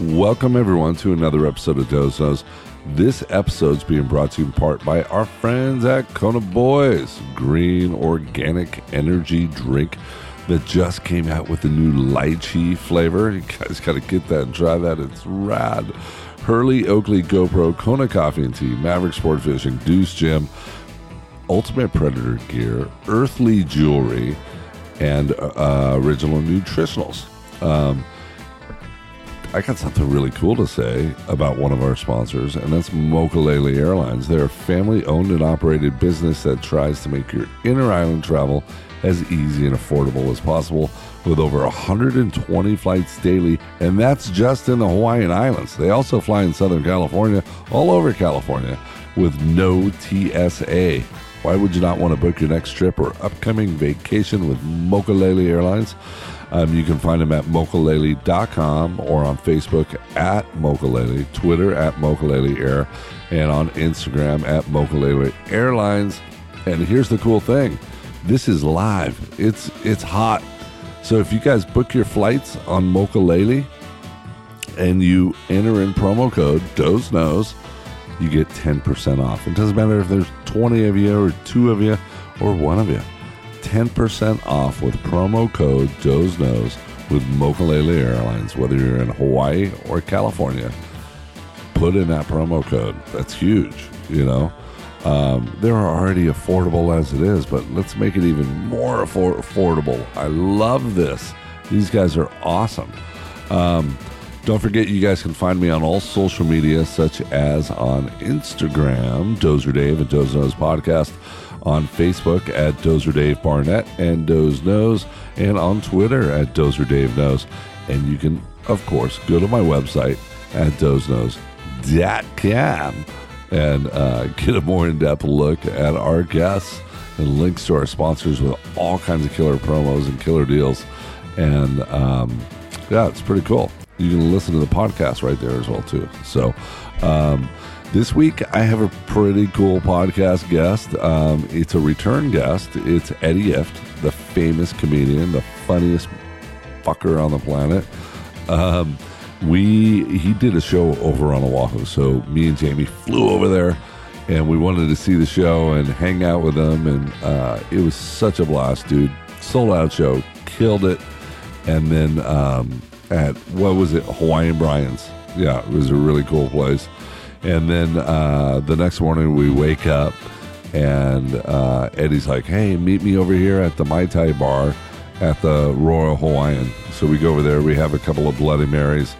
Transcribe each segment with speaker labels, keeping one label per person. Speaker 1: Welcome, everyone, to another episode of Dozos. This episode's being brought to you in part by our friends at Kona Boys, green organic energy drink that just came out with a new lychee flavor. You guys got to get that and try that. It's rad. Hurley, Oakley, GoPro, Kona Coffee and Tea, Maverick Sport Fishing, Deuce Gym, Ultimate Predator gear, earthly jewelry, and uh, original nutritionals. Um, I got something really cool to say about one of our sponsors, and that's Mokulele Airlines. They're a family owned and operated business that tries to make your inner island travel as easy and affordable as possible with over 120 flights daily, and that's just in the Hawaiian Islands. They also fly in Southern California, all over California, with no TSA. Why would you not want to book your next trip or upcoming vacation with Mokulele Airlines? Um, you can find them at mokulele.com or on Facebook at Mokulele, Twitter at Mokulele Air, and on Instagram at Mokulele Airlines. And here's the cool thing this is live, it's, it's hot. So if you guys book your flights on Mokulele and you enter in promo code DOZNOS, you get 10% off. It doesn't matter if there's 20 of you or two of you or one of you. 10% off with promo code Joe's Nose with Mokulele Airlines, whether you're in Hawaii or California. Put in that promo code. That's huge, you know. Um, they're already affordable as it is, but let's make it even more affor- affordable. I love this. These guys are awesome. Um, don't forget, you guys can find me on all social media, such as on Instagram, Dozer Dave and Dozer Nose Podcast, on Facebook at Dozer Dave Barnett and Doze Nose, and on Twitter at Dozer Dave Nose. And you can, of course, go to my website at dozenose.com and uh, get a more in depth look at our guests and links to our sponsors with all kinds of killer promos and killer deals. And, um, yeah, it's pretty cool. You can listen to the podcast right there as well too. So, um, this week I have a pretty cool podcast guest. Um, it's a return guest. It's Eddie Ift, the famous comedian, the funniest fucker on the planet. Um, we he did a show over on Oahu, so me and Jamie flew over there, and we wanted to see the show and hang out with him, and uh, it was such a blast, dude. Sold out show, killed it and then um, at what was it Hawaiian Brian's? Yeah, it was a really cool place. And then uh, the next morning we wake up, and uh, Eddie's like, "Hey, meet me over here at the Mai Tai bar at the Royal Hawaiian." So we go over there. We have a couple of Bloody Marys.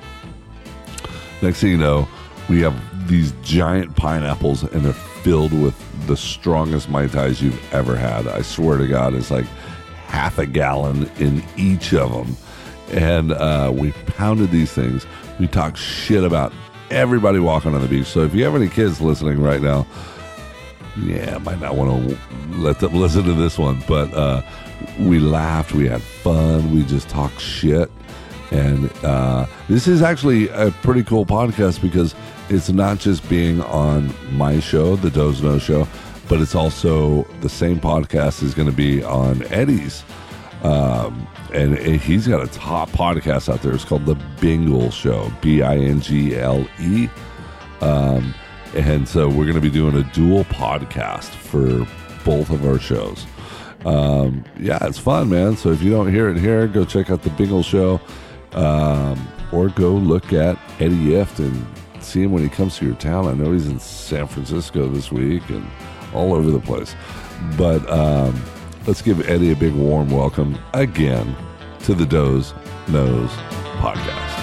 Speaker 1: Next thing you know, we have these giant pineapples, and they're filled with the strongest mai tais you've ever had. I swear to God, it's like half a gallon in each of them. And uh, we pounded these things. We talked shit about everybody walking on the beach. So if you have any kids listening right now, yeah, might not want to let them listen to this one. But uh, we laughed, we had fun, we just talked shit. And uh, this is actually a pretty cool podcast because it's not just being on my show, the Doze No Show, but it's also the same podcast is going to be on Eddie's. Um, and, and he's got a top podcast out there. It's called The Bingle Show, B I N G L E. Um, and so we're going to be doing a dual podcast for both of our shows. Um, yeah, it's fun, man. So if you don't hear it here, go check out the Bingle Show, um, or go look at Eddie Ift and see him when he comes to your town. I know he's in San Francisco this week and all over the place. But um, let's give Eddie a big warm welcome again to the Doze Nose Podcast.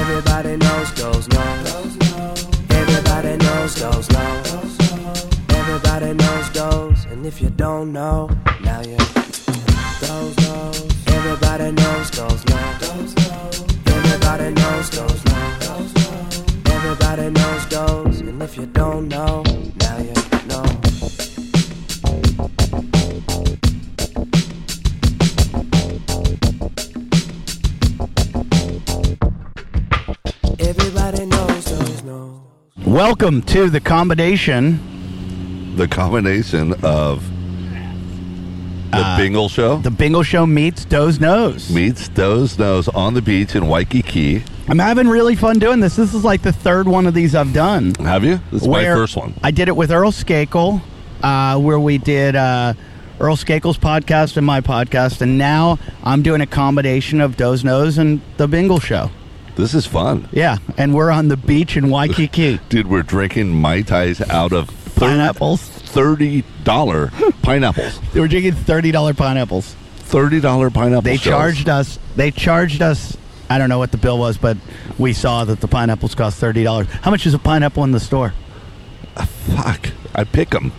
Speaker 2: Everybody knows goes no. Everybody knows goes no. Everybody knows goes, and if you don't know, now you goes no. Everybody knows goes no. Everybody knows goes no. Everybody knows goes, and if you don't know, now you know. Everybody knows goes no.
Speaker 3: Welcome to the combination,
Speaker 1: The combination of the Bingle Show
Speaker 3: Uh, the Bingle Show meets Doe's Nose.
Speaker 1: meets Doe's Nose on the beach in Waikiki.
Speaker 3: I'm having really fun doing this. This is like the third one of these I've done.
Speaker 1: Have you? This is my
Speaker 3: Where-
Speaker 1: first one.
Speaker 3: I did it with Earl Skakel, uh, where we did uh, Earl Skakel's podcast and my podcast, and now I'm doing a combination of Doe's Nose and the Bingle Show.
Speaker 1: This is fun.
Speaker 3: Yeah, and we're on the beach in Waikiki.
Speaker 1: Dude, we're drinking Mai Tais out of thir-
Speaker 3: pineapples.
Speaker 1: $30 pineapples.
Speaker 3: They were drinking thirty dollar pineapples.
Speaker 1: $30 pineapple
Speaker 3: They
Speaker 1: shells.
Speaker 3: charged us. They charged us. I don't know what the bill was, but we saw that the pineapples cost thirty dollars. How much is a pineapple in the store?
Speaker 1: Fuck. I pick them.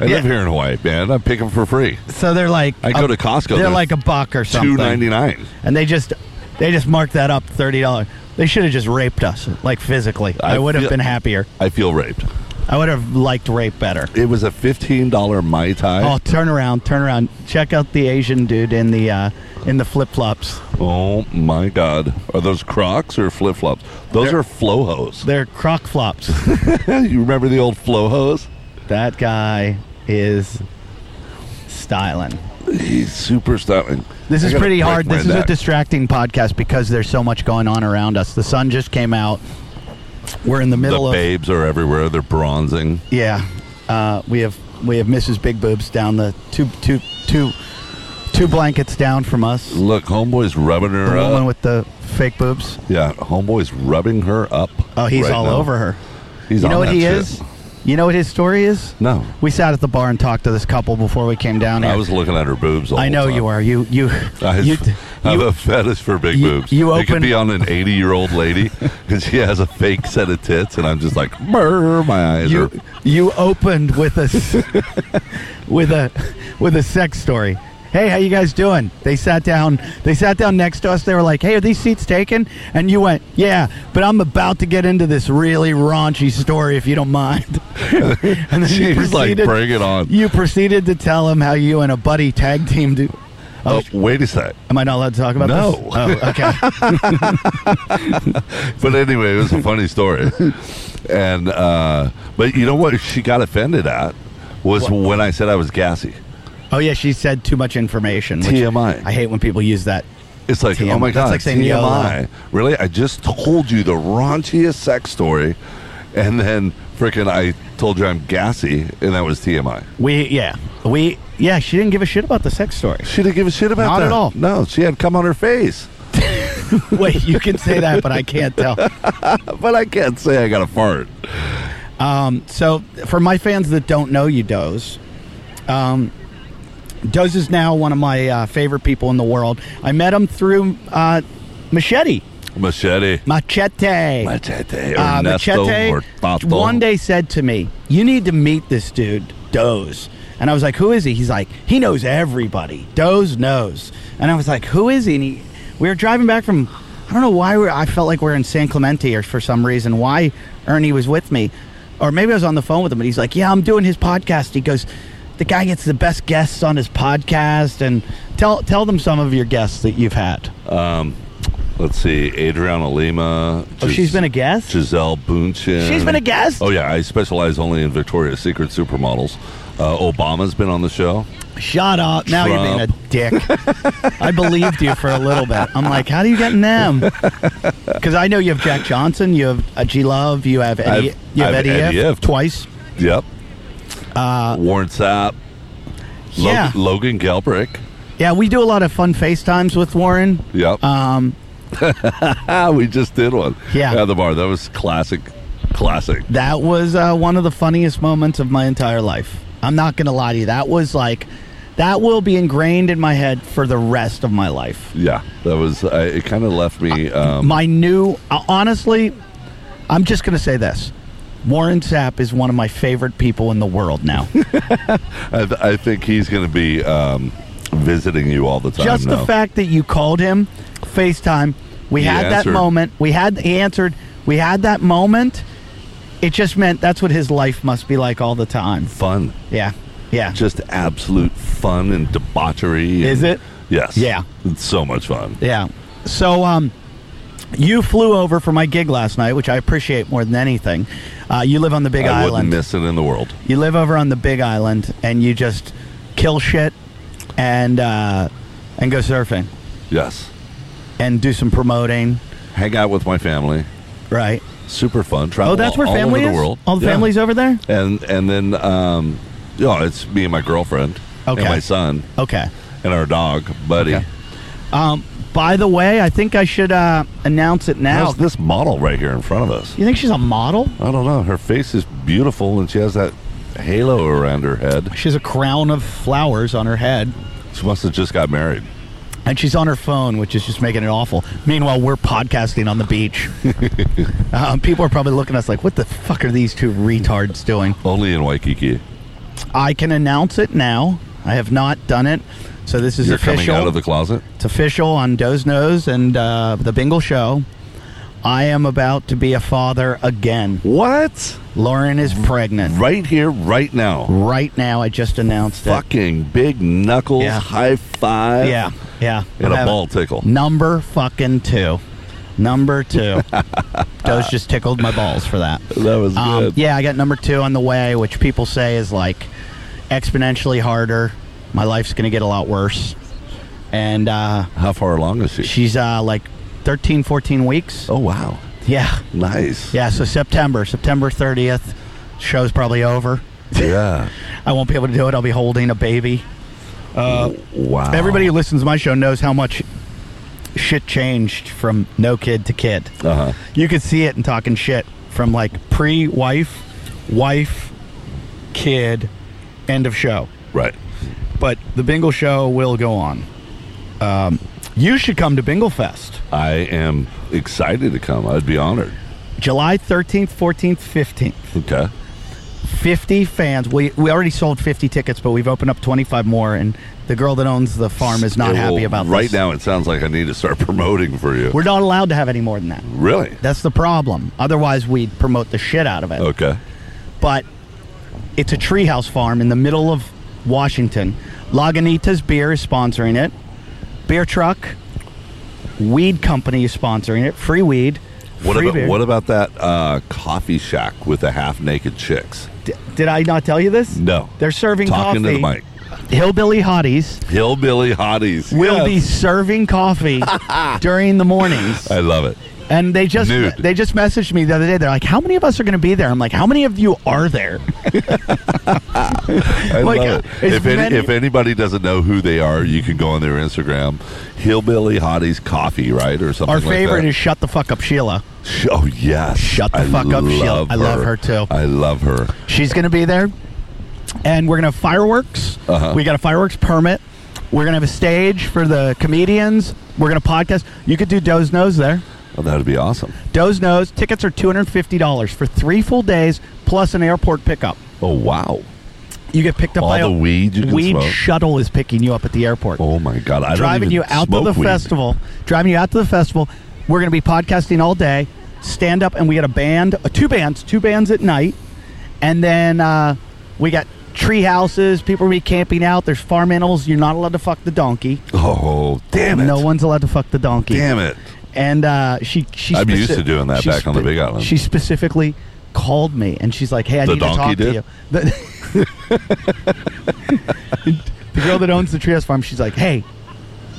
Speaker 1: I
Speaker 3: Yeah.
Speaker 1: live here in Hawaii, man. I pick them for free.
Speaker 3: So they're like
Speaker 1: I go to Costco,
Speaker 3: They're
Speaker 1: they're
Speaker 3: like a buck or
Speaker 1: Two ninety
Speaker 3: something,
Speaker 1: nine.
Speaker 3: and they just they just marked that up thirty dollars. They should have just raped us, like physically.
Speaker 1: I
Speaker 3: I, would have
Speaker 1: feel-
Speaker 3: been happier.
Speaker 1: I feel raped.
Speaker 3: I would have liked rape better.
Speaker 1: It was a fifteen dollar mai
Speaker 3: Oh,
Speaker 1: tai.
Speaker 3: turn around, turn around. Check out the Asian dude in the uh, in the flip flops.
Speaker 1: Oh. my god! Are those Crocs or flip flops? Those
Speaker 3: They're-
Speaker 1: are flohos.
Speaker 3: They're croc flops.
Speaker 1: you remember the old flohos?
Speaker 3: That guy is styling.
Speaker 1: He's super stunning.
Speaker 3: This
Speaker 1: I
Speaker 3: is
Speaker 1: gotta
Speaker 3: pretty
Speaker 1: break
Speaker 3: hard.
Speaker 1: my
Speaker 3: This is
Speaker 1: neck.
Speaker 3: a distracting podcast because there's so much going on around us. The sun just came out. We're in the
Speaker 1: The
Speaker 3: middle of
Speaker 1: babes are everywhere. They're bronzing.
Speaker 3: yeah. Uh, we have we have Mrs. Big Boobs down the two two two two blankets down from us. The
Speaker 1: Look, homeboy's rubbing her
Speaker 3: woman
Speaker 1: up.
Speaker 3: with the fake boobs.
Speaker 1: yeah, homeboy's rubbing her up.
Speaker 3: Oh, he's
Speaker 1: right
Speaker 3: all
Speaker 1: now.
Speaker 3: over her.
Speaker 1: He's
Speaker 3: you
Speaker 1: on
Speaker 3: know what
Speaker 1: that
Speaker 3: he
Speaker 1: shit.
Speaker 3: is? You know what his story is?
Speaker 1: No,
Speaker 3: We sat at the bar and talked to this couple before we came down here.
Speaker 1: I was looking at her boobs. All
Speaker 3: I know you are. You you
Speaker 1: I
Speaker 3: you,
Speaker 1: have
Speaker 3: you-
Speaker 1: a fetish for big
Speaker 3: you-
Speaker 1: boobs.
Speaker 3: you
Speaker 1: it could
Speaker 3: open-
Speaker 1: be on an 80 year old lady because she has a fake set of tits, and I'm just like, brr, my eyes
Speaker 3: you
Speaker 1: are.
Speaker 3: you opened with a s- with a with a sex story. Hey, how you guys doing? They sat down. They sat down next to us. They were like, "Hey, are these seats taken?" And you went, "Yeah, but I'm about to get into this really raunchy story if you don't mind." and then
Speaker 1: She was like, bring it on.
Speaker 3: You proceeded to tell him how you and a buddy tag teamed.
Speaker 1: Oh, wait a sec.
Speaker 3: Am I not allowed to talk about
Speaker 1: No.
Speaker 3: this? Oh, okay.
Speaker 1: But anyway, it was a funny story. And, uh, but you know what she got offended at was when I said I was gassy.
Speaker 3: Oh yeah, she said too much information. which
Speaker 1: TMI.
Speaker 3: I hate when people use that.
Speaker 1: It's like,
Speaker 3: TM.
Speaker 1: oh my
Speaker 3: That's
Speaker 1: God,
Speaker 3: like saying
Speaker 1: TMI.
Speaker 3: YOLO.
Speaker 1: Really? I just told you the raunchiest sex story, and then freaking I told you I'm gassy, and that was TMI.
Speaker 3: We yeah we yeah she didn't give a shit about the sex story.
Speaker 1: She didn't give a shit about
Speaker 3: Not
Speaker 1: that.
Speaker 3: at all.
Speaker 1: No, she had cum on her face.
Speaker 3: Wait, you can say that, but I can't tell.
Speaker 1: But I can't say I got a fart.
Speaker 3: Um, so for my fans that don't know you, Doze, um, Doze is now one of my uh, favorite people in the world. I met him through uh, Machete.
Speaker 1: Machete.
Speaker 3: Machete.
Speaker 1: Machete. Or
Speaker 3: uh,
Speaker 1: Nesto
Speaker 3: Machete
Speaker 1: or Tato.
Speaker 3: one day said to me, "You need to meet this dude, Doze." And I was like, "Who is he?" He's like, "He knows everybody. Doze knows." And I was like, "Who is he?" And he, we were driving back from, I don't know why we I felt like we are in San Clemente or for some reason why Ernie was with me, or maybe I was on the phone with him. And he's like, "Yeah, I'm doing his podcast." He goes, "The guy gets the best guests on his podcast." And tell tell them some of your guests that you've had.
Speaker 1: Um, let's see. Adriana Lima.
Speaker 3: oh, she's been a guest.
Speaker 1: Giselle Bundchen.
Speaker 3: She's been a guest?
Speaker 1: Oh, yeah. I specialize only in Victoria's Secret supermodels. Uh, Obama's been on the show.
Speaker 3: Shut up. Now you're being a dick. I believed you for a little bit. I'm like, how do you get in them? Because I know you have Jack Johnson, you have uh, G Love, you have Eddie,
Speaker 1: I've-
Speaker 3: you have
Speaker 1: I've
Speaker 3: Eddie, F
Speaker 1: Eddie F.
Speaker 3: twice.
Speaker 1: Yep. Uh, Warren Sapp. Log-
Speaker 3: yeah.
Speaker 1: Logan Gelbrick.
Speaker 3: Yeah, we do a lot of fun FaceTimes with Warren.
Speaker 1: Yep.
Speaker 3: Um,
Speaker 1: ah, we just did one.
Speaker 3: Yeah.
Speaker 1: At the bar. That was classic. Classic.
Speaker 3: that was uh, one of the funniest moments of my entire life. I'm not going to lie to you. That was like, that will be ingrained in my head for the rest of my life.
Speaker 1: Yeah. That was, I, it kind of left me. Um,
Speaker 3: my new uh, honestly i'm just going to say this warren sapp is one of my favorite people in the world now
Speaker 1: I, th- I think he's going to be um, visiting you all the time.
Speaker 3: just
Speaker 1: now.
Speaker 3: the fact that you called him facetime we
Speaker 1: He
Speaker 3: had
Speaker 1: answered.
Speaker 3: that moment we had he answered we had that moment it just meant that's what his life must be like all the time
Speaker 1: fun,
Speaker 3: yeah yeah
Speaker 1: just absolute fun and debauchery. and-
Speaker 3: Is it?
Speaker 1: Yes.
Speaker 3: Yeah.
Speaker 1: It's so much fun.
Speaker 3: yeah so um You flew over for my gig last night, which I appreciate more than anything. Uh, you live on the Big
Speaker 1: I wouldn't
Speaker 3: Island.
Speaker 1: miss it in the world.
Speaker 3: you live over on the Big Island, and you just kill shit and uh, and go surfing
Speaker 1: Yes.
Speaker 3: and do some promoting,
Speaker 1: Hang out with my family.
Speaker 3: right?
Speaker 1: Super fun. Travel
Speaker 3: Oh, that's where
Speaker 1: all
Speaker 3: family
Speaker 1: over
Speaker 3: is.
Speaker 1: the world.
Speaker 3: All the
Speaker 1: Yeah.
Speaker 3: families over there.
Speaker 1: And and then um, you know, it's me and my girlfriend
Speaker 3: Okay.
Speaker 1: and my son
Speaker 3: Okay.
Speaker 1: and our dog Buddy.
Speaker 3: Okay. Um, by the way, I think I should uh, announce it now.
Speaker 1: How's this model right here in front of us?
Speaker 3: You think she's a model?
Speaker 1: I don't know. Her face is beautiful, and she has that halo around her head.
Speaker 3: She has a crown of flowers on her head,
Speaker 1: She must have just got married.
Speaker 3: and she's on her phone, which is just making it awful. Meanwhile, we're podcasting on the beach. um, people are probably looking at us like, "What the fuck are these two retards doing?"
Speaker 1: Only in Waikiki.
Speaker 3: I can announce it now. I have not done it, so this is
Speaker 1: You're coming
Speaker 3: official.
Speaker 1: out of the closet.
Speaker 3: it's official on Doe's Nose and uh, the Bingle Show. I am about to be a father again.
Speaker 1: What?
Speaker 3: Lauren is pregnant
Speaker 1: Right here, right now.
Speaker 3: right now. I just announced it.
Speaker 1: Fucking big knuckles,
Speaker 3: Yeah.
Speaker 1: high five.
Speaker 3: Yeah, yeah.
Speaker 1: And
Speaker 3: I'm
Speaker 1: a
Speaker 3: having-
Speaker 1: ball tickle.
Speaker 3: Number fucking two. Number two. Doge just tickled my balls for that.
Speaker 1: That was
Speaker 3: Um,
Speaker 1: good.
Speaker 3: yeah, I got number two on the way, which people say is like exponentially harder. My life's going to get a lot worse. And uh,
Speaker 1: How far along is she?
Speaker 3: she's uh, like 13, 14 weeks.
Speaker 1: Oh, wow.
Speaker 3: Yeah.
Speaker 1: Nice.
Speaker 3: Yeah, so September, September 30th. Show's probably over.
Speaker 1: Yeah.
Speaker 3: I won't be able to do it. I'll be holding a baby.
Speaker 1: wow.
Speaker 3: Everybody who listens to my show knows how much shit changed from no kid to kid.
Speaker 1: Uh-huh.
Speaker 3: You could see it in talking shit from like pre wife, wife, kid, end of show.
Speaker 1: Right.
Speaker 3: But the Bingle show will go on. Um, you should come to Bingle Fest
Speaker 1: I am excited to come. I'd be honored.
Speaker 3: July 13th, 14th, 15th.
Speaker 1: Okay.
Speaker 3: 50 fans. We, we already sold 50 tickets, but we've opened up 25 more. And the girl that owns the farm is not
Speaker 1: It will-
Speaker 3: happy about
Speaker 1: Right
Speaker 3: this.
Speaker 1: now, it sounds like I need to start promoting for you.
Speaker 3: We're not allowed to have any more than that.
Speaker 1: really?
Speaker 3: That's the problem. Otherwise, we'd promote the shit out of it.
Speaker 1: Okay.
Speaker 3: But it's a treehouse farm in the middle of Washington. Lagunitas Beer is sponsoring it. Beer truck, weed company is sponsoring it. Free weed.
Speaker 1: What
Speaker 3: free
Speaker 1: about
Speaker 3: beer.
Speaker 1: what about that uh, coffee shack with the half naked chicks?
Speaker 3: D- did I not tell you this?
Speaker 1: No.
Speaker 3: They're serving
Speaker 1: Talking
Speaker 3: coffee.
Speaker 1: to the mic.
Speaker 3: Hillbilly hotties
Speaker 1: Hillbilly hotties.
Speaker 3: will be
Speaker 1: Yes.
Speaker 3: serving coffee during the mornings.
Speaker 1: I love it.
Speaker 3: And they just
Speaker 1: Nude.
Speaker 3: they just messaged me the other day. They're like, "How many of us are going to be there?" I'm like, "How many of you are there?"
Speaker 1: I
Speaker 3: Like,
Speaker 1: love it.
Speaker 3: as
Speaker 1: If, any,
Speaker 3: many-
Speaker 1: if anybody doesn't know who they are, you can go on their Instagram, Hillbilly Hotties Coffee, right, or something.
Speaker 3: Our
Speaker 1: like
Speaker 3: favorite
Speaker 1: that.
Speaker 3: is "Shut the fuck up, Sheila."
Speaker 1: Sh- oh yes,
Speaker 3: Shut the
Speaker 1: I
Speaker 3: fuck up, Sheila.
Speaker 1: love
Speaker 3: I love her, too.
Speaker 1: I love her.
Speaker 3: She's going to be there, and we're going to have fireworks.
Speaker 1: Uh-huh.
Speaker 3: We got a fireworks permit. We're going to have a stage for the comedians. We're going to podcast. You could do Doe's Nose there.
Speaker 1: Well, that'd Oh, be awesome.
Speaker 3: Doe's Nose tickets are two hundred fifty dollars for three full days plus an airport pickup.
Speaker 1: Oh wow,
Speaker 3: You get picked up
Speaker 1: All
Speaker 3: by
Speaker 1: the
Speaker 3: a
Speaker 1: weed you can
Speaker 3: weed
Speaker 1: smoke.
Speaker 3: shuttle is picking you up at the airport.
Speaker 1: oh my god, I don't
Speaker 3: driving
Speaker 1: even
Speaker 3: you out to
Speaker 1: smoke
Speaker 3: the
Speaker 1: weed.
Speaker 3: festival. Driving you out to the festival. We're going to be podcasting all day, stand up, and we got a band, uh, two bands, two bands at night, and then uh, we got tree houses. People will be camping out. There's farm animals. You're not allowed to fuck the donkey.
Speaker 1: Oh damn it!
Speaker 3: No one's allowed to fuck the donkey.
Speaker 1: Damn it!
Speaker 3: And uh, she, she.
Speaker 1: I'm used to doing that
Speaker 3: she
Speaker 1: back on the Big Island.
Speaker 3: She specifically called me, and she's like, "Hey, I
Speaker 1: The
Speaker 3: need to
Speaker 1: donkey
Speaker 3: talk to
Speaker 1: did?
Speaker 3: you." The, the girl that owns the treehouse farm, she's like, "Hey,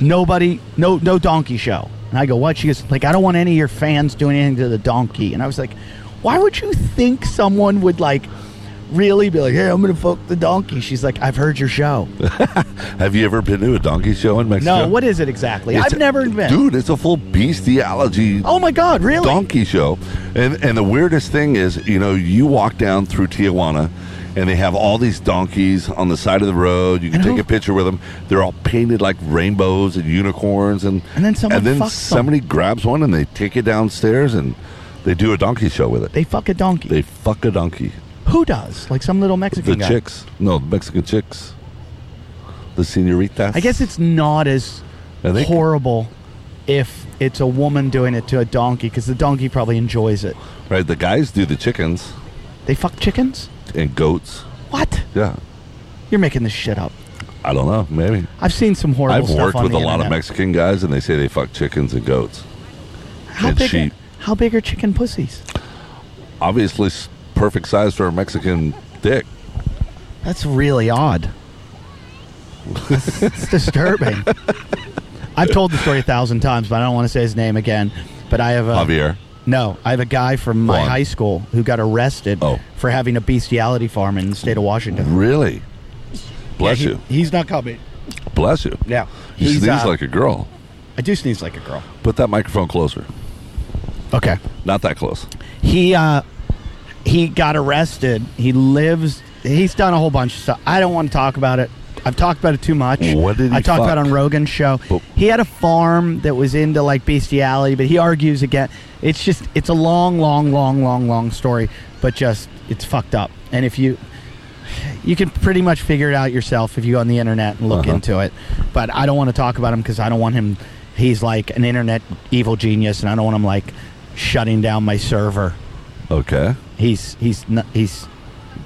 Speaker 3: nobody, no, no donkey show." And I go, "What?" She goes, "Like, I don't want any of your fans doing anything to the donkey." And I was like, "Why would you think someone would like?" Really be like, hey, I'm gonna fuck the donkey. She's like, I've heard your show.
Speaker 1: Have you ever been to a donkey show in Mexico?
Speaker 3: No, what is it exactly?
Speaker 1: It's-
Speaker 3: I've never been.
Speaker 1: Dude, it's a full bestiology.
Speaker 3: Oh my god, really?
Speaker 1: donkey show. And and the weirdest thing is, you know, you walk down through Tijuana and they have all these donkeys on the side of the road. You can
Speaker 3: And
Speaker 1: take
Speaker 3: who-
Speaker 1: a picture with them. They're all painted like rainbows and unicorns and
Speaker 3: And then someone
Speaker 1: and then
Speaker 3: fucks 'em.
Speaker 1: somebody grabs one and they take it downstairs and they do a donkey show with it.
Speaker 3: They fuck a donkey.
Speaker 1: They fuck a donkey.
Speaker 3: Who does? Like some little Mexican
Speaker 1: The
Speaker 3: guy.
Speaker 1: chicks. No, the Mexican chicks. The senoritas.
Speaker 3: I guess it's not as
Speaker 1: I think-
Speaker 3: horrible if it's a woman doing it to a donkey because the donkey probably enjoys it.
Speaker 1: right, the guys do the chickens
Speaker 3: They fuck chickens?
Speaker 1: and goats.
Speaker 3: What?
Speaker 1: Yeah.
Speaker 3: You're making this shit up.
Speaker 1: I don't know, maybe.
Speaker 3: I've seen some horrible
Speaker 1: I've
Speaker 3: stuff
Speaker 1: worked
Speaker 3: on
Speaker 1: with a
Speaker 3: the
Speaker 1: lot of
Speaker 3: internet.
Speaker 1: Mexican guys, and they say they fuck chickens and goats.
Speaker 3: How
Speaker 1: And
Speaker 3: big?
Speaker 1: she-
Speaker 3: how big are chicken pussies?
Speaker 1: Obviously, s- perfect size for a Mexican dick.
Speaker 3: That's really odd. That's, that's disturbing. I've told the story a thousand times, but I don't want to say his name again. But I have a
Speaker 1: Javier.
Speaker 3: no. I have a guy from my
Speaker 1: Juan.
Speaker 3: high school who got arrested
Speaker 1: Oh.
Speaker 3: for having a bestiality farm in the state of Washington.
Speaker 1: Really? Bless
Speaker 3: Yeah,
Speaker 1: you.
Speaker 3: he- He's not coming.
Speaker 1: Bless you.
Speaker 3: Yeah,
Speaker 1: You
Speaker 3: he's
Speaker 1: sneeze
Speaker 3: uh,
Speaker 1: like a girl.
Speaker 3: I do sneeze like a girl.
Speaker 1: Put that microphone closer.
Speaker 3: Okay.
Speaker 1: Not that close.
Speaker 3: he uh he got arrested he lives he's done a whole bunch of stuff i don't want to talk about it i've talked about it too much
Speaker 1: What did he
Speaker 3: i talked about it
Speaker 1: fuck?
Speaker 3: on rogan's show
Speaker 1: Oh.
Speaker 3: he had a farm that was into like bestiality but he argues again it's just it's a long long long long long story but just it's fucked up and if you you can pretty much figure it out yourself if you go on the internet and look
Speaker 1: Uh-huh.
Speaker 3: into it but i don't want to talk about him because i don't want him he's like an internet evil genius and i don't want him like shutting down my server
Speaker 1: Okay.
Speaker 3: He's he's n- he's.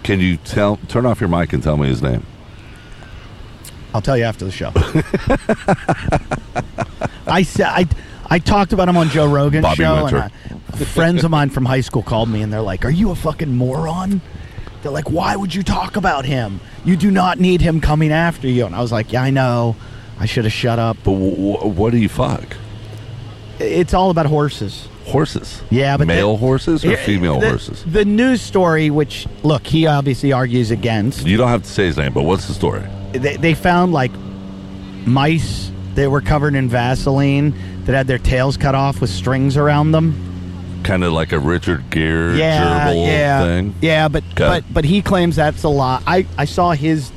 Speaker 1: Can you tell? Turn off your mic and tell me his name.
Speaker 3: I'll tell you after the show. I said I I talked about him on Joe Rogan's
Speaker 1: Bobby
Speaker 3: show,
Speaker 1: Winter.
Speaker 3: and I, friends of mine from high school called me and they're like, "Are you a fucking moron?" They're like, "Why would you talk about him? You do not need him coming after you." And I was like, "Yeah, I know. I should have shut up."
Speaker 1: But w- w- what do you fuck?
Speaker 3: It's all about horses.
Speaker 1: Horses.
Speaker 3: Yeah, but
Speaker 1: male
Speaker 3: the-
Speaker 1: horses or
Speaker 3: Here-
Speaker 1: female
Speaker 3: the-
Speaker 1: horses?
Speaker 3: The news story, which look, he obviously argues against.
Speaker 1: You don't have to say his name, but what's the story?
Speaker 3: they, they found like mice that were covered in Vaseline that had their tails cut off with strings around them.
Speaker 1: Kind of like a Richard Gere
Speaker 3: Yeah,
Speaker 1: gerbil
Speaker 3: yeah,
Speaker 1: thing.
Speaker 3: yeah. But
Speaker 1: Okay.
Speaker 3: but but he claims that's a lot. I I saw his.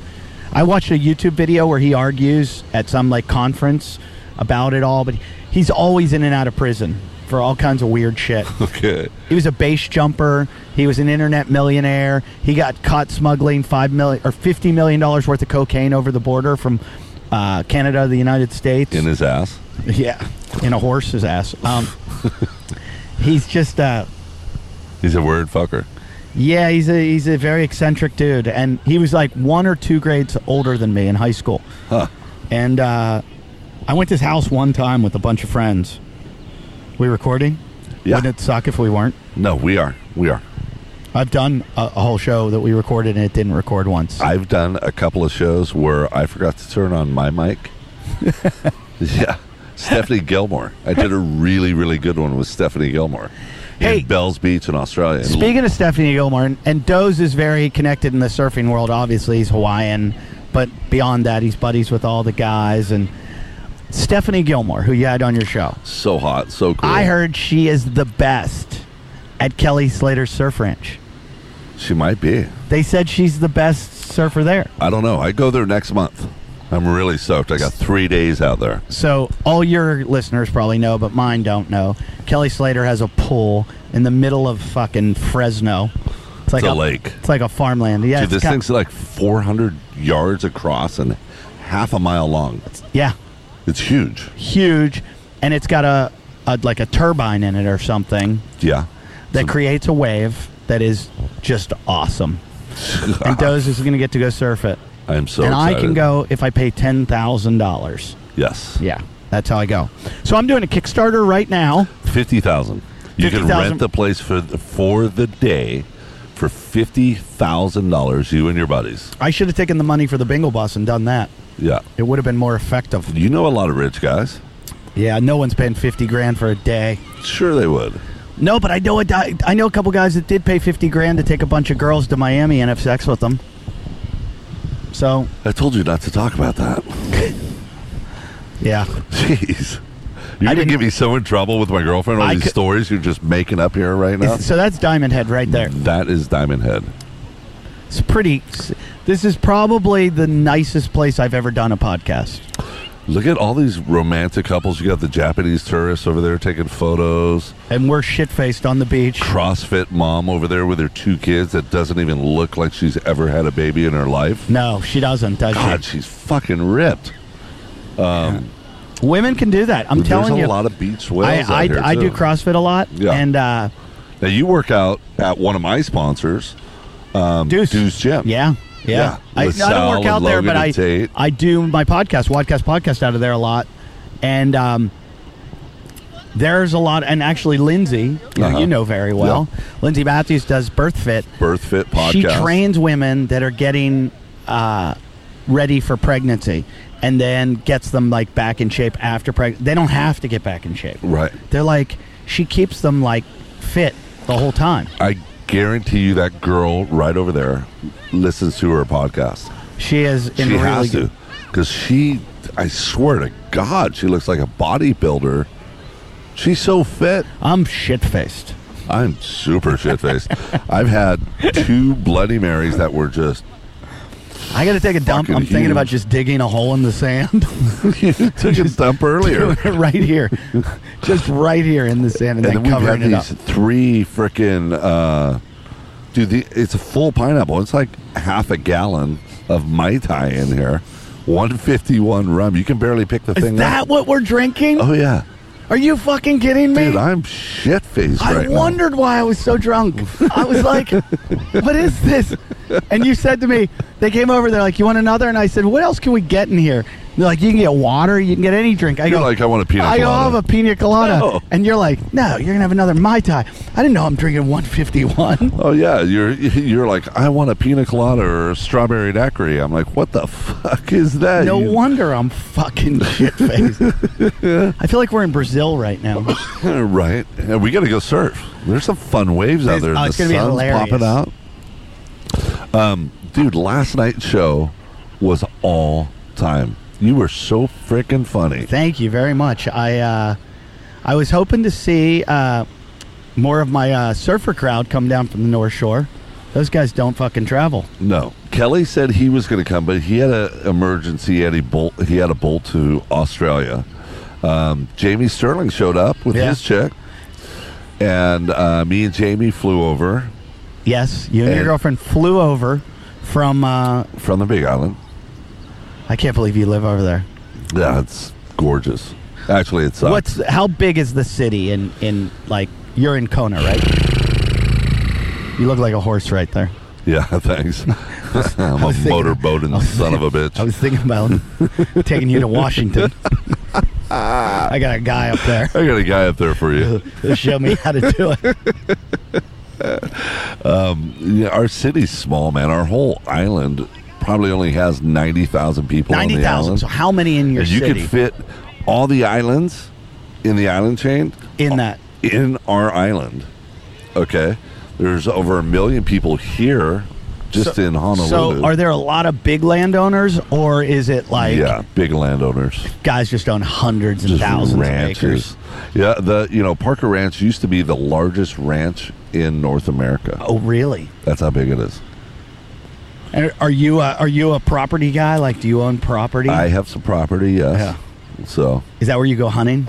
Speaker 3: I watched a YouTube video where he argues at some like conference about it all, but he's always in and out of prison for all kinds of weird shit.
Speaker 1: Okay.
Speaker 3: He was a base jumper. He was an internet millionaire. He got caught smuggling five million or fifty million dollars worth of cocaine over the border from uh, Canada to the United States.
Speaker 1: In his ass.
Speaker 3: yeah, in a horse's ass. Um, he's just uh,
Speaker 1: He's a word fucker.
Speaker 3: yeah, he's a he's a very eccentric dude, and he was like one or two grades older than me in high school.
Speaker 1: Huh.
Speaker 3: And uh, I went to his house one time with a bunch of friends. We recording?
Speaker 1: Yeah.
Speaker 3: Wouldn't it suck if we weren't?
Speaker 1: No, we are. We are.
Speaker 3: I've done a, a whole show that we recorded and it didn't record once.
Speaker 1: I've done a couple of shows where I forgot to turn on my mic. yeah. Stephanie Gilmore. I did a really, really good one with Stephanie Gilmore.
Speaker 3: Hey.
Speaker 1: In Bells Beach in Australia. And
Speaker 3: Speaking of Stephanie Gilmore, and, and Doze is very connected in the surfing world. Obviously, he's Hawaiian, but beyond that, he's buddies with all the guys. And Stephanie Gilmore, who you had on your show,
Speaker 1: so hot, so cool.
Speaker 3: I heard she is the best at Kelly Slater's Surf Ranch.
Speaker 1: She might be.
Speaker 3: They said she's the best surfer there.
Speaker 1: I don't know. I go there next month. I'm really soaked. I got three days out there.
Speaker 3: So all your listeners probably know, but mine don't know. Kelly Slater has a pool in the middle of fucking Fresno. It's like
Speaker 1: It's a lake.
Speaker 3: It's like a farmland. Yeah,
Speaker 1: Dude, this
Speaker 3: it's ki-
Speaker 1: thing's like 400 yards across and half a mile long.
Speaker 3: yeah,
Speaker 1: It's huge.
Speaker 3: huge, and it's got a, a like a turbine in it or something
Speaker 1: Yeah.
Speaker 3: that creates a wave that is just awesome. and Doze is going to get to go surf it,
Speaker 1: I'm Ah. so
Speaker 3: and
Speaker 1: excited.
Speaker 3: I can go if I pay ten thousand dollars.
Speaker 1: Yes.
Speaker 3: Yeah, that's how I go. So I'm doing a Kickstarter right now.
Speaker 1: 50,000. You can
Speaker 3: 50,000.
Speaker 1: rent the place for the, for the day for $50,000 you and your buddies.
Speaker 3: I should have taken the money for the bingo bus and done that.
Speaker 1: Yeah.
Speaker 3: It would have been more effective.
Speaker 1: You know a lot of rich guys.
Speaker 3: Yeah, no one's paying fifty grand for a day.
Speaker 1: Sure they would.
Speaker 3: No, but I know a, di- I know a couple guys that did pay fifty grand to take a bunch of girls to Miami and have sex with them. So
Speaker 1: I told you not to talk about that.
Speaker 3: yeah,
Speaker 1: Jeez. You're
Speaker 3: I
Speaker 1: going to
Speaker 3: didn't-
Speaker 1: get me so in trouble with my girlfriend. All
Speaker 3: I
Speaker 1: these
Speaker 3: could-
Speaker 1: stories you're just making up here right now.
Speaker 3: It's- so that's Diamond Head right there.
Speaker 1: That is Diamond Head.
Speaker 3: It's pretty. This is probably the nicest place I've ever done a podcast.
Speaker 1: Look at all these romantic couples. You got the Japanese tourists over there taking photos.
Speaker 3: And we're shit faced on the beach.
Speaker 1: CrossFit mom over there with her two kids that doesn't even look like she's ever had a baby in her life.
Speaker 3: No, she doesn't, does
Speaker 1: God, she's fucking ripped.
Speaker 3: she? Women can do that. I'm telling
Speaker 1: There's
Speaker 3: you.
Speaker 1: a lot of beach
Speaker 3: I
Speaker 1: whales out
Speaker 3: I,
Speaker 1: here,
Speaker 3: I do
Speaker 1: too.
Speaker 3: CrossFit a lot.
Speaker 1: Yeah.
Speaker 3: And uh,
Speaker 1: Now you work out at one of my sponsors,
Speaker 3: Deuce.
Speaker 1: Um, Deuce Gym.
Speaker 3: Yeah. Yeah.
Speaker 1: Yeah.
Speaker 3: I, no, I don't
Speaker 1: LaSalle
Speaker 3: work
Speaker 1: and
Speaker 3: out there,
Speaker 1: Logan
Speaker 3: but
Speaker 1: and
Speaker 3: I,
Speaker 1: Tate.
Speaker 3: I do my podcast, Wadcast Podcast, out of there a lot. And um, There's a lot, and actually, Lindsay, you, know,
Speaker 1: Uh-huh.
Speaker 3: you know very well, Lindsay Matthews does Birth Fit.
Speaker 1: Birth Fit podcast.
Speaker 3: She trains women that are getting uh, ready for pregnancy, and then gets them like back in shape after pregnancy. They don't have to get back in shape.
Speaker 1: Right.
Speaker 3: They're like she keeps them like fit the whole time.
Speaker 1: I guarantee you that girl right over there listens to her podcast.
Speaker 3: She is in
Speaker 1: she
Speaker 3: really
Speaker 1: has
Speaker 3: good.
Speaker 1: to because she i swear to god she looks like a bodybuilder she's so fit
Speaker 3: I'm shit faced.
Speaker 1: i'm super shit-faced i've had two bloody marys that were just
Speaker 3: I got to take a dump.
Speaker 1: Fucking
Speaker 3: I'm thinking
Speaker 1: huge.
Speaker 3: about just digging a hole in the sand
Speaker 1: you took a dump earlier
Speaker 3: right here, just right here in the sand, and,
Speaker 1: and then
Speaker 3: then,
Speaker 1: we've had
Speaker 3: covering it up.
Speaker 1: these three freaking uh dude the, it's a full pineapple it's like half a gallon of mai tai in here 151 rum you can barely pick the
Speaker 3: Is
Speaker 1: thing
Speaker 3: that
Speaker 1: up
Speaker 3: what we're drinking?
Speaker 1: oh yeah
Speaker 3: Are you fucking kidding me?
Speaker 1: dude i'm shit-faced
Speaker 3: I
Speaker 1: right now
Speaker 3: wondered why I was so drunk. I was like, what is this? And you said to me, they came over, they're like, you want another? And I said, what else can we get in here? And they're like, you can get water, you can get any drink. I
Speaker 1: You're
Speaker 3: go,
Speaker 1: like, "I want a pina
Speaker 3: I go,
Speaker 1: colada."
Speaker 3: "I'll have a pina colada.
Speaker 1: No.
Speaker 3: And you're like, no, you're going to have another Mai Tai. I didn't know I'm drinking 151.
Speaker 1: Oh yeah, you're you're like I want a pina colada or a strawberry daiquiri. I'm like, what the fuck is that?
Speaker 3: No
Speaker 1: You-
Speaker 3: wonder I'm fucking shit faced. I feel like we're in Brazil right now.
Speaker 1: right? And we got to go surf. There's some fun waves out
Speaker 3: It's-
Speaker 1: there.
Speaker 3: oh,
Speaker 1: and
Speaker 3: it's
Speaker 1: the
Speaker 3: gonna be
Speaker 1: sun's
Speaker 3: hilarious.
Speaker 1: popping out. Um, dude, last night's show was all time. You were so freaking funny.
Speaker 3: Thank you very much. I uh, I was hoping to see uh, more of my uh, surfer crowd come down from the North Shore. Those guys don't fucking travel.
Speaker 1: No, Kelly said he was going to come, but he had an emergency. He had a bolt. He had a bolt to Australia. Um, Jamie Sterling showed up with
Speaker 3: Yeah.
Speaker 1: his chick, and uh, me and Jamie flew over
Speaker 3: Yes, you and your
Speaker 1: And-
Speaker 3: girlfriend flew over from. Uh,
Speaker 1: from the Big Island.
Speaker 3: I can't believe you live over there.
Speaker 1: Yeah, it's gorgeous. Actually, it's uh,
Speaker 3: What's how big is the city in in like you're in Kona, right? You look like a horse right there.
Speaker 1: yeah. Thanks. I'm a
Speaker 3: was thinking-
Speaker 1: motorboating
Speaker 3: I was
Speaker 1: son of a
Speaker 3: I
Speaker 1: bitch.
Speaker 3: was thinking about taking you to Washington. I got a guy up there.
Speaker 1: I got a guy up there for you.
Speaker 3: who showed me how to do it.
Speaker 1: Yeah, our city's small, man. Our whole island probably only has ninety thousand people. on the
Speaker 3: Ninety thousand.
Speaker 1: island.
Speaker 3: So how many in your
Speaker 1: And you
Speaker 3: city?
Speaker 1: could fit all the islands in the island chain
Speaker 3: in that.
Speaker 1: in our island. Okay, there's over a million people here, just in Honolulu.
Speaker 3: So are there a lot of big landowners, or is it like
Speaker 1: yeah, big landowners,
Speaker 3: guys just own hundreds and
Speaker 1: just
Speaker 3: thousands
Speaker 1: ranches.
Speaker 3: of acres?
Speaker 1: Yeah, the you know Parker Ranch used to be the largest ranch in North America.
Speaker 3: Oh, really?
Speaker 1: That's how big it is.
Speaker 3: And are you a, are you a property guy? Like, do you own property?
Speaker 1: I have some property, yes. So
Speaker 3: is that where you go hunting?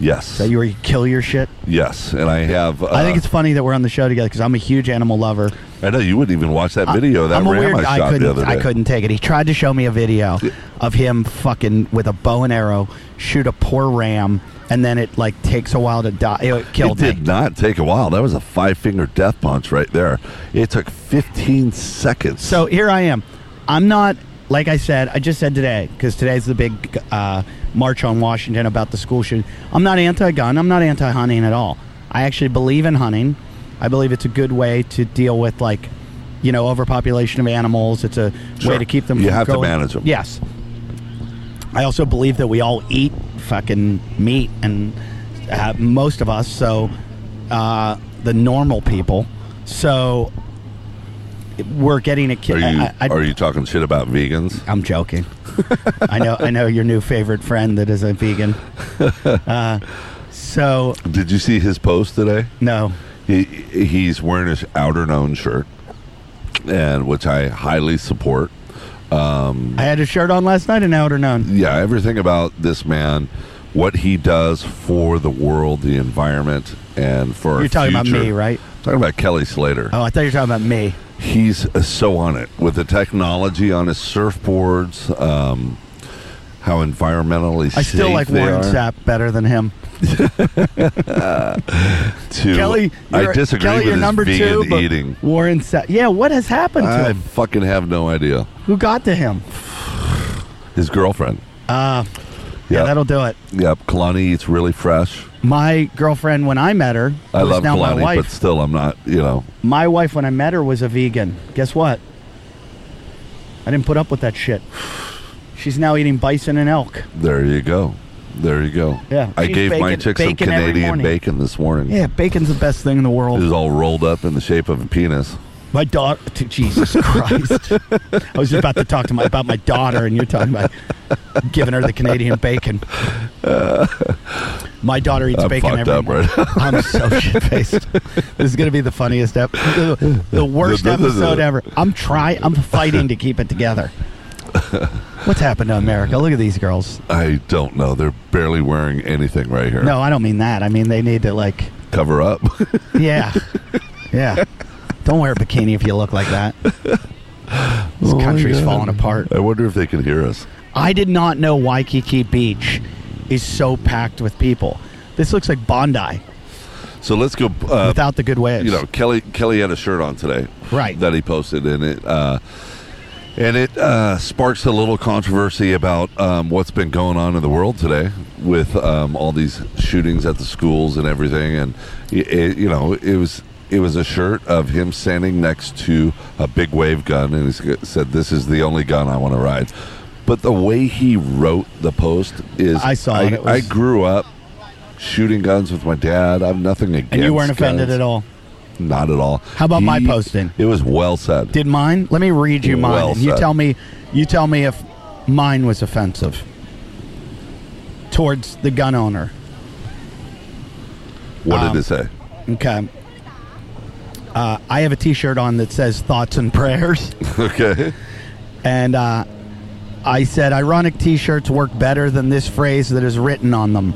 Speaker 1: yes,
Speaker 3: Is that you where you kill your shit?
Speaker 1: yes, and I have. Uh,
Speaker 3: I think it's funny that we're on the show together because I'm a huge animal lover.
Speaker 1: I know you wouldn't even watch that video that
Speaker 3: I'm a
Speaker 1: ram
Speaker 3: weird.
Speaker 1: I
Speaker 3: I
Speaker 1: shot
Speaker 3: couldn't.
Speaker 1: the other day.
Speaker 3: I couldn't take it. He tried to show me a video of him fucking with a bow and arrow shoot a poor ram, and then it like takes a while to die. It killed
Speaker 1: It did
Speaker 3: me.
Speaker 1: not take a while. That was a five finger death punch right there. It took 15 seconds.
Speaker 3: So here I am. I'm not like I said. I just said today because today's the big uh, march on Washington about the school shooting. I'm not anti-gun. I'm not anti-hunting at all. I actually believe in hunting. I believe it's a good way to deal with like, you know, overpopulation of animals. It's a way
Speaker 1: Sure.
Speaker 3: to keep them.
Speaker 1: You
Speaker 3: from
Speaker 1: have to
Speaker 3: going-
Speaker 1: manage 'em.
Speaker 3: Yes. I also believe that we all eat fucking meat, and uh, most of us, so uh, the normal people, so we're getting a kid.
Speaker 1: are you
Speaker 3: I, I,
Speaker 1: are you talking shit about vegans?
Speaker 3: I'm joking. I know. I know your new favorite friend that is a vegan. Uh, so
Speaker 1: Did you see his post today?
Speaker 3: no,
Speaker 1: He he's wearing his outer known shirt, and which I highly support.
Speaker 3: I had a shirt on last night, and now it or known.
Speaker 1: yeah, everything about this man, what he does for the world, the environment, and for our
Speaker 3: You're talking about
Speaker 1: future.
Speaker 3: me, right?
Speaker 1: Talking about Kelly Slater.
Speaker 3: Oh, I thought you were talking about me.
Speaker 1: he's uh, so on it with the technology on his surfboards. Um, how environmentally
Speaker 3: I still
Speaker 1: safe
Speaker 3: like
Speaker 1: they
Speaker 3: Warren
Speaker 1: are
Speaker 3: Sapp better than him.
Speaker 1: To,
Speaker 3: Kelly,
Speaker 1: I
Speaker 3: you're-
Speaker 1: disagree
Speaker 3: Kelly,
Speaker 1: with
Speaker 3: you're
Speaker 1: his
Speaker 3: number
Speaker 1: vegan
Speaker 3: two, but
Speaker 1: eating.
Speaker 3: Warren Sapp. Yeah, what has happened to
Speaker 1: I
Speaker 3: him?
Speaker 1: fucking have no idea.
Speaker 3: Who got to him?
Speaker 1: His girlfriend.
Speaker 3: Uh, Yeah,
Speaker 1: Yep.
Speaker 3: that'll do it.
Speaker 1: Yep, Kalani eats really fresh.
Speaker 3: My girlfriend, when I met her,
Speaker 1: I
Speaker 3: who's
Speaker 1: love
Speaker 3: now my
Speaker 1: Kalani,
Speaker 3: wife.
Speaker 1: but still, I'm not. You know,
Speaker 3: My wife, when I met her, was a vegan. Guess what? I didn't put up with that shit. She's now eating bison and elk.
Speaker 1: there you go, there you go.
Speaker 3: Yeah,
Speaker 1: I
Speaker 3: she's
Speaker 1: gave my
Speaker 3: bacon-
Speaker 1: chick some
Speaker 3: bacon every
Speaker 1: Canadian
Speaker 3: morning.
Speaker 1: bacon this morning.
Speaker 3: Yeah, bacon's the best thing in the
Speaker 1: It was
Speaker 3: world.
Speaker 1: all rolled up in the shape of a penis.
Speaker 3: My daughter, Jesus Christ! I was just about to talk to my about my daughter, and you're talking about giving her the Canadian bacon. My daughter eats
Speaker 1: I'm
Speaker 3: bacon
Speaker 1: fucked
Speaker 3: every
Speaker 1: up
Speaker 3: morning. I'm so shit faced. This is gonna be the funniest ep- the, the worst episode ever. I'm trying. I'm fighting to keep it together. What's happened to America? Look at these girls.
Speaker 1: I don't know. They're barely wearing anything right here.
Speaker 3: No, I don't mean that. I mean they need to like,
Speaker 1: cover up.
Speaker 3: yeah, yeah. Don't wear a bikini if you look like that. This
Speaker 1: Oh my
Speaker 3: country's
Speaker 1: God.
Speaker 3: falling apart.
Speaker 1: I wonder if they can hear us.
Speaker 3: I did not know Waikiki Beach is so packed with people. This looks like Bondi
Speaker 1: So let's go. Uh,
Speaker 3: without the good waves.
Speaker 1: you know, Kelly Kelly had a shirt on today,
Speaker 3: Right.
Speaker 1: That he posted, and it uh, and it uh, sparks a little controversy about um, what's been going on in the world today with um, all these shootings at the schools and everything. And it, it, you know, it was it was a shirt of him standing next to a big wave gun, and he s- said, "This is the only gun I want to ride." But the way he wrote the post is,
Speaker 3: I saw
Speaker 1: I,
Speaker 3: it. It was-
Speaker 1: I grew up shooting guns with my dad. I'm nothing against.
Speaker 3: and you weren't offended
Speaker 1: guns.
Speaker 3: at all.
Speaker 1: Not at all.
Speaker 3: How about my posting?
Speaker 1: It was well said.
Speaker 3: Did mine? Let me read you mine.
Speaker 1: Well
Speaker 3: and you
Speaker 1: said.
Speaker 3: tell me. You tell me if mine was offensive towards the gun owner.
Speaker 1: what
Speaker 3: um,
Speaker 1: did it say?
Speaker 3: Okay. Uh, I have a T-shirt on that says "Thoughts and Prayers."
Speaker 1: okay.
Speaker 3: And uh, I said, ironic t shirts work better than this phrase that is written on them.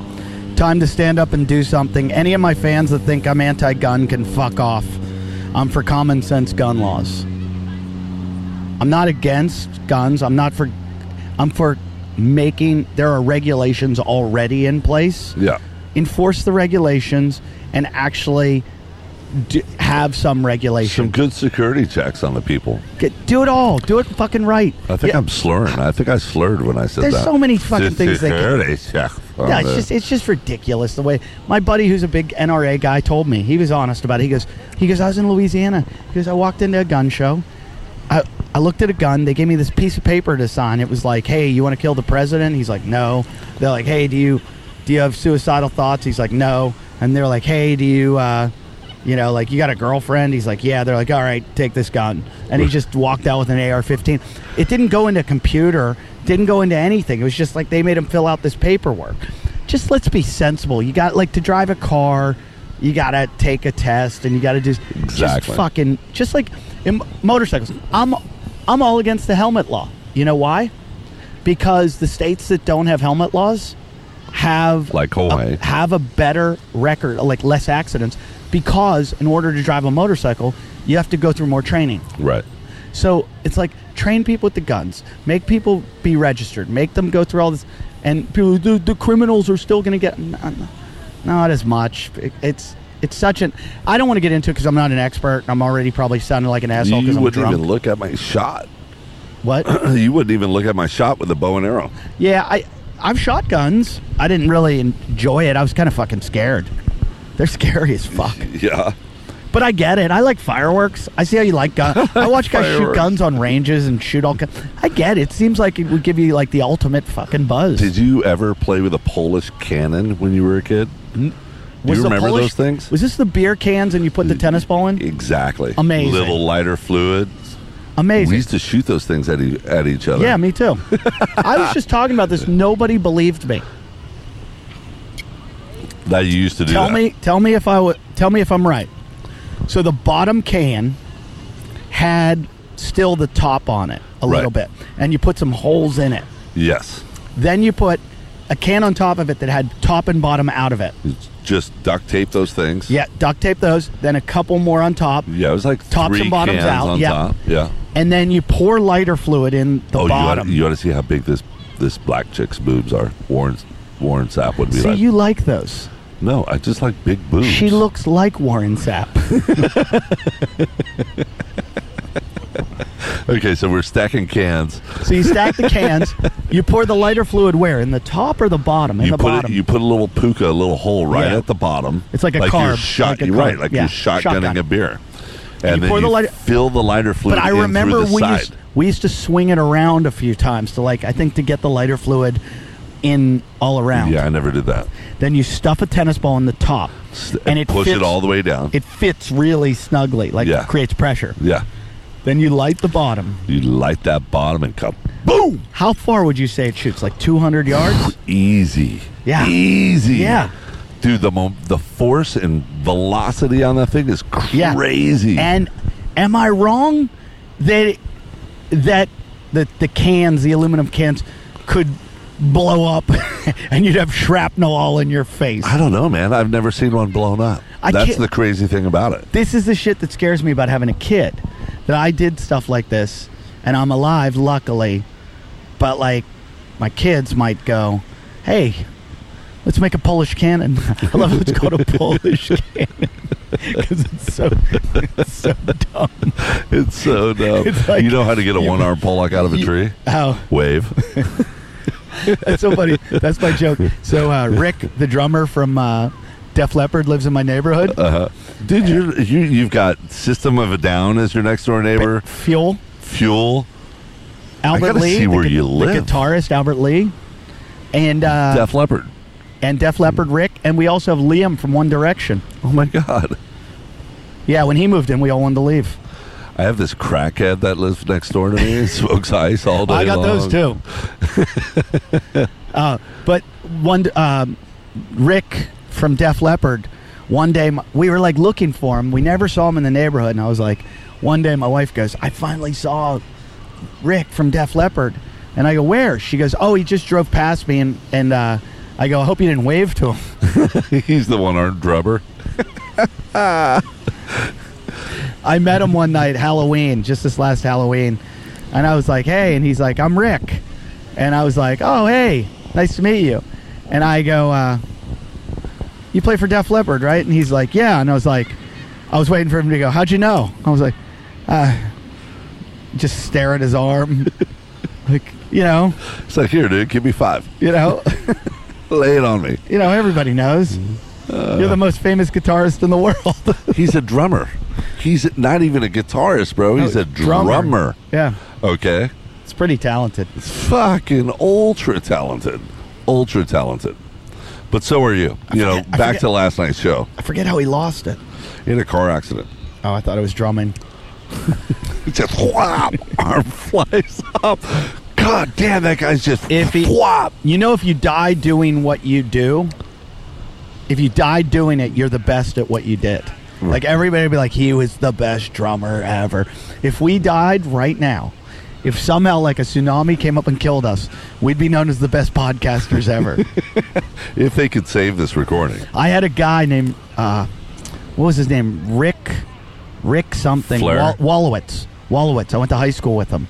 Speaker 3: Time to stand up and do something. Any of my fans that think I'm anti gun can fuck off. I'm for common sense gun laws. I'm not against guns. I'm not for. I'm for making. There are regulations already in place
Speaker 1: Yeah.
Speaker 3: enforce the regulations and actually d- have some
Speaker 1: Some
Speaker 3: regulation.
Speaker 1: good security checks on the people.
Speaker 3: Get- do it all. Do it fucking right.
Speaker 1: I think
Speaker 3: Yeah,
Speaker 1: I'm slurring. I think I slurred when I said
Speaker 3: There's
Speaker 1: that.
Speaker 3: so many fucking
Speaker 1: The
Speaker 3: things they can-
Speaker 1: security check on
Speaker 3: yeah, it's
Speaker 1: the-
Speaker 3: just it's just ridiculous the way my buddy who's a big NRA guy told me. He was honest about it. He goes he goes I was in Louisiana. He goes I walked into a gun show. I I looked at a gun. They gave me this piece of paper to sign. It was like, "Hey, you want to kill the president?" He's like, "No." They're like, "Hey, do you do you have suicidal thoughts?" He's like, "No." And they're like, "Hey, do you uh you know, like you got a girlfriend?" He's like, "Yeah." They're like, "All right, take this gun." And he just walked out with an AR-15. It didn't go into computer, didn't go into anything. It was just like they made him fill out this paperwork. Just let's be sensible. You got like to drive a car, you got to take a test and you got to do just
Speaker 1: Exactly.
Speaker 3: fuck fucking just like in motorcycles. I'm I'm all against the helmet law. You know why? Because the states that don't have helmet laws have
Speaker 1: Like Hawaii.
Speaker 3: a, have a better record, like less accidents. Because in order to drive a motorcycle, you have to go through more training.
Speaker 1: right.
Speaker 3: So it's like train people with the guns, make people be registered, make them go through all this, and people, the, the criminals are still going to get n- n- not as much. It- it's it's such an I don't want to get into it because I'm not an expert. I'm already probably sounding like an asshole because
Speaker 1: you
Speaker 3: I'm
Speaker 1: wouldn't
Speaker 3: drunk.
Speaker 1: even look at my shot.
Speaker 3: what?
Speaker 1: You wouldn't even look at my shot with a bow and arrow.
Speaker 3: yeah, I I've shot guns. I didn't really enjoy it. I was kind of fucking scared. They're scary as fuck.
Speaker 1: Yeah.
Speaker 3: But I get it. I like fireworks. I see how you like guns. I watch guys shoot
Speaker 1: Fireworks.
Speaker 3: guns on ranges and shoot all. ki- I get it. Seems like it would give you like the ultimate fucking buzz.
Speaker 1: Did you ever play with a Polish cannon when you were a kid? Do
Speaker 3: Was
Speaker 1: you
Speaker 3: the
Speaker 1: remember
Speaker 3: Polish-
Speaker 1: those things?
Speaker 3: Was this the beer cans and you put the tennis ball in?
Speaker 1: exactly.
Speaker 3: Amazing.
Speaker 1: Little lighter fluids. We
Speaker 3: Amazing.
Speaker 1: used to shoot those things at, e- at each other.
Speaker 3: Yeah, me too. I was just talking about this. Nobody believed me.
Speaker 1: that you used to do.
Speaker 3: Tell
Speaker 1: that.
Speaker 3: me, tell me if I w- tell me if I'm right. So the bottom can had still the top on it a
Speaker 1: Right.
Speaker 3: little bit, and you put some holes in it.
Speaker 1: Yes.
Speaker 3: Then you put a can on top of it that had top and bottom out of it.
Speaker 1: Mm. Just duct tape those things.
Speaker 3: Yeah, duct tape those. Then a couple more on top,
Speaker 1: Yeah, it was like
Speaker 3: Tops
Speaker 1: three
Speaker 3: and bottoms
Speaker 1: cans
Speaker 3: out,
Speaker 1: on
Speaker 3: yeah.
Speaker 1: top. Yeah.
Speaker 3: and then you pour lighter fluid in the
Speaker 1: oh,
Speaker 3: bottom.
Speaker 1: you ought to see how big this this black chick's boobs are. Warren Warren Sapp would be
Speaker 3: See,
Speaker 1: like. Hmm.
Speaker 3: you like those.
Speaker 1: no, I just like big boobs.
Speaker 3: She looks like Warren Sapp.
Speaker 1: Okay, so we're stacking cans.
Speaker 3: So you stack the cans. You pour the lighter fluid where in the top or the bottom? In
Speaker 1: you
Speaker 3: the
Speaker 1: put
Speaker 3: bottom.
Speaker 1: It, you put a little puka, a little hole right
Speaker 3: Yeah.
Speaker 1: at the bottom.
Speaker 3: It's like a
Speaker 1: You're
Speaker 3: carb,
Speaker 1: shot,
Speaker 3: like a
Speaker 1: you're right,
Speaker 3: carb,
Speaker 1: like
Speaker 3: yeah,
Speaker 1: you're shotgunning
Speaker 3: shotgun.
Speaker 1: a beer, and,
Speaker 3: you
Speaker 1: then
Speaker 3: pour
Speaker 1: you
Speaker 3: the lighter-
Speaker 1: fill the lighter fluid.
Speaker 3: but I
Speaker 1: in through
Speaker 3: remember
Speaker 1: the
Speaker 3: we
Speaker 1: side.
Speaker 3: used, we used to swing it around a few times to like I think to get the lighter fluid in all around.
Speaker 1: Yeah, I never did that.
Speaker 3: Then you stuff a tennis ball in the top, and it
Speaker 1: push
Speaker 3: fits,
Speaker 1: it all the way down.
Speaker 3: It fits really snugly, like
Speaker 1: Yeah.
Speaker 3: it creates pressure.
Speaker 1: yeah,
Speaker 3: Then you light the bottom.
Speaker 1: you light that bottom and cup
Speaker 3: Boom! How far would you say it shoots? Like 200 yards?
Speaker 1: easy.
Speaker 3: Yeah.
Speaker 1: easy.
Speaker 3: Yeah.
Speaker 1: dude, the mo- the force and velocity on that thing is
Speaker 3: Yeah.
Speaker 1: crazy.
Speaker 3: And am I wrong that that the the cans, the aluminum cans, could blow up and you'd have shrapnel all in your face?
Speaker 1: I don't know, man. I've never seen one blown up.
Speaker 3: I
Speaker 1: That's
Speaker 3: can't-
Speaker 1: the crazy thing about it.
Speaker 3: This is the shit that scares me about having a kid. That I did stuff like this and I'm alive, luckily. But like my kids might go, Hey, let's make a Polish cannon. I love how it's called a Polish cannon. Because it's so it's so dumb.
Speaker 1: It's so dumb.
Speaker 3: It's like-
Speaker 1: you know how to get a one arm Pollock out of a
Speaker 3: You-
Speaker 1: tree?
Speaker 3: Oh,
Speaker 1: Wave.
Speaker 3: That's so funny. That's my joke. So uh, Rick, the drummer from uh, Def Leppard, lives in my neighborhood.
Speaker 1: Uh-huh. Dude, you're, you you've got System of a Down as your next door neighbor.
Speaker 3: Fuel.
Speaker 1: Fuel,
Speaker 3: Albert
Speaker 1: Uh-huh. gotta
Speaker 3: Lee,
Speaker 1: see
Speaker 3: the
Speaker 1: where
Speaker 3: gu-
Speaker 1: you live.
Speaker 3: the guitarist Albert Lee, and uh,
Speaker 1: Def Leppard.
Speaker 3: and Def Leppard Rick, and we also have Liam from One Direction.
Speaker 1: Oh my God,
Speaker 3: Yeah, when he moved in, we all wanted to leave.
Speaker 1: I have this crackhead that lives next door to me and smokes ice all day.
Speaker 3: I got those
Speaker 1: long.
Speaker 3: too. uh, but one um, Rick from Def Leppard. One day m- we were like looking for him. We never saw him in the neighborhood, and I was like, one day my wife goes, "I finally saw Rick from Def Leppard," and I go, "Where?" She goes, "Oh, he just drove past me," and and uh, I go, "I hope you didn't wave to him."
Speaker 1: He's the one armed drummer.
Speaker 3: I met him one night, Halloween, just this last Halloween. And I was like, hey. And he's like, I'm Rick. And I was like, oh, hey, nice to meet you. And I go, uh, you play for Def Leppard, right? And he's like, yeah. And I was like, I was waiting for him to go, how'd you know? I was like, uh, just stare at his arm. like, you know,
Speaker 1: It's like, here, dude, give me five.
Speaker 3: you know,
Speaker 1: Lay it on me.
Speaker 3: you know, everybody knows.
Speaker 1: Uh.
Speaker 3: You're the most famous guitarist in the world.
Speaker 1: He's a drummer. He's not even a guitarist, bro. He's a drummer.
Speaker 3: yeah.
Speaker 1: Okay.
Speaker 3: It's pretty talented.
Speaker 1: fucking ultra talented, ultra talented. But so are you. You know,
Speaker 3: I
Speaker 1: back
Speaker 3: forget-
Speaker 1: to last night's show
Speaker 3: I forget how he lost it.
Speaker 1: in a car accident.
Speaker 3: Oh, I thought it was drumming.
Speaker 1: Just whop, arm flies up. God damn, that guy's just
Speaker 3: If he-
Speaker 1: whop.
Speaker 3: You know, if you die doing what you do, if you die doing it, you're the best at what you did. Like everybody would be like, he was the best drummer ever. If we died right now, if somehow like a tsunami came up and killed us, we'd be known as the best podcasters ever.
Speaker 1: If they could save this recording,
Speaker 3: I had a guy named uh, what was his name? Rick, Rick something.
Speaker 1: Flair?
Speaker 3: Wal- Wallowitz. Wallowitz. I went to high school with him.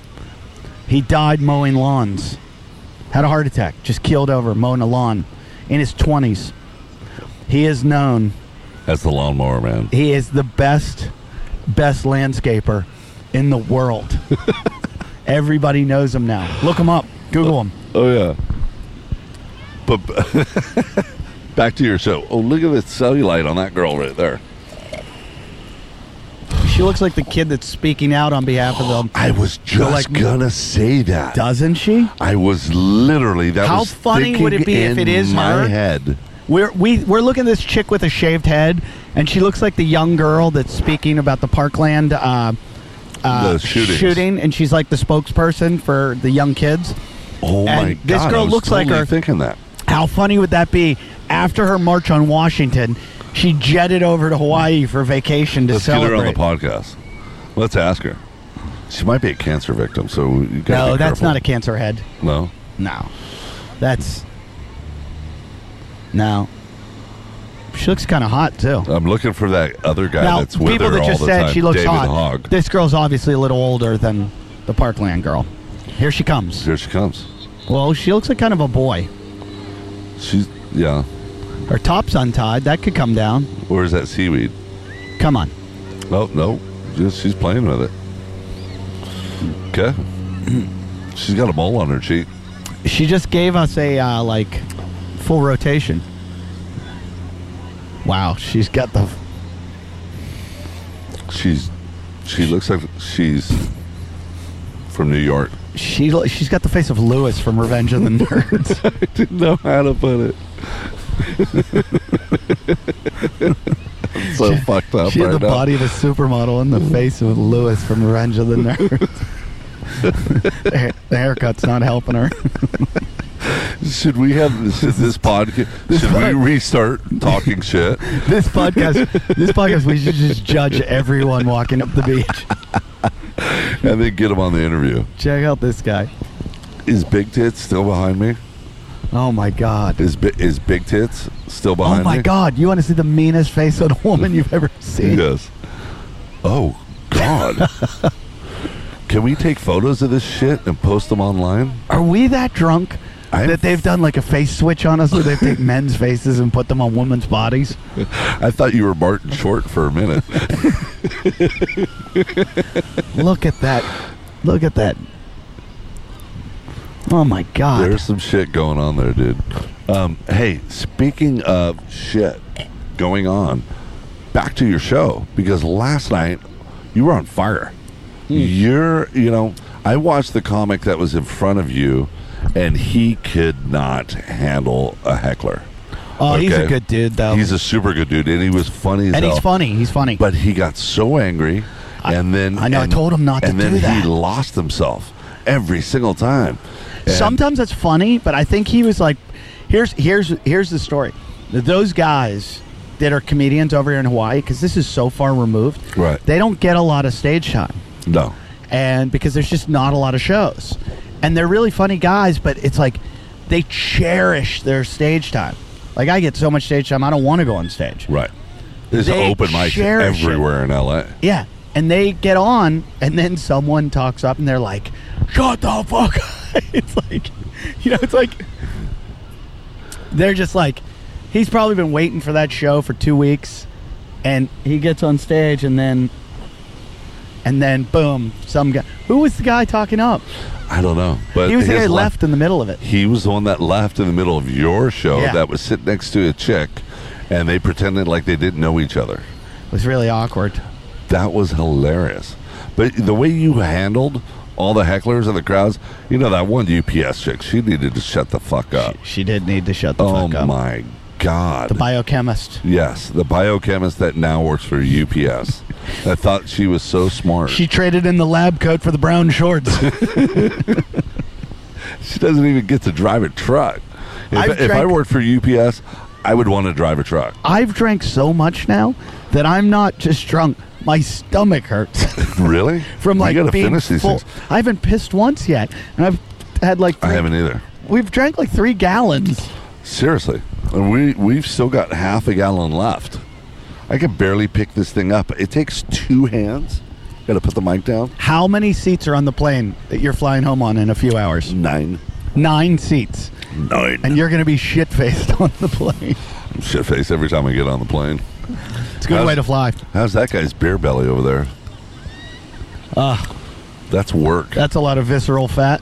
Speaker 3: He died mowing lawns. Had a heart attack. Just keeled over mowing a lawn in his twenties. He is known.
Speaker 1: that's the lawnmower man.
Speaker 3: He is the best, best landscaper in the world. Everybody knows him now. Look him up. Google him.
Speaker 1: Oh yeah. But back to your show. Oh, look at the cellulite on that girl right there.
Speaker 3: She looks like the kid that's speaking out on behalf of them.
Speaker 1: I was just
Speaker 3: like-
Speaker 1: gonna say that.
Speaker 3: Doesn't she?
Speaker 1: I was literally that.
Speaker 3: How
Speaker 1: was
Speaker 3: funny would it
Speaker 1: thinking
Speaker 3: be if
Speaker 1: in
Speaker 3: it is
Speaker 1: my
Speaker 3: her?
Speaker 1: head?
Speaker 3: We're we, we're looking at this chick with a shaved head, and she looks like the young girl that's speaking about the Parkland uh, uh,
Speaker 1: The shootings.
Speaker 3: shooting, and she's like the spokesperson for the young kids.
Speaker 1: Oh
Speaker 3: And
Speaker 1: my god!
Speaker 3: this girl
Speaker 1: I was
Speaker 3: looks like
Speaker 1: totally
Speaker 3: her-
Speaker 1: Thinking that.
Speaker 3: How funny would that be? After her march on Washington, she jetted over to Hawaii for vacation to
Speaker 1: Let's
Speaker 3: celebrate.
Speaker 1: get her on the podcast. Let's ask her. She might be a cancer victim, so you gotta
Speaker 3: no,
Speaker 1: be
Speaker 3: that's
Speaker 1: careful.
Speaker 3: not a cancer head.
Speaker 1: no.
Speaker 3: No, that's no. She looks kind of hot too.
Speaker 1: I'm looking for that other guy
Speaker 3: now,
Speaker 1: that's with
Speaker 3: people
Speaker 1: her
Speaker 3: that
Speaker 1: all
Speaker 3: just
Speaker 1: the
Speaker 3: said
Speaker 1: time.
Speaker 3: she looks
Speaker 1: David
Speaker 3: hot.
Speaker 1: Hogg.
Speaker 3: This girl's obviously a little older than the Parkland girl. Here she comes.
Speaker 1: Here she comes.
Speaker 3: Well, she looks like kind of a boy.
Speaker 1: She's yeah.
Speaker 3: Her top's untied. That could come down.
Speaker 1: Where's that seaweed?
Speaker 3: Come on.
Speaker 1: Nope, nope. Just, she's playing with it. Okay. She's got a mole on her cheek.
Speaker 3: She just gave us a uh, like full rotation. Wow, she's got the.
Speaker 1: She's she looks like she's from New York.
Speaker 3: She lo- she's got the face of Lewis from Revenge of the Nerds.
Speaker 1: I didn't know how to put it. I'm so fucked up
Speaker 3: she had
Speaker 1: right
Speaker 3: the
Speaker 1: now.
Speaker 3: body of a supermodel and the face of Lewis from Revenge of the Nerds. the, hair- the haircut's not helping her.
Speaker 1: Should we have this, this podcast? Should we
Speaker 3: pod-
Speaker 1: restart talking shit?
Speaker 3: this podcast, this podcast, we should just judge everyone walking up the beach.
Speaker 1: and then get him on the interview.
Speaker 3: Check out this guy.
Speaker 1: Is Big Tits still behind me?
Speaker 3: Oh my god.
Speaker 1: Is Bi- is Big Tits still behind me?
Speaker 3: oh my god, you want to see the meanest face on a woman you've ever seen?
Speaker 1: Yes. Oh God. Can we take photos of this shit and post them online?
Speaker 3: Are we that drunk
Speaker 1: I'm-
Speaker 3: that they've done like a face switch on us where they've taken men's faces and put them on women's bodies?
Speaker 1: I thought you were Martin Short for a minute.
Speaker 3: Look at that. Look at that. Oh my god.
Speaker 1: There's some shit going on there, dude. Um, hey, speaking of shit going on, back to your show because last night you were on fire. You're, you know, I watched the comic that was in front of you, and he could not handle a heckler.
Speaker 3: oh, he's a
Speaker 1: Okay.
Speaker 3: good dude though.
Speaker 1: He's a super good dude, and he was funny as
Speaker 3: and he's
Speaker 1: hell.
Speaker 3: funny. He's funny.
Speaker 1: But he got so angry, and then
Speaker 3: I know, I
Speaker 1: and-
Speaker 3: told him not to
Speaker 1: and
Speaker 3: do
Speaker 1: then
Speaker 3: that.
Speaker 1: he lost himself every single time. And-
Speaker 3: Sometimes that's funny, but I think he was like, here's here's here's the story. Those guys that are comedians over here in Hawaii, because this is so far removed,
Speaker 1: Right.
Speaker 3: They don't get a lot of stage time,
Speaker 1: no,
Speaker 3: and because there's just not a lot of shows, and they're really funny guys, but it's like they cherish their stage time. Like I get so much stage time, I don't want to go on stage.
Speaker 1: right. There's
Speaker 3: They
Speaker 1: open mics
Speaker 3: cherish it.
Speaker 1: everywhere in LA.
Speaker 3: Yeah. And they get on, and then someone talks up, and they're like, "Shut the fuck!" up." it's like, you know, it's like they're just like, he's probably been waiting for that show for two weeks, and he gets on stage, and then, and then, boom, some guy. Who was the guy talking up?
Speaker 1: I don't know, but
Speaker 3: He was the
Speaker 1: his
Speaker 3: guy who
Speaker 1: la-
Speaker 3: left in the middle of it.
Speaker 1: He was the one that left in the middle of your show
Speaker 3: Yeah.
Speaker 1: that was sitting next to a chick, and they pretended like they didn't know each other.
Speaker 3: It was really awkward.
Speaker 1: That was hilarious. But the way you handled all the hecklers and the crowds, you know that one UPS chick, she needed to shut the fuck up.
Speaker 3: She did need to shut the
Speaker 1: oh
Speaker 3: fuck up.
Speaker 1: my god.
Speaker 3: The biochemist.
Speaker 1: yes, the biochemist that now works for UPS. I thought she was so smart.
Speaker 3: She
Speaker 1: She,
Speaker 3: traded in the lab coat for the brown shorts.
Speaker 1: doesn't even get to drive a truck.
Speaker 3: I've
Speaker 1: If, if I
Speaker 3: drank-
Speaker 1: worked for UPS, I would want to drive a truck.
Speaker 3: I've drank so much now that I'm not just drunk. My stomach hurts
Speaker 1: Really?
Speaker 3: from like
Speaker 1: you gotta
Speaker 3: being
Speaker 1: finish these
Speaker 3: full.
Speaker 1: things.
Speaker 3: I haven't pissed once yet, and I've had like
Speaker 1: I
Speaker 3: three-
Speaker 1: haven't either.
Speaker 3: We've drank like three gallons.
Speaker 1: Seriously, and we we've still got half a gallon left. I can barely pick this thing up. It takes two hands. Got to put the mic down.
Speaker 3: How many seats are on the plane that you're flying home on in a few hours?
Speaker 1: Nine,
Speaker 3: Nine seats,
Speaker 1: nine.
Speaker 3: and you're going to be shit faced on the plane.
Speaker 1: Shit face every time I get on the plane.
Speaker 3: It's a good
Speaker 1: How's-
Speaker 3: way to fly.
Speaker 1: How's that guy's beer belly over there?
Speaker 3: Ugh,
Speaker 1: That's work.
Speaker 3: that's a lot of visceral fat.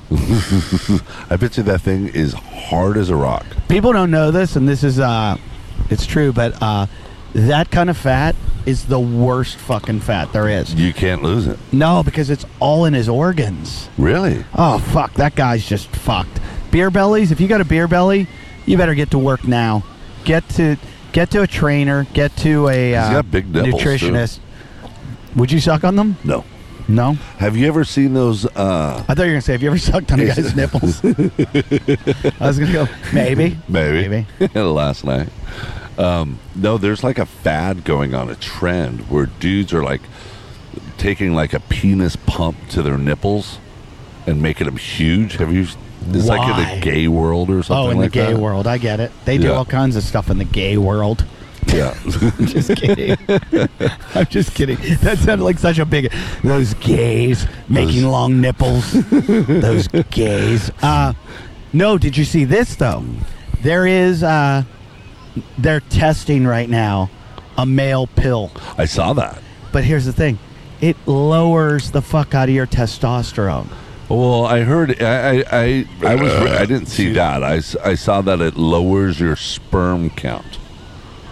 Speaker 1: I bet you that thing is hard as a rock.
Speaker 3: people don't know this and this is uh it's true but uh that kind of fat is the worst fucking fat there is
Speaker 1: You can't lose it.
Speaker 3: no because it's all in his organs
Speaker 1: Really?
Speaker 3: oh fuck that guy's just fucked beer bellies if you got a beer belly you better get to work now get to get to a trainer get to a uh,
Speaker 1: got big nipples, too.
Speaker 3: nutritionist would you suck on them
Speaker 1: No.
Speaker 3: no
Speaker 1: Have you ever seen those? Uh,
Speaker 3: i thought you were gonna say have you ever sucked on a guy's nipples i was gonna go maybe
Speaker 1: maybe, last night. Um, no, there's like a fad going on, a trend where dudes are like taking like a penis pump to their nipples and making them huge. Have you? It's like in
Speaker 3: Why?
Speaker 1: the gay world or something.
Speaker 3: Oh, in
Speaker 1: like
Speaker 3: the gay
Speaker 1: that.
Speaker 3: world, I get it. They do
Speaker 1: Yeah.
Speaker 3: all kinds of stuff in the gay world.
Speaker 1: Yeah.
Speaker 3: I'm just kidding. I'm just kidding. That sounded like such a big. Those gays making long nipples. those gays. Uh, no, did you see this though? There is. Uh, they're testing right now a male pill,
Speaker 1: I saw that.
Speaker 3: but here's the thing: it lowers the fuck out of your testosterone.
Speaker 1: Well, I heard I I, I, I was I didn't see that. I, s- I saw that it lowers your sperm count.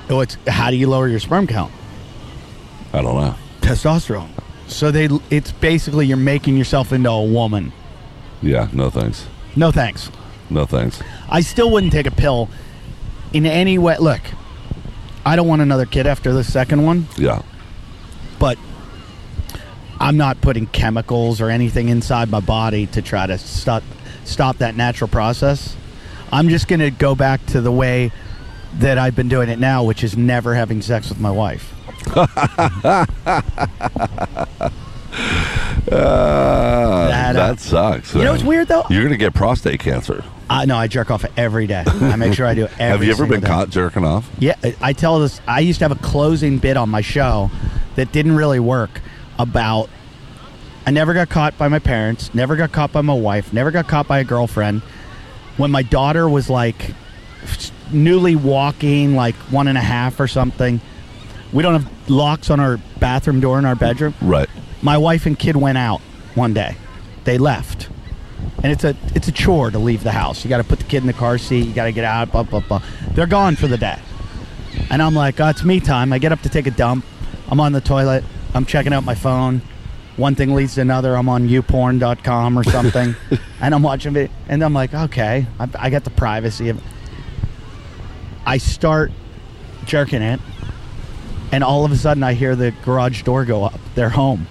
Speaker 3: Oh, it's how do you lower your sperm count?
Speaker 1: I don't know.
Speaker 3: Testosterone. So they, it's basically you're making yourself into a woman.
Speaker 1: Yeah, no thanks.
Speaker 3: No thanks.
Speaker 1: No thanks.
Speaker 3: I still wouldn't take a pill in any way. Look, I don't want another kid after the second one,
Speaker 1: Yeah.
Speaker 3: but I'm not putting chemicals or anything inside my body to try to stop stop that natural process. I'm just going to go back to the way that I've been doing it now, which is never having sex with my wife.
Speaker 1: Uh,
Speaker 3: That, uh,
Speaker 1: that, sucks.
Speaker 3: You know
Speaker 1: man.
Speaker 3: what's weird though?
Speaker 1: You're gonna get prostate cancer.
Speaker 3: I no, I jerk off every day. I make sure I do. Every
Speaker 1: Have you ever
Speaker 3: single
Speaker 1: been
Speaker 3: day.
Speaker 1: caught jerking off?
Speaker 3: Yeah, I- I tell this. I used to have a closing bit on my show that didn't really work about. I never got caught by my parents, never got caught by my wife, never got caught by a girlfriend. When my daughter was like newly walking, like one and a half or something, we don't have locks on our bathroom door in our bedroom.
Speaker 1: Right.
Speaker 3: My wife and kid went out one day. They left. And it's a it's a chore to leave the house. You got to put the kid in the car seat. You got to get out. Blah blah blah. They're gone for the day. And I'm like, oh, it's me time. I get up to take a dump. I'm on the toilet. I'm checking out my phone. One thing leads to another. I'm on youporn.com or something, and I'm watching it. And I'm like, okay, I, I got the privacy of. I start jerking it, and all of a sudden I hear the garage door go up. They're home,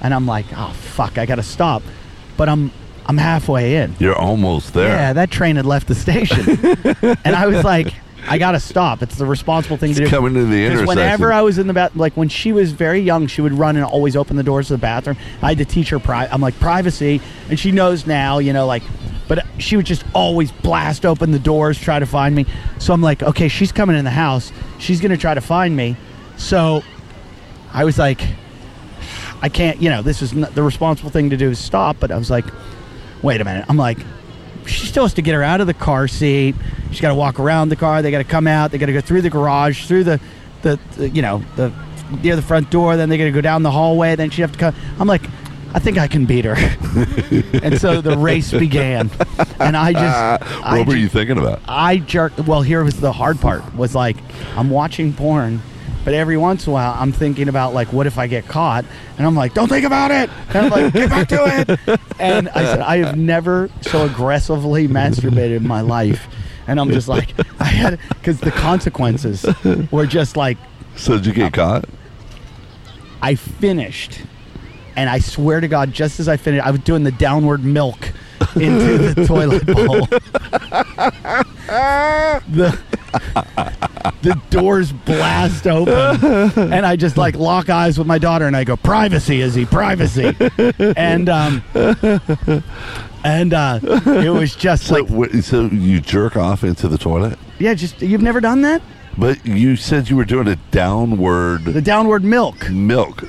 Speaker 3: and I'm like, oh fuck, I gotta stop. But I'm I'm halfway in.
Speaker 1: You're almost there.
Speaker 3: Yeah, that train had left the station, and I was like, I gotta stop. It's the responsible thing to do.
Speaker 1: It's coming to the
Speaker 3: Because
Speaker 1: intersection.
Speaker 3: whenever I was in the bath, like when she was very young, she would run and always open the doors to the bathroom. I had to teach her. Pri- I'm like privacy, and she knows now. You know, like, but she would just always blast open the doors, try to find me. So I'm like, okay, she's coming in the house. She's gonna try to find me. So I was like, I can't. You know, this is not, the responsible thing to do is stop. But I was like, wait a minute. I'm like, she still has to get her out of the car seat. She's got to walk around the car. They got to come out. They got to go through the garage, through the, the, the you know, the near the front door. Then they got to go down the hallway. Then she have to come. I'm like, I think I can beat her. and so the race began, and I just,
Speaker 1: what
Speaker 3: I
Speaker 1: were
Speaker 3: ju-
Speaker 1: you thinking about?
Speaker 3: I jerked. Well, here was the hard part. Was like, I'm watching porn. But every once in a while, I'm thinking about like, what if I get caught? And I'm like, don't think about it. And I'm like, get back to it. And I said, I have never so aggressively masturbated in my life. And I'm just like, I had because the consequences were just like,
Speaker 1: So did you get
Speaker 3: Uh,
Speaker 1: caught?
Speaker 3: I finished, and I swear to God, just as I finished, I was doing the downward milk into the toilet bowl. the the doors blast open, and I just like lock eyes with my daughter, and I go, "Privacy, Izzy, privacy," and um, and uh, it was just
Speaker 1: So
Speaker 3: like,
Speaker 1: wait, so you jerk off into the toilet?
Speaker 3: yeah, just you've never done that.
Speaker 1: But you said you were doing a downward
Speaker 3: The downward milk.
Speaker 1: milk.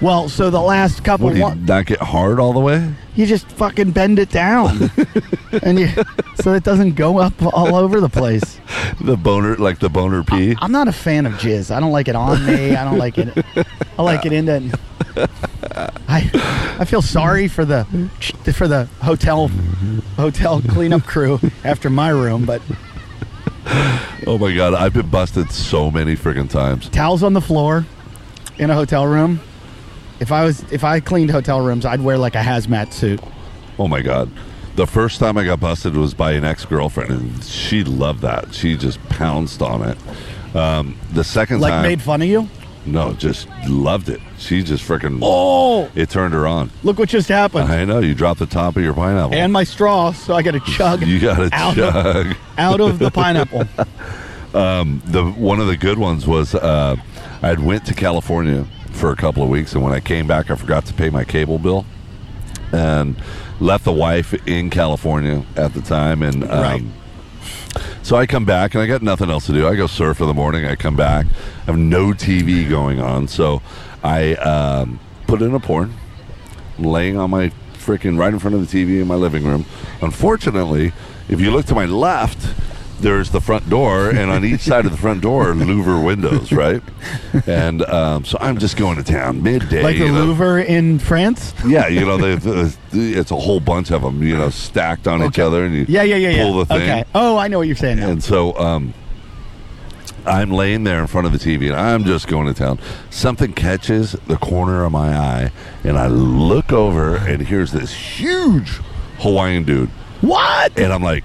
Speaker 3: Well, so the last couple.
Speaker 1: What do you
Speaker 3: one-
Speaker 1: not get hard all the way?
Speaker 3: you just fucking bend it down and you so it doesn't go up all over the place
Speaker 1: The boner like the
Speaker 3: Uh,
Speaker 1: boner pee.
Speaker 3: i'm not a fan of jizz i don't like it on me i don't like it i like it in the i i feel sorry for the for the hotel hotel cleanup crew after my room but
Speaker 1: Oh my god, I've been busted so many freaking times.
Speaker 3: towels on the floor in a hotel room if i was if i cleaned hotel rooms i'd wear like a hazmat suit
Speaker 1: Oh my god. The first time I got busted was by an ex girlfriend, and she loved that. She just pounced on it. Um, the second
Speaker 3: like
Speaker 1: time,
Speaker 3: made fun of you
Speaker 1: no, just loved it. She just freaking,
Speaker 3: oh
Speaker 1: it turned her on.
Speaker 3: look what just happened
Speaker 1: I know you dropped the top of your pineapple,
Speaker 3: and my straw, so I got to chug
Speaker 1: you got to
Speaker 3: out of-
Speaker 1: chug.
Speaker 3: out of the pineapple.
Speaker 1: the one of the good ones was uh, I had went to California for a couple of weeks, and when I came back, I forgot to pay my cable bill, and left the wife in California at the time, and um,
Speaker 3: Right.
Speaker 1: so I come back and I got nothing else to do. I go surf in the morning. I come back, I have no TV going on, so I um, put in a porn, laying on my freaking right in front of the TV in my living room. Unfortunately, if you look to my left, there's the front door, and on each side of the front door are louver windows, right? And um, so I'm just going to town midday.
Speaker 3: like the
Speaker 1: you know.
Speaker 3: Louvre in France.
Speaker 1: Yeah, you know, they, they- it's a whole bunch of them, you know, stacked on each other, and you
Speaker 3: Yeah, yeah, yeah, yeah.
Speaker 1: pull the thing.
Speaker 3: Okay. Oh, I know what you're saying. Now.
Speaker 1: And so um, I'm laying there in front of the TV and I'm just going to town. Something catches the corner of my eye and I look over and here's this huge Hawaiian dude. What? And I'm like,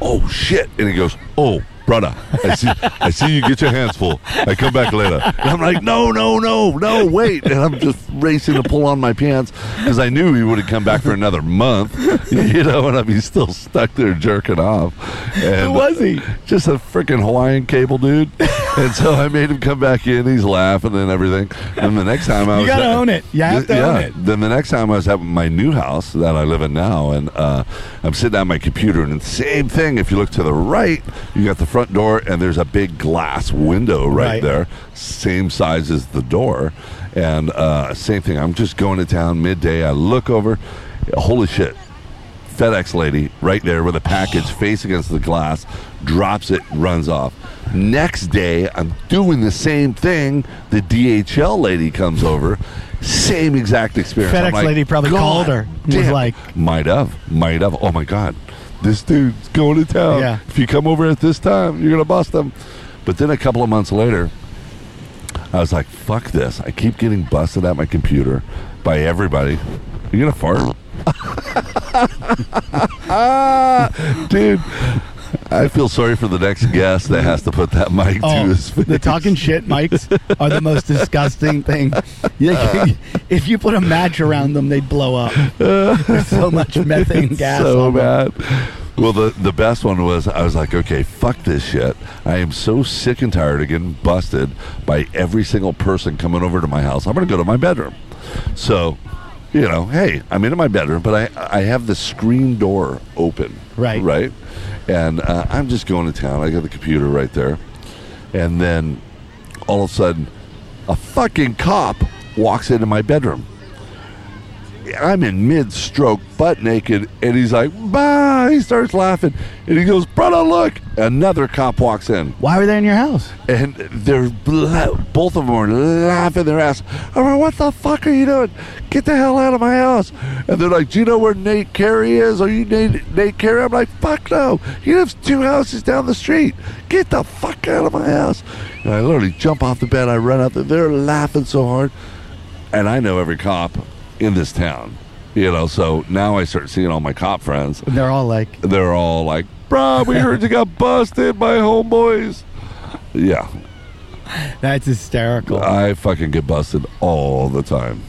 Speaker 1: oh shit. And he goes, oh, brother, I see, I see you get your hands full. I come back later. And I'm like, no, no, no, no, wait. And I'm just racing to pull on my pants because I knew he would have come back for another month, you know, and I'm, he's still stuck there jerking off. And
Speaker 3: Who was he?
Speaker 1: just a freaking Hawaiian cable dude. and so I made him come back in. He's laughing and everything. And the next time I
Speaker 3: You
Speaker 1: was
Speaker 3: gotta own it. You have to
Speaker 1: yeah.
Speaker 3: own it.
Speaker 1: Then the next time I was at my new house that I live in now, and uh, I'm sitting at my computer, and the same thing. If you look to the right, you got the front door, and there's a big glass window right,
Speaker 3: Right.
Speaker 1: there, same size as the door, and uh, same thing. I'm just going to town midday. I look over, holy shit, FedEx lady right there with a package face against the glass, drops it, runs off. Next day, I'm doing the same thing. The DHL lady comes over, same exact experience. I'm
Speaker 3: FedEx lady probably
Speaker 1: "God
Speaker 3: called her and was
Speaker 1: damn."
Speaker 3: like-
Speaker 1: might have, might have. Oh my God, this dude's going to town.
Speaker 3: Yeah.
Speaker 1: If you come over at this time, you're going to bust them. But then a couple of months later, I was like, fuck this. I keep getting busted at my computer by everybody. You gonna fart? Dude, I feel sorry for the next guest that has to put that mic
Speaker 3: Oh,
Speaker 1: to his face.
Speaker 3: the talking shit mics are the most disgusting thing. You- if you put a match around them, they'd blow up. There's so much methane gas.
Speaker 1: so
Speaker 3: on them.
Speaker 1: bad. Well, the the best one was I was like, okay, fuck this shit. I am so sick and tired of getting busted by every single person coming over to my house. I'm gonna go to my bedroom. So, you know, hey, I'm in my bedroom, but I I have the screen door open,
Speaker 3: Right.
Speaker 1: right, and uh, I'm just going to town. I got the computer right there, and then all of a sudden, a fucking cop walks into my bedroom. I'm in mid stroke, butt naked, and he's like, bah! He starts laughing, and he goes, Brother, look! Another cop walks in,
Speaker 3: Why were they in your house?
Speaker 1: and they're bla- both of them are laughing their ass. I'm like, What the fuck are you doing? Get the hell out of my house! And they're like, Do you know where Nate Carey is? Are you Nate, Nate Carey? I'm like, Fuck no! He lives two houses down the street. Get the fuck out of my house! And I literally jump off the bed, I run out there. They're laughing so hard and I know every cop in this town. You know, so now I start seeing all my cop friends.
Speaker 3: And they're all like,
Speaker 1: They're all like, "Bro, we heard you got busted by homeboys." Yeah,
Speaker 3: "That's hysterical."
Speaker 1: I fucking get busted all the time.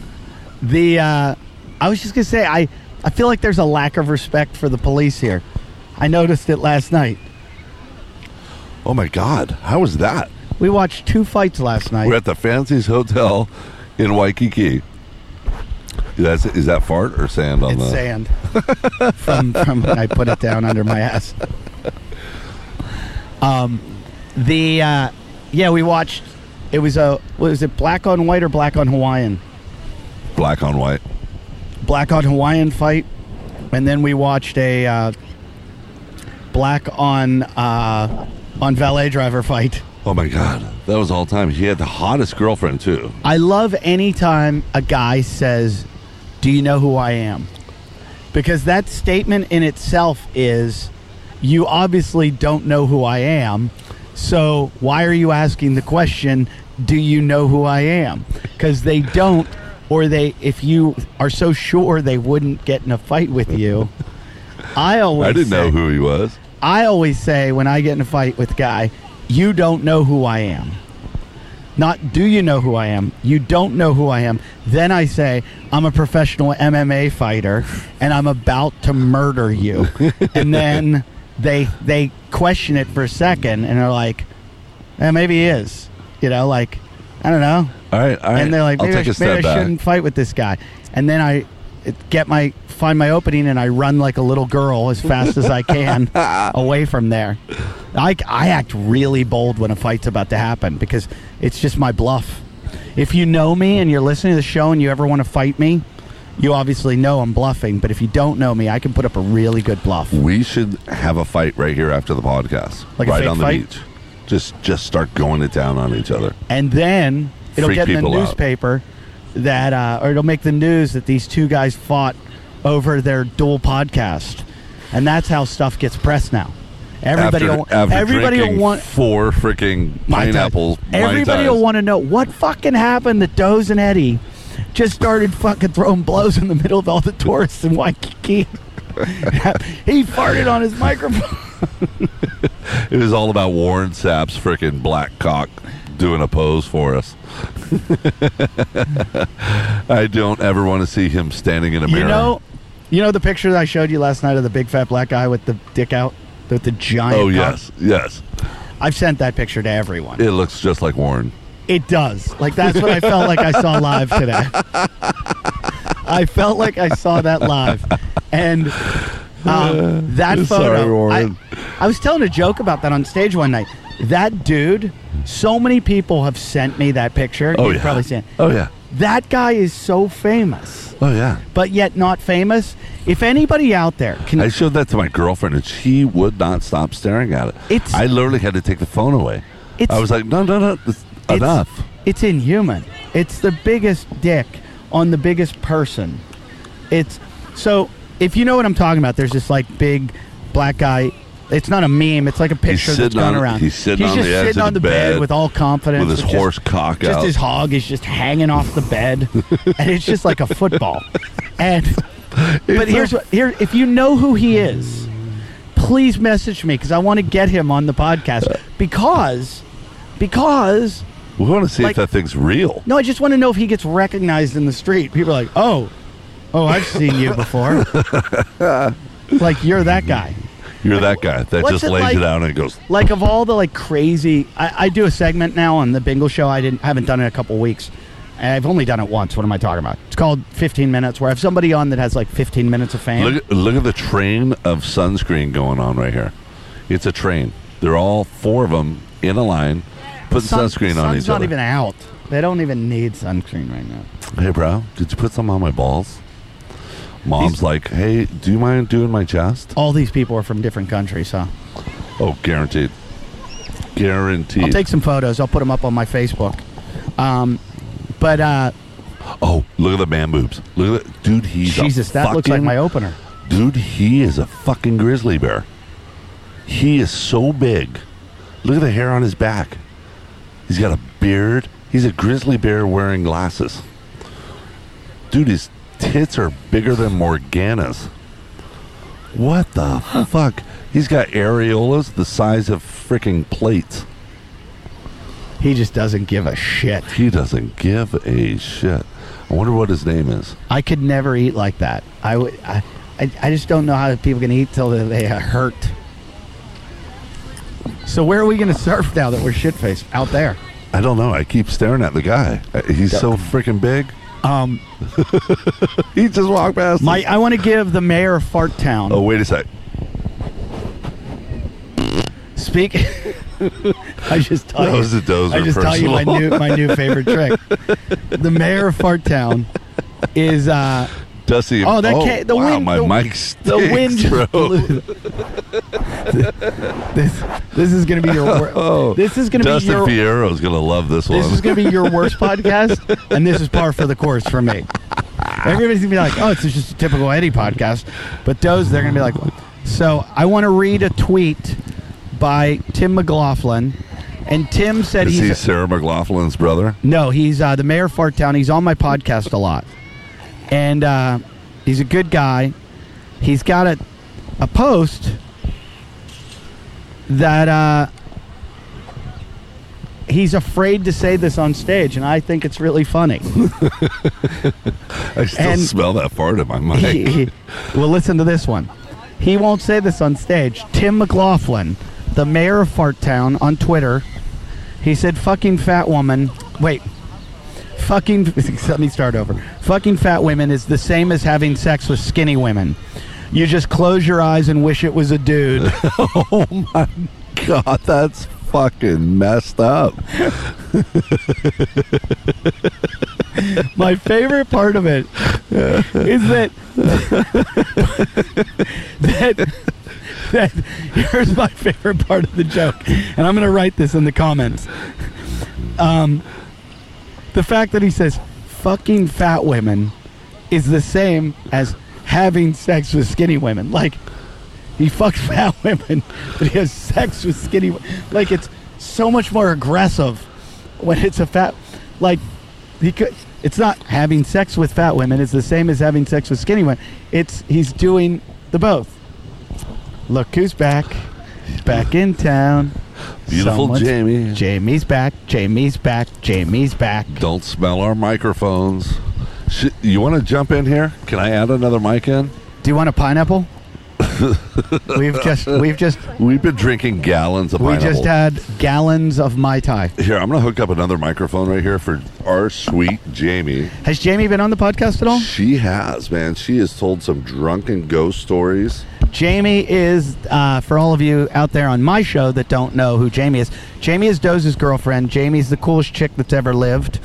Speaker 3: the uh, I was just gonna say, I I feel like there's a lack of respect for the police here. I noticed it last night.
Speaker 1: Oh my god, how was that?
Speaker 3: We watched two fights last night.
Speaker 1: We're at the fanciest hotel in Waikiki. That's is that fart or sand on
Speaker 3: it's
Speaker 1: the?
Speaker 3: sand from from when I put it down under my ass. Um, the uh, yeah, we watched. It was a was it black on white or black on Hawaiian?
Speaker 1: Black on white.
Speaker 3: Black on Hawaiian fight, and then we watched a uh, black on uh, on valet driver fight.
Speaker 1: Oh my god, that was all time. He had the hottest girlfriend too.
Speaker 3: I love any time a guy says, "Do you know who I am?" Because that statement in itself is, "You obviously don't know who I am, so why are you asking the question, do you know who I am?" Cuz they don't or they if you are so sure they wouldn't get in a fight with you. I always
Speaker 1: I didn't
Speaker 3: say-
Speaker 1: know who he was.
Speaker 3: I always say when I get in a fight with a guy, you don't know who I am. Not do you know who I am? You don't know who I am. Then I say, I'm a professional MMA fighter and I'm about to murder you. and then they they question it for a second and are like, eh, maybe he is. You know, like, I don't know.
Speaker 1: All right, all right.
Speaker 3: And they're like,
Speaker 1: I'll
Speaker 3: maybe, I,
Speaker 1: take a
Speaker 3: sh- maybe
Speaker 1: step
Speaker 3: I
Speaker 1: back.
Speaker 3: shouldn't fight with this guy. And then I it- get my find my opening and I run like a little girl as fast as I can away from there. I, I act really bold when a fight's about to happen because it's just my bluff. If you know me and you're listening to the show and you ever want to fight me, you obviously know I'm bluffing, but if you don't know me, I can put up a really good bluff.
Speaker 1: We should have a fight right here after the podcast,
Speaker 3: Like a
Speaker 1: right
Speaker 3: fake
Speaker 1: on the
Speaker 3: fight?
Speaker 1: beach. Just just start going to town on each other.
Speaker 3: And then it'll
Speaker 1: Freak
Speaker 3: get in the
Speaker 1: people out.
Speaker 3: newspaper that, uh, or it'll make the news that these two guys fought over their dual podcast. And that's how stuff gets pressed now. Everybody,
Speaker 1: after,
Speaker 3: will,
Speaker 1: after
Speaker 3: everybody will
Speaker 1: drinking
Speaker 3: want
Speaker 1: four freaking
Speaker 3: Mai Tais.
Speaker 1: pineapples. Mai
Speaker 3: Everybody
Speaker 1: Tais.
Speaker 3: will want to know what fucking happened that Doze and Eddie just started fucking throwing blows in the middle of all the tourists in Waikiki. he farted on his microphone.
Speaker 1: It was all about Warren Sapp's freaking black cock doing a pose for us. I don't ever want to see him standing in a mirror.
Speaker 3: You know, you know the picture that I showed you last night of the big fat black guy with the dick out, with the giant.
Speaker 1: oh
Speaker 3: cock?
Speaker 1: yes, yes.
Speaker 3: I've sent that picture to everyone.
Speaker 1: It looks just like Warren.
Speaker 3: It does. Like that's what I felt like I saw live today. I felt like I saw that live, and um, that
Speaker 1: Sorry,
Speaker 3: photo. I,
Speaker 1: Warren.
Speaker 3: I was telling a joke about that on stage one night. That dude. So many people have sent me that picture.
Speaker 1: Oh
Speaker 3: You've
Speaker 1: yeah.
Speaker 3: probably seen. It.
Speaker 1: Oh yeah.
Speaker 3: That guy is so famous,
Speaker 1: Oh yeah.
Speaker 3: but yet not famous. If anybody out there can,
Speaker 1: I showed that to my girlfriend, and she would not stop staring at it.
Speaker 3: It's-
Speaker 1: I literally had to take the phone away.
Speaker 3: It's-
Speaker 1: I was like, no, no, no, this-
Speaker 3: It's-
Speaker 1: enough.
Speaker 3: It's inhuman. It's the biggest dick on the biggest person. It's so if you know what I'm talking about, there's this like big black guy. It's not a meme. It's like a picture that's
Speaker 1: sitting
Speaker 3: gone
Speaker 1: on-
Speaker 3: around.
Speaker 1: he's sitting on
Speaker 3: just
Speaker 1: the edge
Speaker 3: sitting
Speaker 1: of
Speaker 3: on the
Speaker 1: the
Speaker 3: bed,
Speaker 1: bed
Speaker 3: with all confidence,
Speaker 1: With his
Speaker 3: just-
Speaker 1: horse cock
Speaker 3: Just
Speaker 1: out.
Speaker 3: his hog is just hanging off the bed, and it's just like a football. And but here's what here if you know who he is, please message me because I want to get him on the
Speaker 1: Uh,
Speaker 3: podcast because because
Speaker 1: we want to see if
Speaker 3: like-
Speaker 1: that thing's real.
Speaker 3: no, I just want to know if he gets recognized in the street. People are like, oh, oh, I've seen you before. like you're that guy.
Speaker 1: You're that guy that
Speaker 3: What's
Speaker 1: just
Speaker 3: it
Speaker 1: lays
Speaker 3: like-
Speaker 1: it out and goes,
Speaker 3: Like of all the like crazy, I, I do a segment now on the Bingle Show. I didn't haven't done it in a couple weeks. And I've only done it once. What am I talking about? It's called 15 minutes. Where I have somebody on that has like 15 minutes of fame.
Speaker 1: look, at- look at the train of sunscreen going on right here. It's a train. They're all four of them in a line, putting
Speaker 3: Sun-
Speaker 1: sunscreen on
Speaker 3: sun's
Speaker 1: each
Speaker 3: not
Speaker 1: other.
Speaker 3: even out. They don't even need sunscreen right now.
Speaker 1: hey, bro, did you put some on my balls? Mom's like, hey, do you mind doing my chest?
Speaker 3: All these people are from different countries, huh?
Speaker 1: Oh, guaranteed. Guaranteed.
Speaker 3: I'll take some photos. I'll put them up on my Facebook. Um, but uh,
Speaker 1: oh, look at the man boobs. Look at that. Dude, he's a
Speaker 3: Jesus, that looks like
Speaker 1: fucking-
Speaker 3: my opener.
Speaker 1: Dude, he is a fucking grizzly bear. He is so big. Look at the hair on his back. He's got a beard. He's a grizzly bear wearing glasses. Dude, his tits are bigger than Morgana's. What the fuck? He's got areolas the size of freaking plates.
Speaker 3: He just doesn't give a shit.
Speaker 1: He doesn't give a shit. I wonder what his name is.
Speaker 3: I could never eat like that. I would. I, I, I just don't know how people can eat till they, they uh, hurt. So where are we going to surf now that we're shit faced out there?
Speaker 1: I don't know. I keep staring at the guy. Uh, He's so freaking big.
Speaker 3: Um,
Speaker 1: He just walked past.
Speaker 3: my
Speaker 1: us.
Speaker 3: I want to give the mayor of Fart Town.
Speaker 1: Oh, wait a sec.
Speaker 3: Speak. I just taught
Speaker 1: That
Speaker 3: you.
Speaker 1: was a dozer
Speaker 3: I just taught you my
Speaker 1: personal.
Speaker 3: new my new favorite trick. The mayor of Fart Town is uh
Speaker 1: Dusty.
Speaker 3: Oh, that ca- the
Speaker 1: wow,
Speaker 3: wind-
Speaker 1: My
Speaker 3: the-
Speaker 1: mic stinks,
Speaker 3: the wind
Speaker 1: bro.
Speaker 3: just blew. this this is gonna be your wor-
Speaker 1: Oh,
Speaker 3: this is gonna
Speaker 1: Dustin
Speaker 3: be your
Speaker 1: Fierro's gonna love this one.
Speaker 3: this is gonna be your worst podcast, and this is par for the course for me. Everybody's gonna be like, "Oh, it's just a typical Eddie podcast," but those they're gonna be like. So I want to read a tweet by Tim McLaughlin, and Tim said
Speaker 1: Is
Speaker 3: he's
Speaker 1: he Sarah McLaughlin's brother?
Speaker 3: no, he's uh, the mayor of Fart Town. He's on my podcast a lot, and uh, he's a good guy. He's got a a post that uh, he's afraid to say this on stage, and I think it's really funny.
Speaker 1: I still
Speaker 3: And-
Speaker 1: smell that fart in my mic.
Speaker 3: He- well, listen to this one. He won't say this on stage. Tim McLaughlin, the mayor of Fart Town, on Twitter, he said, "Fucking fat woman." Wait, fucking. Let me start over. Fucking fat women is the same as having sex with skinny women. You just close your eyes and wish it was a dude.
Speaker 1: God, that's fucking messed up.
Speaker 3: My favorite part of it is that that that here's my favorite part of the joke, and I'm gonna write this in the comments. Um, the fact that he says "fucking fat women" is the same as having sex with skinny women. Like he fucks fat women, but he has sex with skinny. wo- Like it's so much more aggressive when it's a fat. Like he could. It's not having sex with fat women. It's the same as having sex with skinny women. It's he's doing the both. Look who's back, back in town.
Speaker 1: Beautiful
Speaker 3: Someone's-
Speaker 1: Jamie.
Speaker 3: Jamie's back. Jamie's back. Jamie's back.
Speaker 1: Don't smell our microphones. Sh- you want to jump in here? Can I add another mic in?
Speaker 3: Do you want a pineapple? we've just we've just
Speaker 1: We've been drinking gallons of
Speaker 3: we
Speaker 1: pineapple.
Speaker 3: just had gallons of mai tai.
Speaker 1: here, I'm going to hook up another microphone right here for our sweet Jamie.
Speaker 3: Has Jamie been on the podcast at all?
Speaker 1: She has, man. She has told some drunken ghost stories.
Speaker 3: Jamie is, uh, for all of you out there on my show that don't know who Jamie is, Jamie is Doze's girlfriend. Jamie's the coolest chick that's ever lived.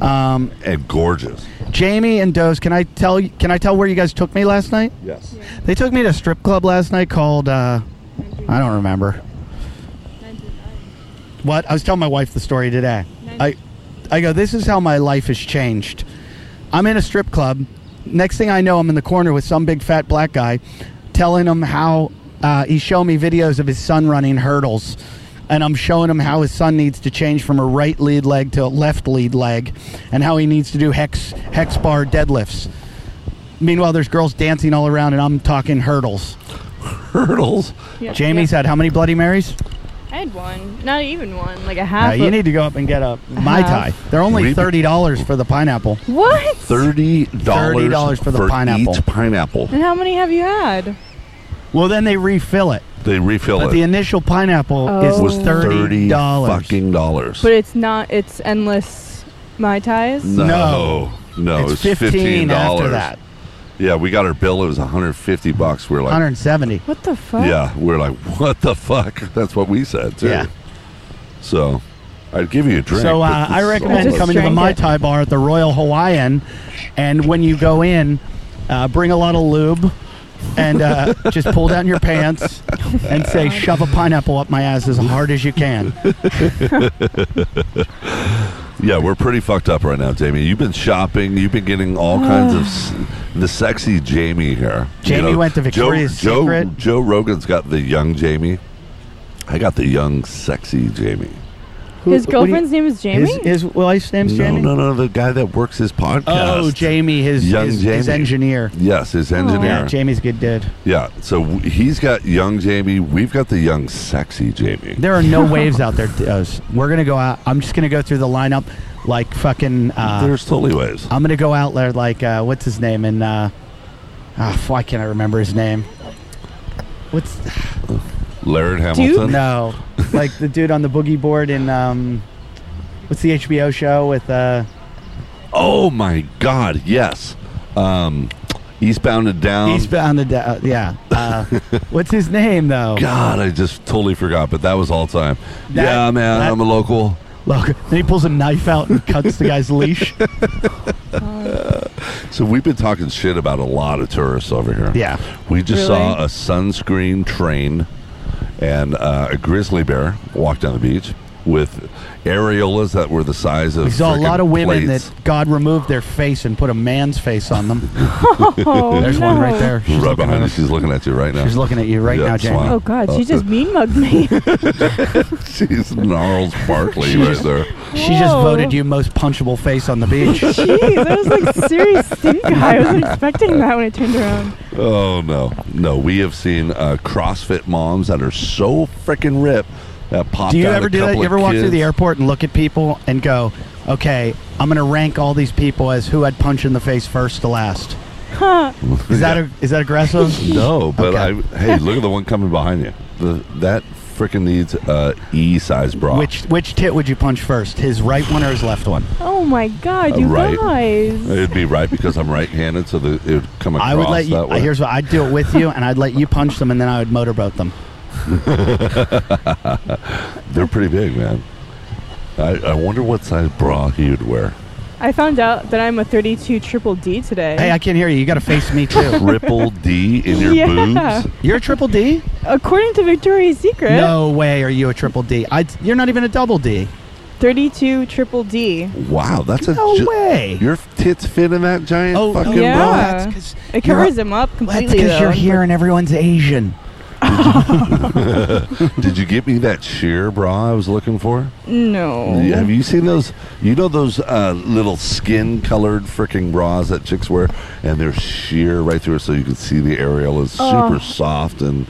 Speaker 3: Um,
Speaker 1: and gorgeous.
Speaker 3: Jamie and Doze, can I tell you, can I tell where you guys took me last night?
Speaker 1: Yes.
Speaker 3: They took me to a strip club last night called, uh, I don't remember. What? I was telling my wife the story today. I, I go, this is how my life has changed. I'm in a strip club. Next thing I know, I'm in the corner with some big fat black guy telling him how uh, he's showing me videos of his son running hurdles. And I'm showing him how his son needs to change from a right lead leg to a left lead leg and how he needs to do hex, hex bar deadlifts. Meanwhile, there's girls dancing all around, and I'm talking hurdles.
Speaker 1: Hurdles.
Speaker 4: Yeah,
Speaker 3: Jamie's had how many Bloody Marys?
Speaker 4: yeah. I had one, not even one, like a
Speaker 3: Uh,
Speaker 4: half.
Speaker 3: you
Speaker 4: of-
Speaker 3: need to go up and get a Mai Tai.
Speaker 4: Half.
Speaker 3: They're only
Speaker 1: We've-
Speaker 3: $30 for the pineapple.
Speaker 4: what?
Speaker 1: Thirty dollars
Speaker 3: $30 for the pineapple.
Speaker 1: Each pineapple.
Speaker 4: And how many have you had?
Speaker 3: Well, then they refill it.
Speaker 1: They refill
Speaker 3: But
Speaker 1: it.
Speaker 3: the initial pineapple
Speaker 4: Oh.
Speaker 3: is
Speaker 1: was thirty
Speaker 3: $30.
Speaker 1: fucking dollars.
Speaker 4: But it's not. It's endless mai tais.
Speaker 1: no, no,
Speaker 3: it's
Speaker 1: it's fifteen
Speaker 3: 15 after
Speaker 1: dollars.
Speaker 3: that.
Speaker 1: Yeah, we got our bill. It was one hundred fifty bucks. We are like,
Speaker 3: 170.
Speaker 4: What the fuck?
Speaker 1: yeah, we are like, what the fuck? That's what we said too.
Speaker 3: Yeah.
Speaker 1: So, I'd give you a drink.
Speaker 3: So
Speaker 1: but
Speaker 3: uh,
Speaker 1: this
Speaker 3: I
Speaker 1: is
Speaker 4: I
Speaker 3: recommend
Speaker 4: just
Speaker 1: all-
Speaker 3: coming to the
Speaker 4: drank
Speaker 3: Mai
Speaker 4: it.
Speaker 3: Tai bar at the Royal Hawaiian. And when you go in, uh, bring a lot of lube and uh, just pull down your pants and say, shove a pineapple up my ass as hard as you can.
Speaker 1: Yeah, we're pretty fucked up right now, Jamie. You've been shopping. You've been getting all
Speaker 3: Ah.
Speaker 1: kinds of s- the sexy Jamie here.
Speaker 3: Jamie went to Victoria's
Speaker 1: Joe,
Speaker 3: Secret.
Speaker 1: Joe, Joe Rogan's got the young Jamie. I got the young sexy Jamie.
Speaker 4: His
Speaker 3: Who- what do you-
Speaker 4: girlfriend's name is Jamie.
Speaker 3: His, his wife's name's Jamie?
Speaker 1: No, no, no. The guy that works his podcast.
Speaker 3: Oh, Jamie, his,
Speaker 1: Young
Speaker 3: his, his
Speaker 1: Jamie.
Speaker 3: engineer.
Speaker 1: Yes, his
Speaker 3: Yeah,
Speaker 1: engineer. Yeah,
Speaker 3: Jamie's a good dude.
Speaker 1: so w- he's got young Jamie. We've got the young sexy Jamie.
Speaker 3: There are no waves out there, Doz. We're gonna go out. I'm just gonna go through the lineup like fucking. Uh,
Speaker 1: There's totally ways.
Speaker 3: I'm gonna go out there like uh, what's his name and uh, oh, why can't I remember his name? What's
Speaker 1: Laird Hamilton.
Speaker 3: no? like the dude on the boogie board in um, what's the HBO show with uh,
Speaker 1: Oh my God! Yes. Um, Eastbound and Down.
Speaker 3: Eastbound and Down? yeah. Uh, what's his name though?
Speaker 1: God, I just totally forgot, but that was all time.
Speaker 3: That-
Speaker 1: yeah, man,
Speaker 3: that-
Speaker 1: I'm a local.
Speaker 3: Look, then he pulls a knife out and cuts the guy's leash.
Speaker 1: So we've been talking shit about a lot of tourists over here.
Speaker 3: Yeah.
Speaker 1: We just
Speaker 4: Really?
Speaker 1: saw a sunscreen train and uh, a grizzly bear walk down the beach with areolas that were the size of
Speaker 3: We saw a lot
Speaker 1: frickin'
Speaker 3: of women
Speaker 1: plates.
Speaker 3: that God removed their face and put a man's face on them.
Speaker 4: oh,
Speaker 3: There's
Speaker 4: no.
Speaker 3: one right there. She's
Speaker 1: right
Speaker 3: looking,
Speaker 1: behind
Speaker 3: at
Speaker 1: you.
Speaker 3: us.
Speaker 1: She's looking at you right now.
Speaker 3: She's looking at you right
Speaker 1: Yeah,
Speaker 3: now,
Speaker 1: it's
Speaker 3: Jamie.
Speaker 1: fine.
Speaker 4: Oh god,
Speaker 1: Oh.
Speaker 4: she
Speaker 3: Uh,
Speaker 4: just mean mugged me.
Speaker 1: She's gnarls Barkley right there.
Speaker 3: She just
Speaker 4: Whoa.
Speaker 3: voted you most punchable face on the beach.
Speaker 4: Jeez, that was like serious stink eye. I wasn't expecting that when I turned around.
Speaker 1: Oh no, no. We have seen uh, CrossFit moms that are so frickin' ripped that pop.
Speaker 3: do you ever do that? You ever walk through the airport and look at people and go, okay, I'm going to rank all these people as who I'd punch in the face first to last?
Speaker 4: Huh.
Speaker 3: Is that, a, is that aggressive?
Speaker 1: No, but
Speaker 3: Okay.
Speaker 1: I hey, look at the one coming behind you. The, that freaking needs uh, E size bra.
Speaker 3: Which which tit would you punch first? His right one or his left one?
Speaker 4: Oh my god,
Speaker 1: Uh,
Speaker 4: you
Speaker 1: right.
Speaker 4: guys.
Speaker 1: it'd be right because I'm right-handed, so the, it would come across
Speaker 3: I would let you.
Speaker 1: that way.
Speaker 3: Here's what I'd do it with you, and I'd let you punch them, and then I would motorboat them.
Speaker 1: They're pretty big, man. I, I wonder what size bra he would wear.
Speaker 4: I found out that I'm a 32 triple D today.
Speaker 3: Hey, I can't hear you. You got to face me too.
Speaker 1: Triple D in your
Speaker 4: Yeah.
Speaker 1: boobs?
Speaker 3: You're a triple D?
Speaker 4: According to Victoria's Secret,
Speaker 3: No way are you a triple D. I, you're not even a double D.
Speaker 4: 32 triple D.
Speaker 1: Wow, that's a
Speaker 3: No
Speaker 1: gi-
Speaker 3: way.
Speaker 1: Your tits fit in that giant
Speaker 3: Oh,
Speaker 1: fucking
Speaker 4: yeah.
Speaker 1: bra?
Speaker 3: that's 'cause-
Speaker 4: It
Speaker 3: You're
Speaker 4: covers them up
Speaker 3: well, that's
Speaker 4: completely.
Speaker 3: because
Speaker 4: though.
Speaker 3: you're here and everyone's Asian.
Speaker 1: Did you get me that sheer bra I was looking for?
Speaker 4: No.
Speaker 1: Have you seen those? You know those uh, little skin-colored freaking bras that chicks wear, and they're sheer right through, so you can see the areola is super
Speaker 4: Oh.
Speaker 1: soft, and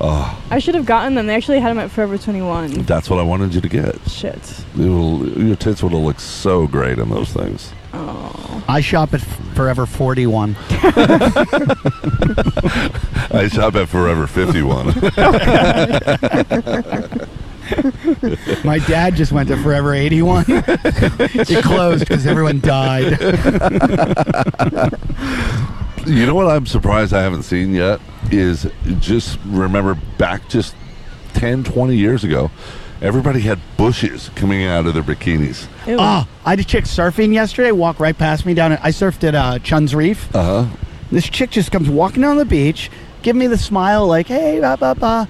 Speaker 4: I should have gotten them. They actually had them at Forever 21.
Speaker 1: that's what I wanted you to get. It
Speaker 4: Shit.
Speaker 1: will, your tits would have looked so great in those things.
Speaker 3: I shop at Forever 41.
Speaker 1: I shop at Forever Fifty One.
Speaker 3: My dad just went to Forever 81. it closed because everyone died.
Speaker 1: You know what I'm surprised I haven't seen yet is just remember back just 10, 20 years ago, everybody had bushes coming out of their bikinis.
Speaker 4: Ew.
Speaker 3: Ah, I had a chick surfing yesterday, walk right past me down. At, I surfed at uh, Chun's Reef.
Speaker 1: Uh huh.
Speaker 3: This chick just comes walking down the beach, giving me the smile, like, hey, blah, blah, blah.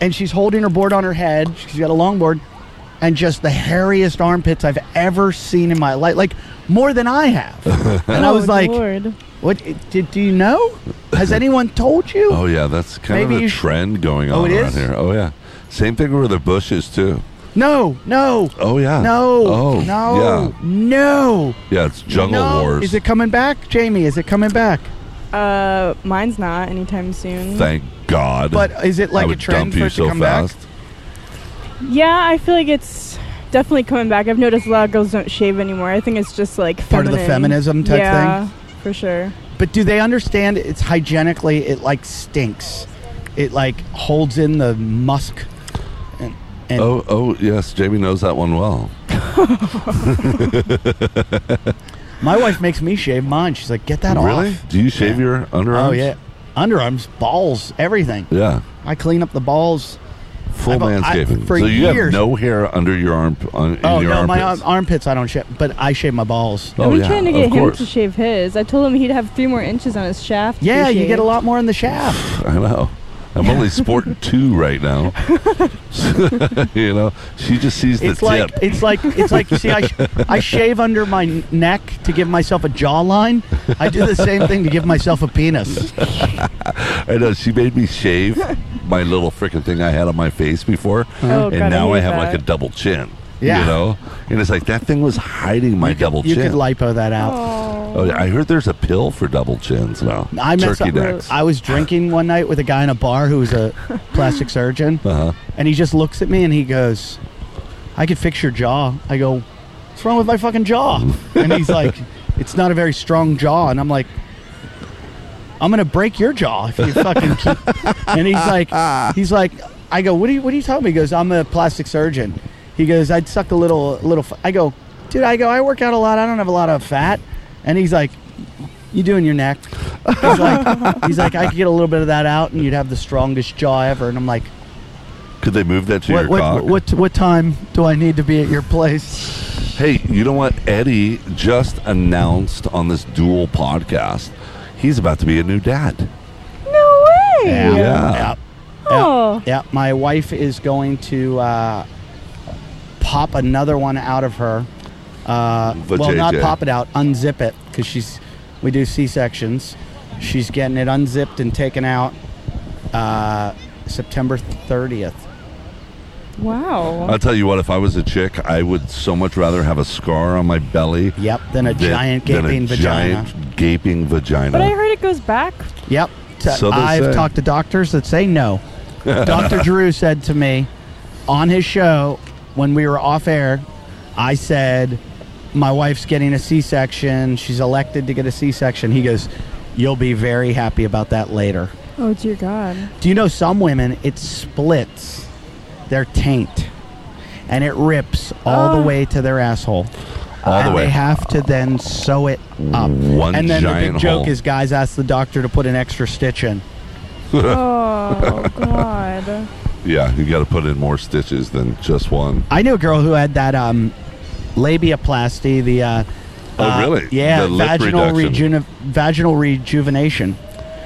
Speaker 3: And she's holding her board on her head. She's got a longboard. And just the hairiest armpits I've ever seen in my life. Like, more than I have. and I
Speaker 4: Oh,
Speaker 3: was like,
Speaker 4: Lord.
Speaker 3: what? Did, do you know? Has anyone told you?
Speaker 1: Oh, yeah. That's kind
Speaker 3: Maybe
Speaker 1: of a
Speaker 3: you sh-
Speaker 1: trend going on
Speaker 3: Oh, it
Speaker 1: around
Speaker 3: is?
Speaker 1: here. Oh, yeah. Same thing with the bushes, too.
Speaker 3: No, no,
Speaker 1: Oh, yeah.
Speaker 3: no,
Speaker 1: Oh,
Speaker 3: no,
Speaker 1: Yeah.
Speaker 3: no.
Speaker 1: Yeah, it's Jungle
Speaker 3: no.
Speaker 1: Wars.
Speaker 3: Is it coming back, Jamie? Is it coming back?
Speaker 4: Uh, mine's not anytime soon.
Speaker 1: Thank God.
Speaker 3: But is it like
Speaker 1: I
Speaker 3: a
Speaker 1: would dump
Speaker 3: trend for
Speaker 1: you
Speaker 3: it to
Speaker 1: so
Speaker 3: come back?
Speaker 1: fast.
Speaker 4: yeah, I feel like it's definitely coming back. I've noticed a lot of girls don't shave anymore. I think it's just like
Speaker 3: Part of the feminism type
Speaker 4: yeah, for sure.
Speaker 3: But do they understand it's hygienically? It like stinks. It like holds in the musk. And, and
Speaker 1: Oh, oh, yes. Jamie knows that one well.
Speaker 3: my wife makes me shave mine. She's like, get that
Speaker 1: really?
Speaker 3: off.
Speaker 1: Do you shave
Speaker 3: Yeah.
Speaker 1: your underarms?
Speaker 3: Oh yeah, underarms, balls, everything.
Speaker 1: Yeah.
Speaker 3: I clean up the balls.
Speaker 1: Full
Speaker 3: I've- I-
Speaker 1: manscaping.
Speaker 3: for
Speaker 1: so you have
Speaker 3: years-
Speaker 1: no hair under your arm. On, in
Speaker 3: oh
Speaker 1: your
Speaker 3: no,
Speaker 1: armpits.
Speaker 3: my arm- armpits I don't shave, but I shave my balls.
Speaker 1: Oh,
Speaker 4: Are we
Speaker 1: yeah,
Speaker 4: trying to
Speaker 1: of
Speaker 4: get him
Speaker 1: course.
Speaker 4: to shave his? I told him he'd have three more inches on his shaft.
Speaker 3: Yeah,
Speaker 4: to be
Speaker 3: you get a
Speaker 4: shaved.
Speaker 3: lot more in the shaft.
Speaker 1: I know. I'm only sporting two right now. you know, she just sees the
Speaker 3: It's
Speaker 1: tip.
Speaker 3: like it's like it's like see I, sh- I shave under my n- neck to give myself a jawline. I do the same thing to give myself a penis.
Speaker 1: I know. uh, She made me shave my little freaking thing I had on my face before,
Speaker 4: Oh,
Speaker 1: and
Speaker 4: God, I
Speaker 1: now I,
Speaker 4: hate
Speaker 1: have like
Speaker 4: that.
Speaker 1: a double chin.
Speaker 3: Yeah.
Speaker 1: You know, and it's like that thing was hiding my double
Speaker 3: You
Speaker 1: chin.
Speaker 3: could lipo that out.
Speaker 4: Oh.
Speaker 1: oh, yeah, I heard there's a pill for double chins now.
Speaker 3: I messed
Speaker 1: turkey
Speaker 3: up.
Speaker 1: necks.
Speaker 3: I was drinking one night with a guy in a bar who was a plastic surgeon,
Speaker 1: uh-huh.
Speaker 3: and he just looks at me and he goes, "I could fix your jaw." I go, "What's wrong with my fucking jaw?" And he's like, "It's not a very strong jaw," and I'm like. I'm gonna break your jaw if you fucking keep. And he's like, he's like, I go, what are you, what are you talking? about? He goes, I'm a plastic surgeon. He goes, I'd suck a little, little. F-. I go, dude, I go, I work out a lot. I don't have a lot of fat. And he's like, you doing your neck? He's like, he's like, I could get a little bit of that out, and you'd have the strongest jaw ever. And I'm like,
Speaker 1: Could they move that to
Speaker 3: what,
Speaker 1: your
Speaker 3: what,
Speaker 1: cock?
Speaker 3: what, what time do I need to be at your place?
Speaker 1: Hey, you know what? Eddie just announced on this dual podcast, he's about to be a new dad.
Speaker 4: No way.
Speaker 1: Yeah.
Speaker 3: yeah.
Speaker 4: Oh.
Speaker 3: Yeah, my wife is going to uh, pop another one out of her. Uh,
Speaker 1: For
Speaker 3: well, not
Speaker 1: JJ.
Speaker 3: pop it out, unzip it because she's we do C sections. She's getting it unzipped and taken out uh, September 30th.
Speaker 4: Wow.
Speaker 3: Uh,
Speaker 1: I'll tell you what, if I was a chick, I would so much rather have a scar on my belly.
Speaker 3: Yep, then a
Speaker 1: than-
Speaker 3: giant
Speaker 1: than a
Speaker 3: gaping vagina.
Speaker 1: Giant gaping vagina.
Speaker 4: but I heard it goes back.
Speaker 3: Yep. T-
Speaker 1: So they
Speaker 3: I've
Speaker 1: say.
Speaker 3: talked to doctors that say no. Dr. Drew said to me on his show when we were off air, I said, My wife's getting a C section. She's elected to get a C section. He goes, You'll be very happy about that later.
Speaker 4: Oh dear God.
Speaker 3: Do you know some women, it splits their taint and it rips all
Speaker 4: Oh.
Speaker 3: the way to their asshole.
Speaker 1: All the
Speaker 3: and
Speaker 1: way.
Speaker 3: They have to then sew it up.
Speaker 1: One
Speaker 3: and then the
Speaker 1: giant
Speaker 3: big joke
Speaker 1: hole.
Speaker 3: is guys ask the doctor to put an extra stitch in.
Speaker 4: oh God.
Speaker 1: yeah, you got to put in more stitches than just one.
Speaker 3: I knew a girl who had that um, labiaplasty, the uh,
Speaker 1: Oh,
Speaker 3: Uh,
Speaker 1: really?
Speaker 3: yeah,
Speaker 1: The lip
Speaker 3: vaginal
Speaker 1: reduction.
Speaker 3: rejuven- vaginal rejuvenation.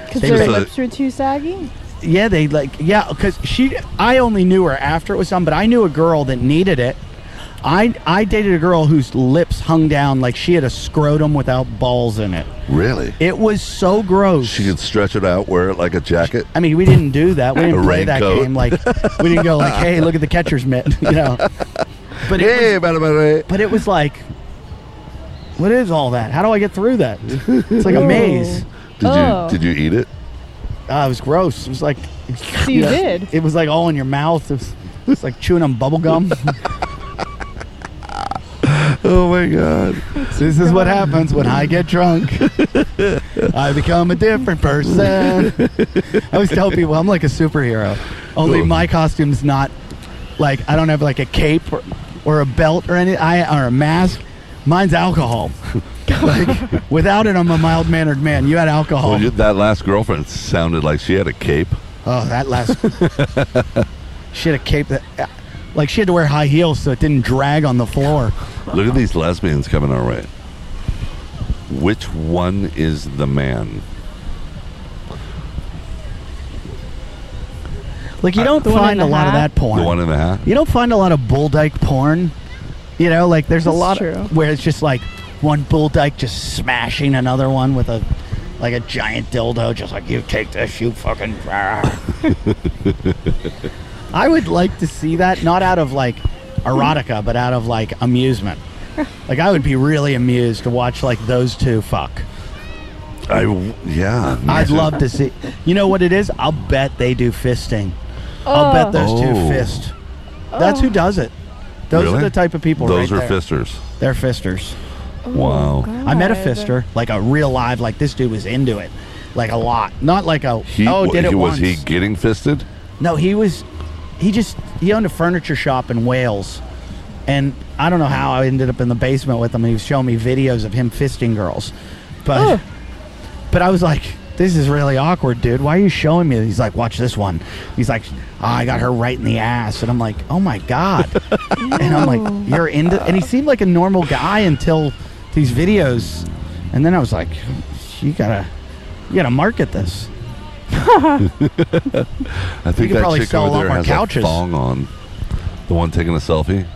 Speaker 4: Because
Speaker 3: They
Speaker 4: their
Speaker 1: just, uh,
Speaker 4: lips were too saggy?
Speaker 3: Yeah, they like yeah, because she. I only knew her after it was done, but I knew a girl that needed it. I I dated a girl whose lips hung down like she had a scrotum without balls in it.
Speaker 1: Really?
Speaker 3: It was so gross.
Speaker 1: She could stretch it out, wear it like a jacket.
Speaker 3: I mean, we didn't do that. We didn't
Speaker 1: A
Speaker 3: play that
Speaker 1: raincoat.
Speaker 3: game. Like we didn't go like, hey, look at the catcher's mitt. You know. But it was
Speaker 1: Hey, bada bada.
Speaker 3: But it was like, what is all that? How do I get through that? It's like a
Speaker 4: Ooh.
Speaker 3: maze.
Speaker 1: Did
Speaker 4: Oh.
Speaker 1: you did you eat it?
Speaker 3: Ah, it was gross. It was like,
Speaker 4: So you did.
Speaker 3: it was like all in your mouth. It was, it was like chewing on bubble gum.
Speaker 1: Oh my god.
Speaker 3: this is what happens when I get drunk. I become a different person. I always tell people I'm like a superhero. Only
Speaker 1: Ooh.
Speaker 3: my costume's not like I don't have like a cape or, or a belt or any I or a mask. Mine's alcohol. like without it, I'm a mild mannered man. You had alcohol.
Speaker 1: Well, you, that last girlfriend sounded like she had a cape.
Speaker 3: Oh, that last. she had a cape that, like, she had to wear high heels so it didn't drag on the floor.
Speaker 1: Look at these lesbians coming our way. Which one is the man?
Speaker 3: Like, you don't
Speaker 4: Uh, The one in
Speaker 3: find a
Speaker 4: the
Speaker 3: lot of
Speaker 4: hat?
Speaker 3: that porn.
Speaker 1: The one in the hat?
Speaker 3: you don't find a lot of bull dyke porn. You know, like, there's a
Speaker 4: That's
Speaker 3: lot
Speaker 4: true.
Speaker 3: where it's just like one bull dyke just smashing another one with a. Like a giant dildo, just like you take this, you fucking. I would like to see that, not out of like erotica, but out of like amusement. Like I would be really amused to watch like those two fuck.
Speaker 1: I w- yeah. me
Speaker 3: I'd
Speaker 1: too.
Speaker 3: love to see. You know what it is? I'll bet they do fisting. I'll bet those
Speaker 1: Oh.
Speaker 3: two fist. That's who does it. Those
Speaker 1: Really?
Speaker 3: are the type of people.
Speaker 1: Those
Speaker 3: right
Speaker 1: are
Speaker 3: there. Oh,
Speaker 1: fisters.
Speaker 3: They're fisters.
Speaker 1: wow.
Speaker 3: I met a
Speaker 4: God.
Speaker 3: fister, like a real live. Like this dude was into it, like a lot. Not like a
Speaker 1: He,
Speaker 3: oh
Speaker 1: wa-
Speaker 3: did it
Speaker 1: he- was
Speaker 3: once.
Speaker 1: he getting fisted?
Speaker 3: No, he was. He just he owned a furniture shop in Wales, and I don't know how I ended up in the basement with him. And he was showing me videos of him fisting girls, but
Speaker 4: Ugh.
Speaker 3: but I was like, this is really awkward, dude. Why are you showing me? He's like, watch this one. He's like, "Ah, I got her right in the ass, and I'm like, oh my god, and I'm like, you're into, and he seemed like a normal guy until these videos, and then I was like, you gotta you gotta market this.
Speaker 1: I think
Speaker 3: could
Speaker 1: that
Speaker 3: probably
Speaker 1: chick
Speaker 3: sell a lot
Speaker 1: over there
Speaker 3: more
Speaker 1: has
Speaker 3: couches.
Speaker 1: a thong on. The one taking a selfie.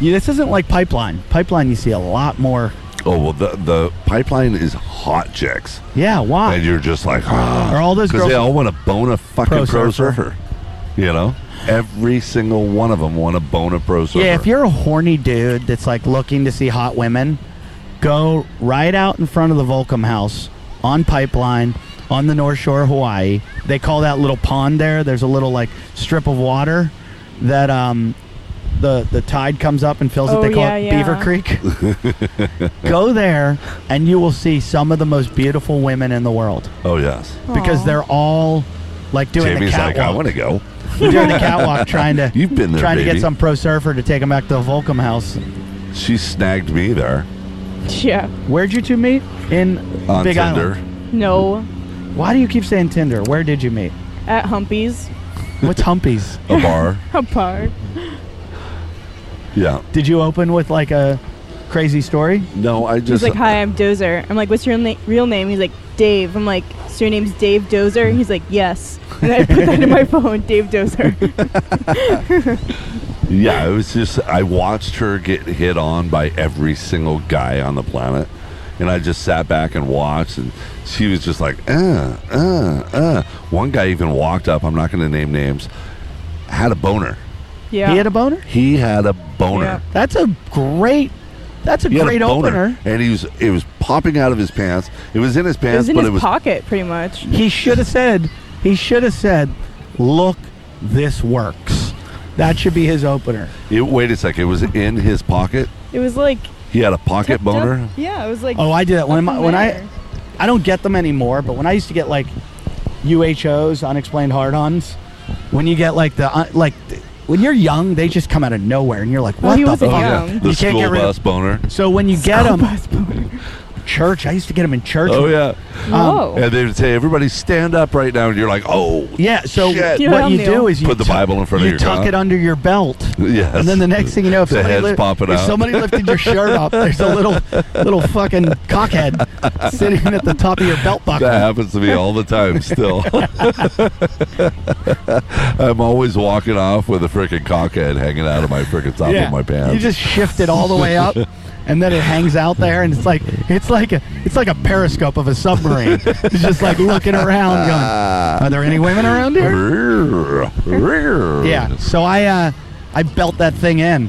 Speaker 3: Yeah, this isn't like Pipeline. Pipeline, you see a lot more.
Speaker 1: Oh well, the the pipeline is hot chicks,
Speaker 3: Yeah, why?
Speaker 1: and you're just like,
Speaker 3: Ah. Are all those
Speaker 1: because
Speaker 3: girls
Speaker 1: they all want to bone a fucking pro,
Speaker 3: Pro
Speaker 1: surfer.
Speaker 3: surfer.
Speaker 1: You know, every single one of them want to bone a pro surfer.
Speaker 3: yeah, if you're a horny dude that's like looking to see hot women, go right out in front of the Volcom House on Pipeline on the North Shore of Hawaii. They call that little pond there. There's a little like strip of water that um the the tide comes up and fills
Speaker 4: Oh,
Speaker 3: it. They call
Speaker 4: yeah,
Speaker 3: it
Speaker 4: yeah.
Speaker 3: Beaver Creek. go there and you will see some of the most beautiful women in the world
Speaker 1: oh yes,
Speaker 3: because
Speaker 4: Aw.
Speaker 3: they're all like doing
Speaker 1: Jamie's
Speaker 3: the
Speaker 1: like,
Speaker 3: catwalk.
Speaker 1: I want to go.
Speaker 3: We're doing the catwalk trying to
Speaker 1: You've been there,
Speaker 3: trying to
Speaker 1: baby.
Speaker 3: get some pro surfer to take him back to the Volcom house.
Speaker 1: She snagged me there
Speaker 4: Oh. Yeah.
Speaker 3: Where'd you two meet? In
Speaker 1: on
Speaker 3: Big
Speaker 1: Tinder.
Speaker 4: No.
Speaker 3: Island. Why do you keep saying Tinder? Where did you meet?
Speaker 4: At Humpy's.
Speaker 3: What's Humpies?
Speaker 1: a bar.
Speaker 4: A park.
Speaker 1: Yeah.
Speaker 3: Did you open with like a crazy story?
Speaker 1: No, I
Speaker 4: He's
Speaker 1: just
Speaker 4: like, hi, I'm Dozer. I'm like, what's your na- real name? He's like, Dave. I'm like, so your name's Dave Dozer? He's like, yes. And I put that in my phone, Dave Dozer.
Speaker 1: Yeah, it was just I watched her get hit on by every single guy on the planet, and I just sat back and watched, and she was just like, uh, uh, uh. One guy even walked up. I'm not going to name names. Had a boner.
Speaker 4: yeah.
Speaker 3: He had a boner?
Speaker 1: He had a boner.
Speaker 3: That's a great that's a
Speaker 1: He had
Speaker 3: great
Speaker 1: a boner,
Speaker 3: opener.
Speaker 1: and he was it was popping out of his pants. It was in his
Speaker 4: it was
Speaker 1: pants,
Speaker 4: in
Speaker 1: but
Speaker 4: his
Speaker 1: it was
Speaker 4: pocket, pretty much.
Speaker 3: He should have said he should have said, Look, this works. That should be his opener.
Speaker 1: it, wait a sec. It was in his pocket.
Speaker 4: It was like.
Speaker 1: He had a pocket
Speaker 4: tucked
Speaker 1: boner.
Speaker 4: up- Yeah, it was like.
Speaker 3: Oh, I do that when
Speaker 4: up
Speaker 3: my,
Speaker 4: in
Speaker 3: when
Speaker 4: there.
Speaker 3: I I don't get them anymore, but when I used to get like UHOs, unexplained hard-ons, when you get like the un- like th- when you're young, they just come out of nowhere, and you're like,
Speaker 4: Well,
Speaker 1: Oh,
Speaker 3: "What
Speaker 4: Oh, he
Speaker 3: the
Speaker 4: wasn't
Speaker 3: fuck?"
Speaker 4: young.
Speaker 1: The
Speaker 3: You can't
Speaker 1: school
Speaker 3: get rid of-
Speaker 1: bus boner.
Speaker 3: So when you get them, church. I used to get them in church.
Speaker 1: Oh yeah.
Speaker 3: Um,
Speaker 4: Whoa.
Speaker 1: And they would say, "Everybody stand up right now," and you're like, "Oh,
Speaker 3: Yeah, so
Speaker 1: Shit.
Speaker 4: You know
Speaker 3: what
Speaker 4: what,
Speaker 3: you do
Speaker 4: Neil?
Speaker 3: is you
Speaker 1: Put the
Speaker 3: tuck-
Speaker 1: Bible in front of
Speaker 3: you
Speaker 1: your
Speaker 3: tuck
Speaker 1: cock.
Speaker 3: it under your belt,
Speaker 1: yes."
Speaker 3: and then the next thing you know, if
Speaker 1: The
Speaker 3: somebody
Speaker 1: head's
Speaker 3: lift-
Speaker 1: popping
Speaker 3: if
Speaker 1: out.
Speaker 3: somebody lifted your shirt up, there's a little little fucking cockhead sitting at the top of your belt buckle.
Speaker 1: That happens to me all the time still. I'm always walking off with a freaking cockhead hanging out of my freaking top of my pants.
Speaker 3: You just shift it all the way up, and then it hangs out there, and it's like it's like a it's like a periscope of a submarine. it's just like looking around, going, "Are there any women around here?" Yeah.
Speaker 1: yeah.
Speaker 3: So I uh, I belt that thing in,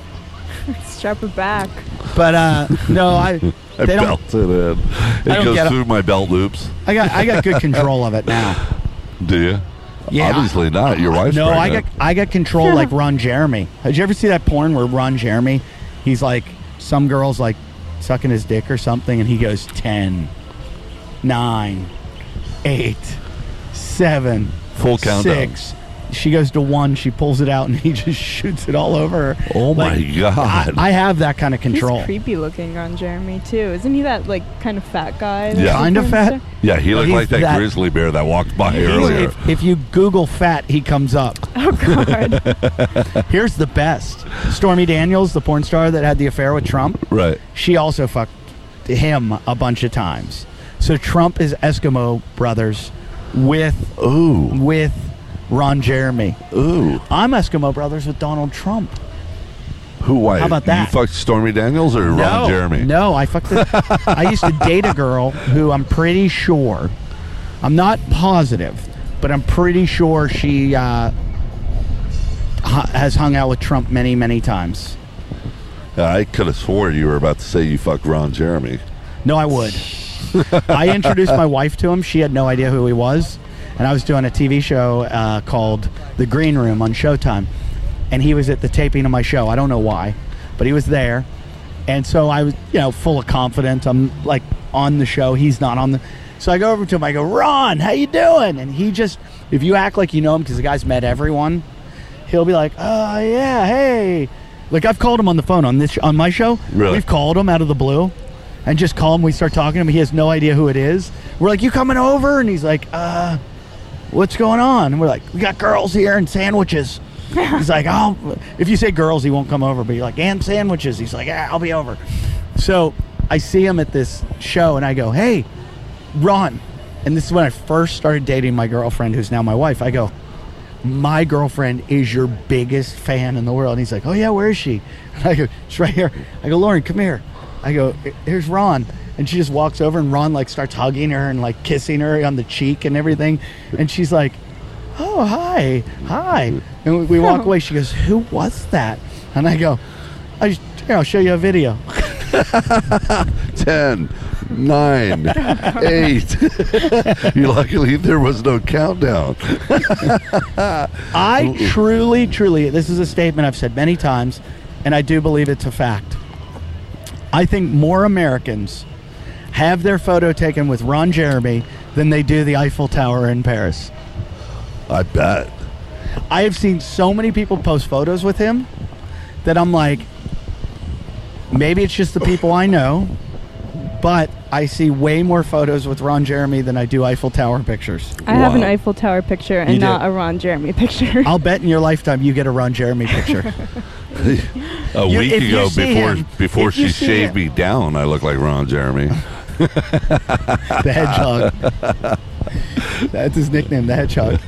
Speaker 4: Strap it back.
Speaker 3: but uh, no, I
Speaker 1: I
Speaker 3: they don't.
Speaker 1: belt it in. It
Speaker 3: don't get
Speaker 1: goes
Speaker 3: 'em.
Speaker 1: through my belt loops.
Speaker 3: I got I got good control of it now.
Speaker 1: Do you?
Speaker 3: Yeah.
Speaker 1: Obviously not. Your wife's
Speaker 3: No, I got
Speaker 1: pregnant.
Speaker 3: I got control like Ron Jeremy. Did you ever see that porn where Ron Jeremy, he's like some girls like sucking his dick or something, and he goes ten, nine, eight, seven,
Speaker 1: full countdown.
Speaker 3: six. She goes to one. She pulls it out, and he just shoots it all over her.
Speaker 1: Oh
Speaker 3: Like,
Speaker 1: my god.
Speaker 3: I, I have that kind of
Speaker 4: He's
Speaker 3: control.
Speaker 4: creepy looking on Jeremy too. Isn't he that like kind of fat guy? that's
Speaker 1: Yeah.
Speaker 3: Kind of
Speaker 4: looking
Speaker 3: fat.
Speaker 4: and stuff?
Speaker 1: yeah, he looked
Speaker 3: he's
Speaker 1: like that,
Speaker 3: that-
Speaker 1: grizzly bear that walked by
Speaker 3: He's-
Speaker 1: earlier.
Speaker 3: If, if you Google fat, he comes up.
Speaker 4: Oh god.
Speaker 3: Here's the best: Stormy Daniels, the porn star that had the affair with Trump.
Speaker 1: right.
Speaker 3: she also fucked him a bunch of times. So Trump is Eskimo brothers with
Speaker 1: Ooh.
Speaker 3: with Ron Jeremy.
Speaker 1: Ooh.
Speaker 3: I'm Eskimo brothers with Donald Trump.
Speaker 1: Who why?
Speaker 3: How about
Speaker 1: You
Speaker 3: that?
Speaker 1: fucked Stormy Daniels or Ron Jeremy?
Speaker 3: No, I fucked. The, I used to date a girl who I'm pretty sure, I'm not positive, but I'm pretty sure she uh, hu- has hung out with Trump many, many times.
Speaker 1: I could have swore you were about to say you fucked Ron Jeremy.
Speaker 3: No, I would. I introduced my wife to him. She had no idea who he was. And I was doing a TV show uh, called The Green Room on Showtime. And he was at the taping of my show. I don't know why, but he was there. And so I was, you know, full of confidence. I'm like on the show. He's not on the. So I go over to him. I go, Ron, how you doing? And he just, if you act like you know him, because the guy's met everyone, he'll be like, oh yeah, hey. Like I've called him on the phone on this on my show.
Speaker 1: Really?
Speaker 3: We've called him out of the blue, and just call him. We start talking to him. He has no idea who it is. We're like, you coming over? And he's like, uh, what's going on? And we're like, we got girls here and sandwiches. he's like, oh, if you say girls, he won't come over. But you're like, and sandwiches. He's like, yeah, I'll be over. So I see him at this show, and I go, hey, Ron. And this is when I first started dating my girlfriend, who's now my wife. I go, my girlfriend is your biggest fan in the world. And he's like, oh, yeah, where is she? And I go, she's right here. I go, Lauren, come here. I go, here's Ron. And she just walks over and Ron like starts hugging her and like kissing her on the cheek and everything. And she's like, oh, hi, hi. And we, we walk away. She goes, who was that? And I go, I just, here, I'll show you a video.
Speaker 1: Ten, nine, eight. you luckily there was no countdown.
Speaker 3: I truly, truly, this is a statement I've said many times, and I do believe it's a fact. I think more Americans have their photo taken with Ron Jeremy than they do the Eiffel Tower in Paris.
Speaker 1: I bet.
Speaker 3: I have seen so many people post photos with him that I'm like, maybe it's just the people I know, but I see way more photos with Ron Jeremy than I do Eiffel Tower pictures.
Speaker 4: I have an
Speaker 1: Wow.
Speaker 4: Eiffel Tower picture and
Speaker 3: You do.
Speaker 4: not a Ron Jeremy picture.
Speaker 3: I'll bet in your lifetime you get a Ron Jeremy picture.
Speaker 1: A
Speaker 3: You-
Speaker 1: week
Speaker 3: if you
Speaker 1: ago,
Speaker 3: see
Speaker 1: before
Speaker 3: him-
Speaker 1: before
Speaker 3: if you
Speaker 1: she
Speaker 3: see
Speaker 1: shaved
Speaker 3: him.
Speaker 1: me down, I look like Ron Jeremy.
Speaker 3: the hedgehog. That's his nickname, the hedgehog.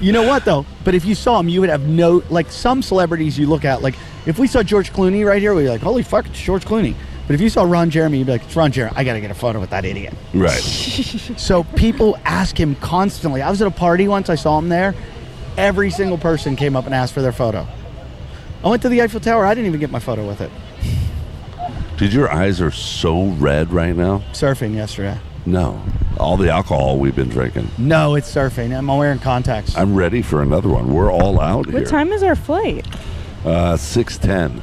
Speaker 3: You know what though? But if you saw him, you would have no like some celebrities you look at. Like if we saw George Clooney right here, we'd be like, "Holy fuck, it's George Clooney." But if you saw Ron Jeremy, you'd be like, "It's Ron Jeremy. I gotta get a photo with that idiot."
Speaker 1: right.
Speaker 3: So people ask him constantly. I was at a party once. I saw him there. Every single person came up and asked for their photo. I went to the Eiffel Tower. I didn't even get my photo with it.
Speaker 1: Dude, your eyes are so red right now.
Speaker 3: Surfing yesterday.
Speaker 1: No. All the alcohol we've been drinking.
Speaker 3: No, it's surfing. I'm wearing contacts.
Speaker 1: I'm ready for another one. We're all out here.
Speaker 4: what time is our flight?
Speaker 1: Uh, six ten.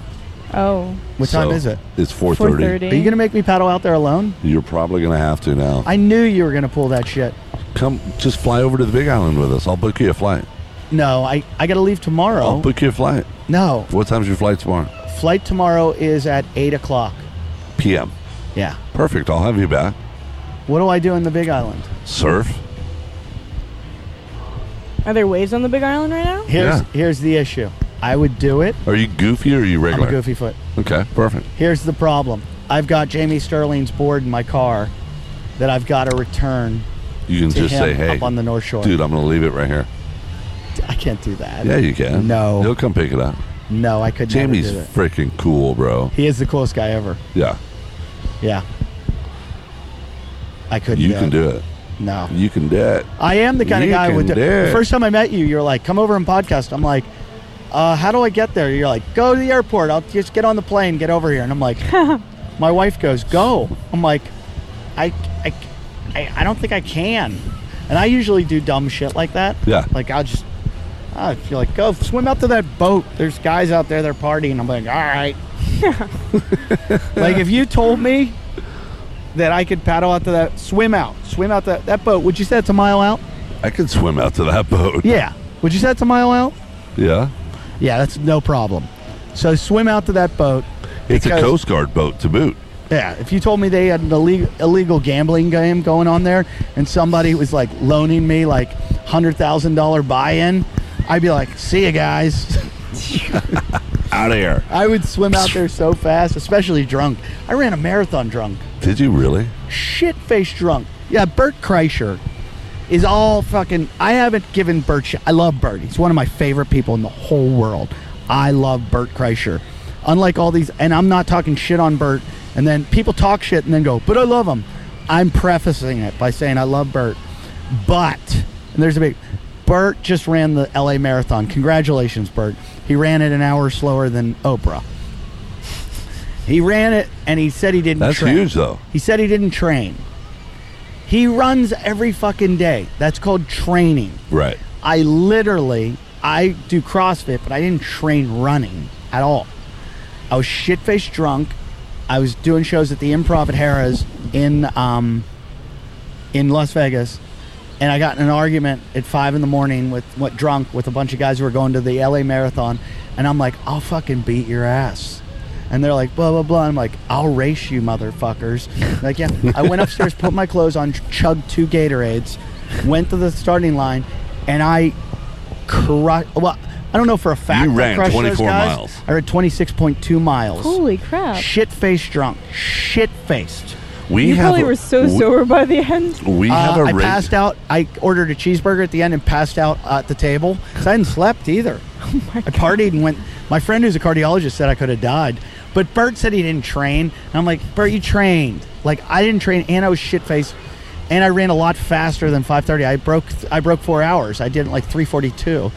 Speaker 4: Oh.
Speaker 3: What time is it?
Speaker 1: It's four
Speaker 4: Four
Speaker 1: thirty.
Speaker 4: thirty.
Speaker 3: Are you gonna make me paddle out there alone?
Speaker 1: You're probably gonna have to now.
Speaker 3: I knew you were gonna pull that shit.
Speaker 1: Come, just fly over to the Big Island with us. I'll book you a flight.
Speaker 3: No, I, I gotta leave
Speaker 1: I'll
Speaker 3: tomorrow.
Speaker 1: book you a flight.
Speaker 3: no,
Speaker 1: What time's your flight tomorrow?
Speaker 3: flight tomorrow is at eight o'clock.
Speaker 1: PM.
Speaker 3: Yeah.
Speaker 1: Perfect. I'll have you back.
Speaker 3: What do I do in the Big Island?
Speaker 1: Surf.
Speaker 4: Are there waves on the Big Island right now?
Speaker 3: Here's
Speaker 1: Yeah.
Speaker 3: here's the issue. I would do it.
Speaker 1: Are you goofy or are you
Speaker 3: I'm
Speaker 1: regular?
Speaker 3: a goofy foot.
Speaker 1: Okay, perfect.
Speaker 3: Here's the problem. I've got Jamie Sterling's board in my car that I've got to return
Speaker 1: You can
Speaker 3: to
Speaker 1: just
Speaker 3: him
Speaker 1: say, hey,
Speaker 3: up on the North Shore.
Speaker 1: dude, I'm going to leave it right here.
Speaker 3: I can't do that.
Speaker 1: Yeah, you can.
Speaker 3: No.
Speaker 1: He'll come pick it up.
Speaker 3: No, I could
Speaker 1: Jamie's
Speaker 3: never do it.
Speaker 1: freaking cool, bro.
Speaker 3: He is the coolest guy ever.
Speaker 1: Yeah,
Speaker 3: Yeah. I couldn't
Speaker 1: you
Speaker 3: do
Speaker 1: can
Speaker 3: it.
Speaker 1: do it.
Speaker 3: No.
Speaker 1: You can do it.
Speaker 3: I am the kind
Speaker 1: You
Speaker 3: of guy who would
Speaker 1: can
Speaker 3: do,
Speaker 1: do it.
Speaker 3: the first time I met you, you're like, come over and podcast. I'm like, uh, how do I get there? You're like, go to the airport. I'll just get on the plane, get over here. And I'm like, my wife goes, go. I'm like, I, I, I, I don't think I can. And I usually do dumb shit like that.
Speaker 1: Yeah.
Speaker 3: Like I'll just, I feel like, go swim out to that boat. There's guys out there, they're partying. I'm like, all right. like if you told me that I could paddle out to that, swim out, swim out that, that boat, would you say it's a mile out?
Speaker 1: I can swim out to that boat.
Speaker 3: Yeah. Would you say that's a mile out?
Speaker 1: Yeah.
Speaker 3: Yeah, that's no problem. So swim out to that boat.
Speaker 1: It's a
Speaker 3: because-
Speaker 1: Coast Guard boat to boot.
Speaker 3: Yeah, if you told me they had an illegal, illegal gambling game going on there and somebody was like loaning me like $100,000 buy in, I'd be like, see you guys.
Speaker 1: Out of here.
Speaker 3: I would swim out there so fast, especially drunk. I ran a marathon drunk,
Speaker 1: Did you really?
Speaker 3: shit faced drunk. Yeah, Bert Kreischer is all fucking. I haven't given Bert shit. I love Bert. He's one of my favorite people in the whole world. I love Bert Kreischer. Unlike all these, and I'm not talking shit on Bert. And then people talk shit and then go, but I love him. I'm prefacing it by saying I love Bert. But, and there's a big, Bert just ran the LA Marathon. Congratulations, Bert. He ran it an hour slower than Oprah. He ran it and he said he didn't
Speaker 1: That's
Speaker 3: train.
Speaker 1: huge, though.
Speaker 3: He said he didn't train. He runs every fucking day. That's called training.
Speaker 1: Right.
Speaker 3: I literally, I do CrossFit, but I didn't train running at all. I was shit faced drunk. I was doing shows at the Improv at Harrah's in um, in Las Vegas, and I got in an argument at five in the morning with what drunk with a bunch of guys who were going to the LA Marathon, and I'm like, I'll fucking beat your ass. And they're like, blah, blah, blah. I'm like, I'll race you, motherfuckers. like, yeah. I went upstairs, put my clothes on, chugged two Gatorades, went to the starting line, and I crushed. Well, I don't know for a fact.
Speaker 1: You
Speaker 3: I
Speaker 1: ran
Speaker 3: crushed those
Speaker 1: 24
Speaker 3: guys.
Speaker 1: miles.
Speaker 3: I ran 26.2 miles.
Speaker 4: Holy crap.
Speaker 3: Shit faced drunk. Shit faced.
Speaker 1: We
Speaker 4: You
Speaker 1: have
Speaker 4: probably
Speaker 1: a-
Speaker 4: were so
Speaker 1: we,
Speaker 4: sober by the end.
Speaker 1: We have a
Speaker 3: Uh, I
Speaker 1: rate.
Speaker 3: passed out. I ordered a cheeseburger at the end and passed out at the table because I hadn't slept either. I partied and went. My friend, who's a cardiologist, said I could have died, but Bert said he didn't train. And I'm like, Bert, you trained. Like I didn't train, and I was shit faced, and I ran a lot faster than 5:30. I broke. I broke four hours. I did it like 3:42.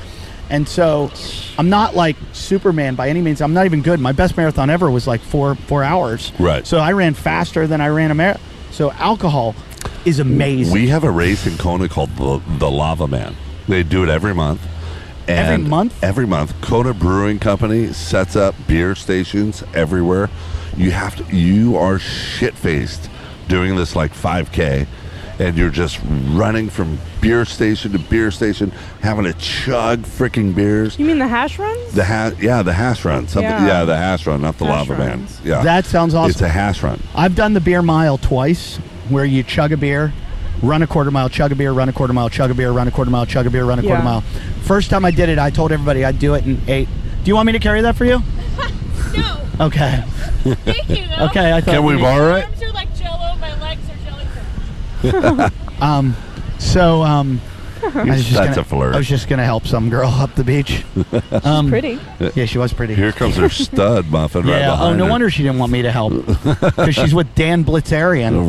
Speaker 3: And so, I'm not like Superman by any means. I'm not even good. My best marathon ever was like four four hours.
Speaker 1: Right.
Speaker 3: So I ran faster than I ran a marathon. So alcohol is amazing.
Speaker 1: We have a race in Kona called the, the Lava Man. They do it every month. And
Speaker 3: month?
Speaker 1: Every month. Kona Brewing Company sets up beer stations everywhere. You have to you are shit faced doing this like five K and you're just running from beer station to beer station, having to chug freaking beers.
Speaker 4: You mean the hash runs?
Speaker 1: The ha- yeah, the hash run. Something, yeah.
Speaker 4: Yeah.
Speaker 1: the hash run, not the
Speaker 4: Hash
Speaker 1: lava
Speaker 4: runs.
Speaker 1: man. Yeah.
Speaker 3: That sounds awesome.
Speaker 1: It's a hash run.
Speaker 3: I've done the beer mile twice, where you chug a beer, run a quarter mile, chug a beer, run a quarter mile, chug a beer, run a quarter mile, chug a beer, run a quarter
Speaker 4: Yeah.
Speaker 3: mile. First time I did it, I told everybody I'd do it in eight. Do you want me to carry that for you?
Speaker 5: No,
Speaker 3: Okay.
Speaker 5: thank you. though.
Speaker 3: Okay. I thought.
Speaker 1: Can we borrow
Speaker 5: My
Speaker 1: it?
Speaker 5: arms are like jello. My legs are jellyfish.
Speaker 3: Um. So um. I was just
Speaker 1: That's
Speaker 3: gonna-
Speaker 1: a flirt.
Speaker 3: I was just gonna help some girl up the beach. Um,
Speaker 4: Pretty.
Speaker 3: Yeah, she was pretty.
Speaker 1: Here comes her stud muffin right
Speaker 3: yeah.
Speaker 1: behind
Speaker 3: oh, no
Speaker 1: her.
Speaker 3: wonder she didn't want me to help because she's with Dan Blitzarian.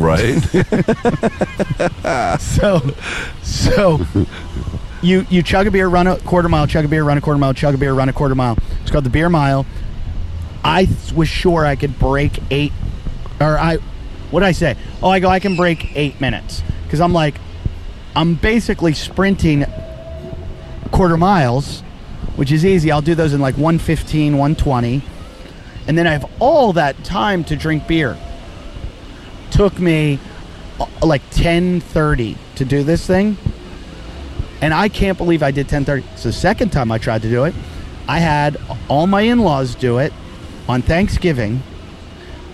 Speaker 1: Right?
Speaker 3: Uh, so so you you chug a beer run a quarter mile chug a beer run a quarter mile chug a beer run a quarter mile it's called the beer mile i th- was sure i could break eight or i what did i say oh i go i can break eight minutes because i'm like i'm basically sprinting quarter miles which is easy i'll do those in like 115 120 and then i have all that time to drink beer took me uh, like 10:30 to do this thing. And I can't believe I did 10:30. It's the second time I tried to do it. I had all my in-laws do it on Thanksgiving.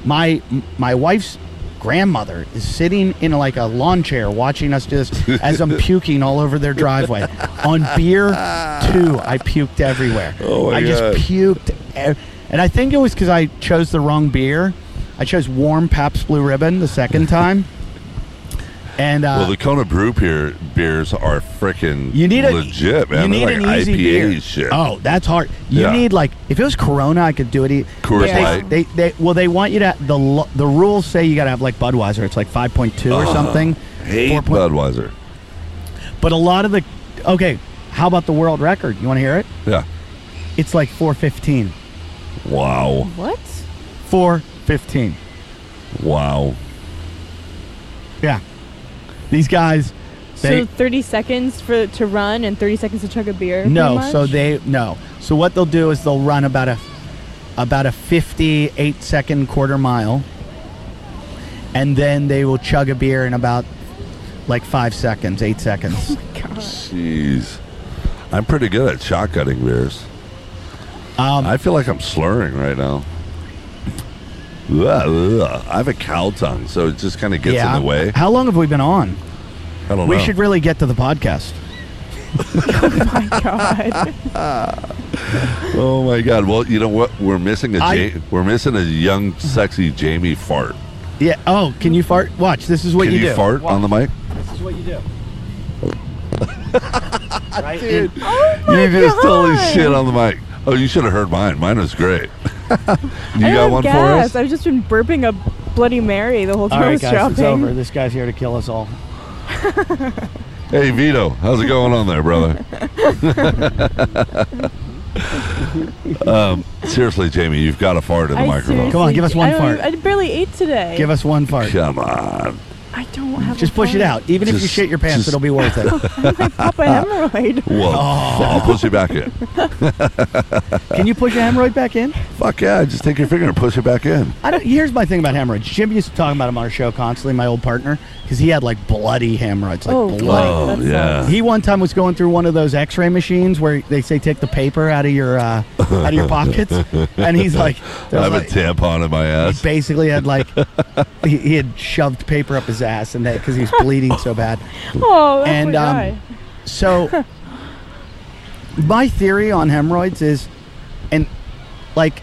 Speaker 3: My my wife's grandmother is sitting in like a lawn chair watching us do this as I'm puking all over their driveway. On beer too, I puked everywhere.
Speaker 1: Oh, my
Speaker 3: I just
Speaker 1: God.
Speaker 3: puked, ev- and I think it was because I chose the wrong beer. I chose warm Pabst Blue Ribbon the second time, and uh,
Speaker 1: Well, the Kona Brew beer, beers are freaking
Speaker 3: you need a
Speaker 1: legit, man.
Speaker 3: You need
Speaker 1: They're
Speaker 3: an
Speaker 1: like
Speaker 3: easy
Speaker 1: IPA
Speaker 3: beer.
Speaker 1: shit.
Speaker 3: Oh, that's hard. You
Speaker 1: Yeah.
Speaker 3: need like if it was Corona, I could do it. e-
Speaker 1: Coors
Speaker 3: but they-
Speaker 1: Light.
Speaker 3: They, they well, they want you to the lo- the rules say you got to have like Budweiser. It's like five point two
Speaker 1: Uh-huh.
Speaker 3: or something.
Speaker 1: Hate
Speaker 3: Four point-
Speaker 1: Budweiser.
Speaker 3: But a lot of the okay. How about the world record? You want to hear it?
Speaker 1: Yeah.
Speaker 3: It's like four fifteen.
Speaker 1: Wow.
Speaker 4: What?
Speaker 3: Four fifteen.
Speaker 1: Wow.
Speaker 3: Yeah. These guys. They,
Speaker 4: so 30 seconds for to run and 30 seconds to chug a beer? pretty
Speaker 3: No,
Speaker 4: much?
Speaker 3: so they no. So what they'll do is they'll run about a about a 58 second quarter mile and then they will chug a beer in about like 5 seconds, 8 seconds.
Speaker 1: Jeez. I'm pretty good at shotgunning beers.
Speaker 3: Um,
Speaker 1: I feel like I'm slurring right now. Ugh, ugh. I have a cow tongue, so it just kind of gets in the way.
Speaker 3: How long have we been on?
Speaker 1: I don't
Speaker 3: We
Speaker 1: know.
Speaker 3: should really get to the podcast.
Speaker 4: God.
Speaker 1: oh my god! Well, you know what? We're missing a
Speaker 3: I-
Speaker 1: Ja- we're missing a young, sexy Jamie fart.
Speaker 3: Yeah. Oh, can you fart? Watch. This is what
Speaker 1: Can
Speaker 3: you
Speaker 1: you,
Speaker 3: do.
Speaker 1: fart on the mic?
Speaker 3: This is what you do. right? And-
Speaker 1: you just totally
Speaker 4: God.
Speaker 1: shit on the mic. Oh, you should have heard mine. Mine was great. you
Speaker 4: I
Speaker 1: got
Speaker 4: don't
Speaker 1: one
Speaker 4: have
Speaker 1: for
Speaker 4: gas.
Speaker 1: us?
Speaker 4: I've just been burping a Bloody Mary the whole
Speaker 3: all
Speaker 4: time I
Speaker 3: right,
Speaker 4: was
Speaker 3: guys,
Speaker 4: shopping.
Speaker 3: it's over. This guy's here to kill us all.
Speaker 1: Hey Vito, how's it going on there, brother? um, seriously, Jamie, you've got to fart in the
Speaker 4: I
Speaker 1: microphone.
Speaker 4: seriously
Speaker 3: Come on, give us
Speaker 4: d-
Speaker 3: one
Speaker 4: I don't
Speaker 3: fart.
Speaker 4: even- I barely ate today.
Speaker 3: Give us one fart.
Speaker 1: Come on.
Speaker 4: I don't have.
Speaker 3: Just
Speaker 4: a
Speaker 3: push it out.
Speaker 4: fart.
Speaker 3: Even if you
Speaker 1: Just-
Speaker 3: shit your pants,
Speaker 1: just-
Speaker 3: it'll be worth it.
Speaker 4: I pop a
Speaker 3: Uh,
Speaker 4: hemorrhoid.
Speaker 1: Whoa.
Speaker 3: Oh.
Speaker 1: I'll push you back in.
Speaker 3: Can you push a hemorrhoid back in?
Speaker 1: Fuck yeah, just take your finger and push it back in.
Speaker 3: I don't. Here's my thing about hemorrhoids. Jim used to talk about him on our show constantly. My old partner, because he had like bloody hemorrhoids, like
Speaker 4: Oh,
Speaker 3: blood.
Speaker 4: God, that
Speaker 1: yeah.
Speaker 4: sucks.
Speaker 3: He one time was going through one of those X-ray machines where they say take the paper out of your uh, out of your pockets, and he's like,
Speaker 1: I
Speaker 3: there was,
Speaker 1: have
Speaker 3: like-
Speaker 1: a tampon in my
Speaker 3: he
Speaker 1: ass.
Speaker 3: basically had like he, he had shoved paper up his ass, and that because he was bleeding so bad.
Speaker 4: Oh, that's
Speaker 3: And,
Speaker 4: my
Speaker 3: um,
Speaker 4: guy.
Speaker 3: So, my theory on hemorrhoids is, and like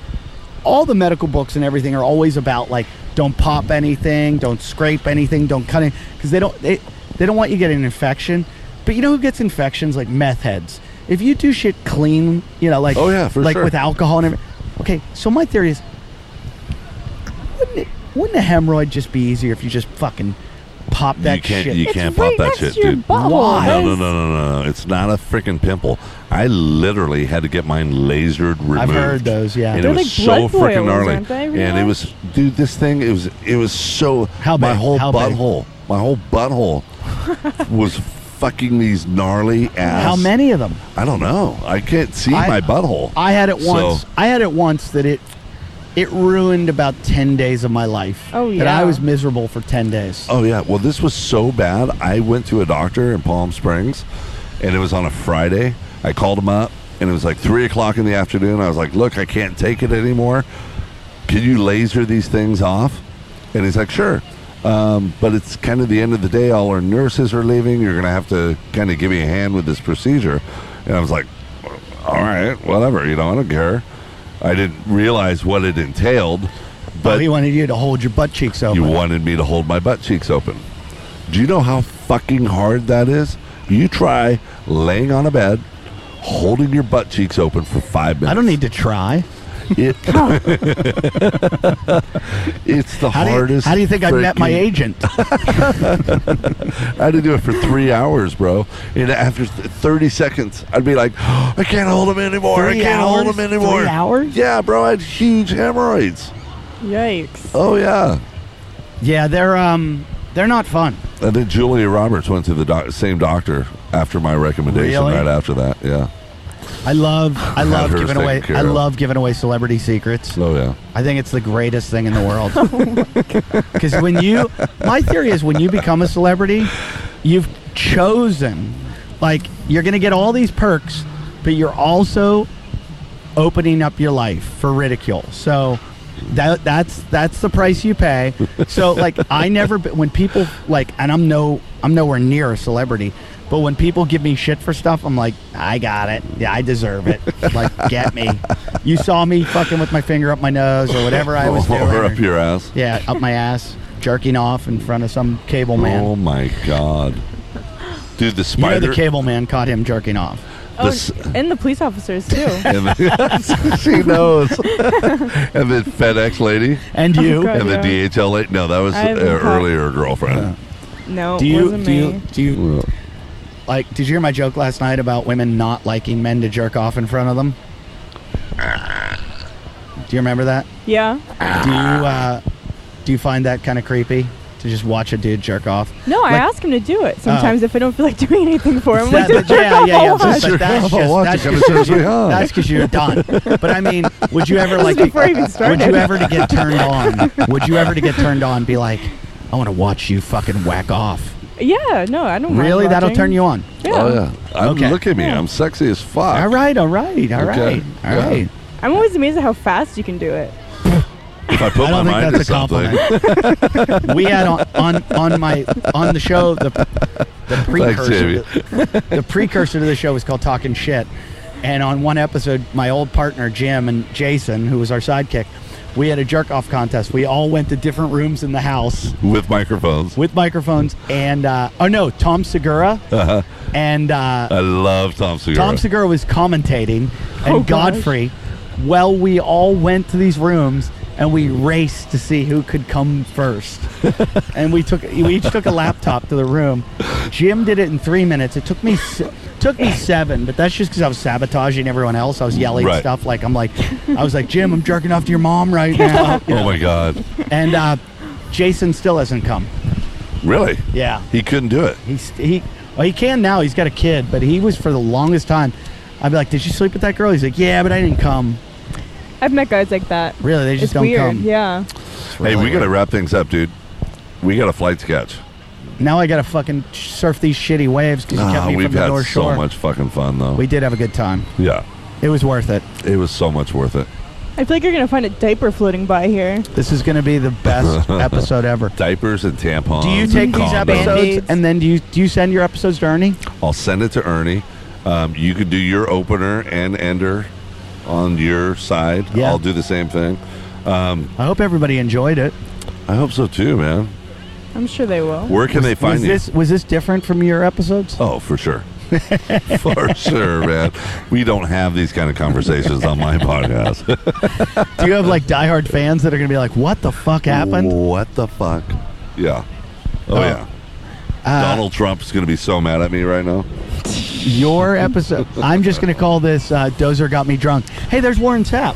Speaker 3: all the medical books and everything are always about like don't pop anything, don't scrape anything, don't cut it because they don't they they don't want you getting an infection. But you know who gets infections? Like meth heads. If you do shit clean, you know, like
Speaker 1: Oh, yeah, for
Speaker 3: like
Speaker 1: sure.
Speaker 3: with alcohol and everything. Okay, so my theory is, wouldn't it, wouldn't a hemorrhoid just be easier if you just fucking pop that
Speaker 1: you can't
Speaker 3: shit?
Speaker 1: you
Speaker 4: It's
Speaker 1: can't pop
Speaker 4: right
Speaker 1: that
Speaker 4: next
Speaker 1: shit,
Speaker 4: to your
Speaker 1: dude.
Speaker 4: butthole.
Speaker 3: Why?
Speaker 1: No,
Speaker 4: That
Speaker 1: no,
Speaker 4: is-
Speaker 1: no, no, no, no. It's not a freaking pimple. I literally had to get mine lasered removed.
Speaker 3: I've heard those. Yeah,
Speaker 1: And it
Speaker 4: They're
Speaker 1: was
Speaker 4: like
Speaker 1: so
Speaker 4: blood boils,
Speaker 1: freaking gnarly.
Speaker 4: aren't they,
Speaker 1: and it
Speaker 4: really?
Speaker 1: was, dude, this thing, it was, it was so.
Speaker 3: How
Speaker 1: My
Speaker 3: big?
Speaker 1: whole
Speaker 3: How big?
Speaker 1: butthole, my whole butthole was fucking these gnarly ass.
Speaker 3: How many of them?
Speaker 1: I don't know. I can't see
Speaker 3: I-
Speaker 1: my butthole.
Speaker 3: I had it
Speaker 1: So-
Speaker 3: once. I had it once that it it ruined about ten days of my life.
Speaker 4: Oh,
Speaker 3: That
Speaker 4: yeah.
Speaker 3: I was miserable for ten days.
Speaker 1: Oh yeah. Well, this was so bad. I went to a doctor in Palm Springs, and it was on a Friday. I called him up, and it was like three o'clock in the afternoon. I was like, "Look, I can't take it anymore. Can you laser these things off?" And he's like, "Sure." Um, but it's kind of the end of the day. All our nurses are leaving. You're gonna have to kind of give me a hand with this procedure. And I was like, "All right, whatever. You know, I don't care." I didn't realize what it entailed, but
Speaker 3: he wanted you to hold your butt cheeks open.
Speaker 1: you wanted me to hold my butt cheeks open. Do you know how fucking hard that is? You try laying on a bed, holding your butt cheeks open for five minutes.
Speaker 3: I don't need to try.
Speaker 1: It, it's the
Speaker 3: How do, you,
Speaker 1: hardest.
Speaker 3: how do you think I met my
Speaker 1: freaking-
Speaker 3: agent?
Speaker 1: I had to do it for three hours, bro. And after th- 30 seconds, I'd be like, I can't hold him anymore. I
Speaker 3: Three
Speaker 1: can't hold
Speaker 3: hours?
Speaker 1: him anymore.
Speaker 3: Three hours?
Speaker 1: Yeah, bro. I had huge hemorrhoids.
Speaker 4: Yikes.
Speaker 1: Oh, yeah.
Speaker 3: yeah, they're um they're not fun.
Speaker 1: And then Julia Roberts went to the doc- same doctor after my recommendation.
Speaker 3: Really?
Speaker 1: Right after that, yeah.
Speaker 3: I love I love
Speaker 1: hers
Speaker 3: giving
Speaker 1: taken
Speaker 3: away
Speaker 1: care
Speaker 3: I
Speaker 1: of.
Speaker 3: love giving away celebrity secrets.
Speaker 1: Oh yeah.
Speaker 3: I think it's the greatest thing in the world. Because when you, my theory is when you become a celebrity, you've chosen, like, you're going to get all these perks, but you're also opening up your life for ridicule. So That that's that's the price you pay. So like I never b- when people like and I'm no I'm nowhere near a celebrity, but when people give me shit for stuff, I'm like I got it. Yeah, I deserve it. Like get me. You saw me fucking with my finger up my nose or whatever I was
Speaker 1: or
Speaker 3: doing.
Speaker 1: up your ass.
Speaker 3: yeah, up my ass, jerking off in front of some cable man.
Speaker 1: Oh my god, dude! The
Speaker 3: you know
Speaker 1: spider.
Speaker 3: the cable man caught him jerking off.
Speaker 4: Oh,
Speaker 1: s-
Speaker 4: and the police officers too.
Speaker 1: and the- she knows. and the FedEx lady
Speaker 3: And you
Speaker 4: Oh God.
Speaker 1: and the
Speaker 4: Yeah.
Speaker 1: DHL lady. No, that was
Speaker 4: I
Speaker 1: uh,
Speaker 4: haven't caught-
Speaker 1: earlier girlfriend. Oh,
Speaker 4: No,
Speaker 3: do
Speaker 4: it
Speaker 3: you
Speaker 4: wasn't
Speaker 3: do
Speaker 4: me.
Speaker 3: you do you
Speaker 1: Well,
Speaker 3: like did you hear my joke last night about women not liking men to jerk off in front of them? Do you remember that?
Speaker 4: yeah.
Speaker 3: Do you uh, do you find that kind of creepy to just watch a dude jerk off?
Speaker 4: No, I
Speaker 3: Like- Oh.
Speaker 4: ask him to do it sometimes if I don't feel like doing anything for him.
Speaker 3: That-
Speaker 4: like, just
Speaker 3: but
Speaker 4: jerk off, I'll
Speaker 3: but
Speaker 4: watch.
Speaker 1: Jerk
Speaker 3: that's
Speaker 1: off,
Speaker 3: just-
Speaker 1: I'll watch
Speaker 3: that's
Speaker 1: it.
Speaker 3: just
Speaker 1: Kinda
Speaker 3: 'cause
Speaker 1: turns me
Speaker 3: you-
Speaker 1: on.
Speaker 3: That's because you're done. But I mean, would you ever like?
Speaker 4: before I even started.
Speaker 3: Would you ever to get turned on? Would you ever to get turned on? Be like, I want to watch you fucking whack off.
Speaker 4: Yeah, no, I don't. mind
Speaker 3: Really, that'll
Speaker 4: watching.
Speaker 3: turn you on.
Speaker 4: Yeah.
Speaker 1: Oh yeah. I'm,
Speaker 3: Okay.
Speaker 1: Look at me. I'm sexy as fuck.
Speaker 3: All right, all right, all
Speaker 1: Okay.
Speaker 3: right, all
Speaker 1: Yeah.
Speaker 3: right.
Speaker 4: I'm always amazed at how fast you can do it.
Speaker 1: If I put
Speaker 3: I
Speaker 1: my
Speaker 3: don't
Speaker 1: mind
Speaker 3: think
Speaker 1: to
Speaker 3: that's a
Speaker 1: something.
Speaker 3: compliment. we had on, on on my on the show the the
Speaker 1: Jamie.
Speaker 3: precursor to, the precursor to the show was called Talking Shit, and on one episode, my old partner Jim and Jason, who was our sidekick, we had a jerk off contest. We all went to different rooms in the house
Speaker 1: with microphones.
Speaker 3: with microphones, and uh, oh no, Tom Segura and. Uh,
Speaker 1: I love Tom Segura.
Speaker 3: Tom Segura was commentating, and
Speaker 4: Oh, gosh.
Speaker 3: Godfrey. Well, we all went to these rooms and we raced to see who could come first. and we took we each took a laptop to the room. Jim did it in three minutes. It took me se- took me seven, but that's just because I was sabotaging everyone else. I was yelling
Speaker 1: Right.
Speaker 3: stuff like I'm like I was like Jim, I'm jerking off to your mom right now. You
Speaker 1: oh
Speaker 3: know?
Speaker 1: my god.
Speaker 3: And uh, Jason still hasn't come.
Speaker 1: Really?
Speaker 3: Yeah.
Speaker 1: He couldn't do it.
Speaker 3: He's he well, he can now. He's got a kid, but he was for the longest time. I'd be like, "Did you sleep with that girl?" He's like, "Yeah, but I didn't come."
Speaker 4: I've met guys like that.
Speaker 3: Really, they just
Speaker 4: it's
Speaker 3: don't
Speaker 4: weird.
Speaker 3: come.
Speaker 4: Yeah.
Speaker 1: Hey, we gotta wrap things up, dude. We got a flight sketch.
Speaker 3: Now I gotta fucking surf these shitty waves because you kept
Speaker 1: Ah,
Speaker 3: me
Speaker 1: we've
Speaker 3: from the
Speaker 1: had
Speaker 3: North Shore.
Speaker 1: so much fucking fun though.
Speaker 3: We did have a good time.
Speaker 1: yeah,
Speaker 3: It was worth it.
Speaker 1: it was so much worth it.
Speaker 4: I feel like you're gonna find a diaper floating by here.
Speaker 3: This is gonna be the best episode ever.
Speaker 1: Diapers and tampons.
Speaker 3: Do you take
Speaker 1: and
Speaker 3: these
Speaker 1: condoms.
Speaker 3: episodes
Speaker 4: Band-Aids.
Speaker 3: and then do you do you send your episodes to Ernie?
Speaker 1: I'll send it to Ernie. Um, you could do your opener and ender on your side.
Speaker 3: Yeah.
Speaker 1: I'll do the same thing.
Speaker 3: I hope everybody enjoyed it.
Speaker 1: I hope so too, man.
Speaker 4: I'm sure they will.
Speaker 1: Where can they find
Speaker 3: was
Speaker 1: you?
Speaker 3: this was this different from your episodes?
Speaker 1: Oh, for sure. for sure, man. We don't have these kind of conversations on my podcast.
Speaker 3: Do you have like diehard fans that are gonna be like, "What the fuck happened?"
Speaker 1: What the fuck? Yeah. Oh,
Speaker 3: Oh.
Speaker 1: yeah. Donald Trump's going to be so mad at me right now.
Speaker 3: Your episode. I'm just going to call this uh, Dozer Got Me Drunk. Hey, there's Warren Sapp.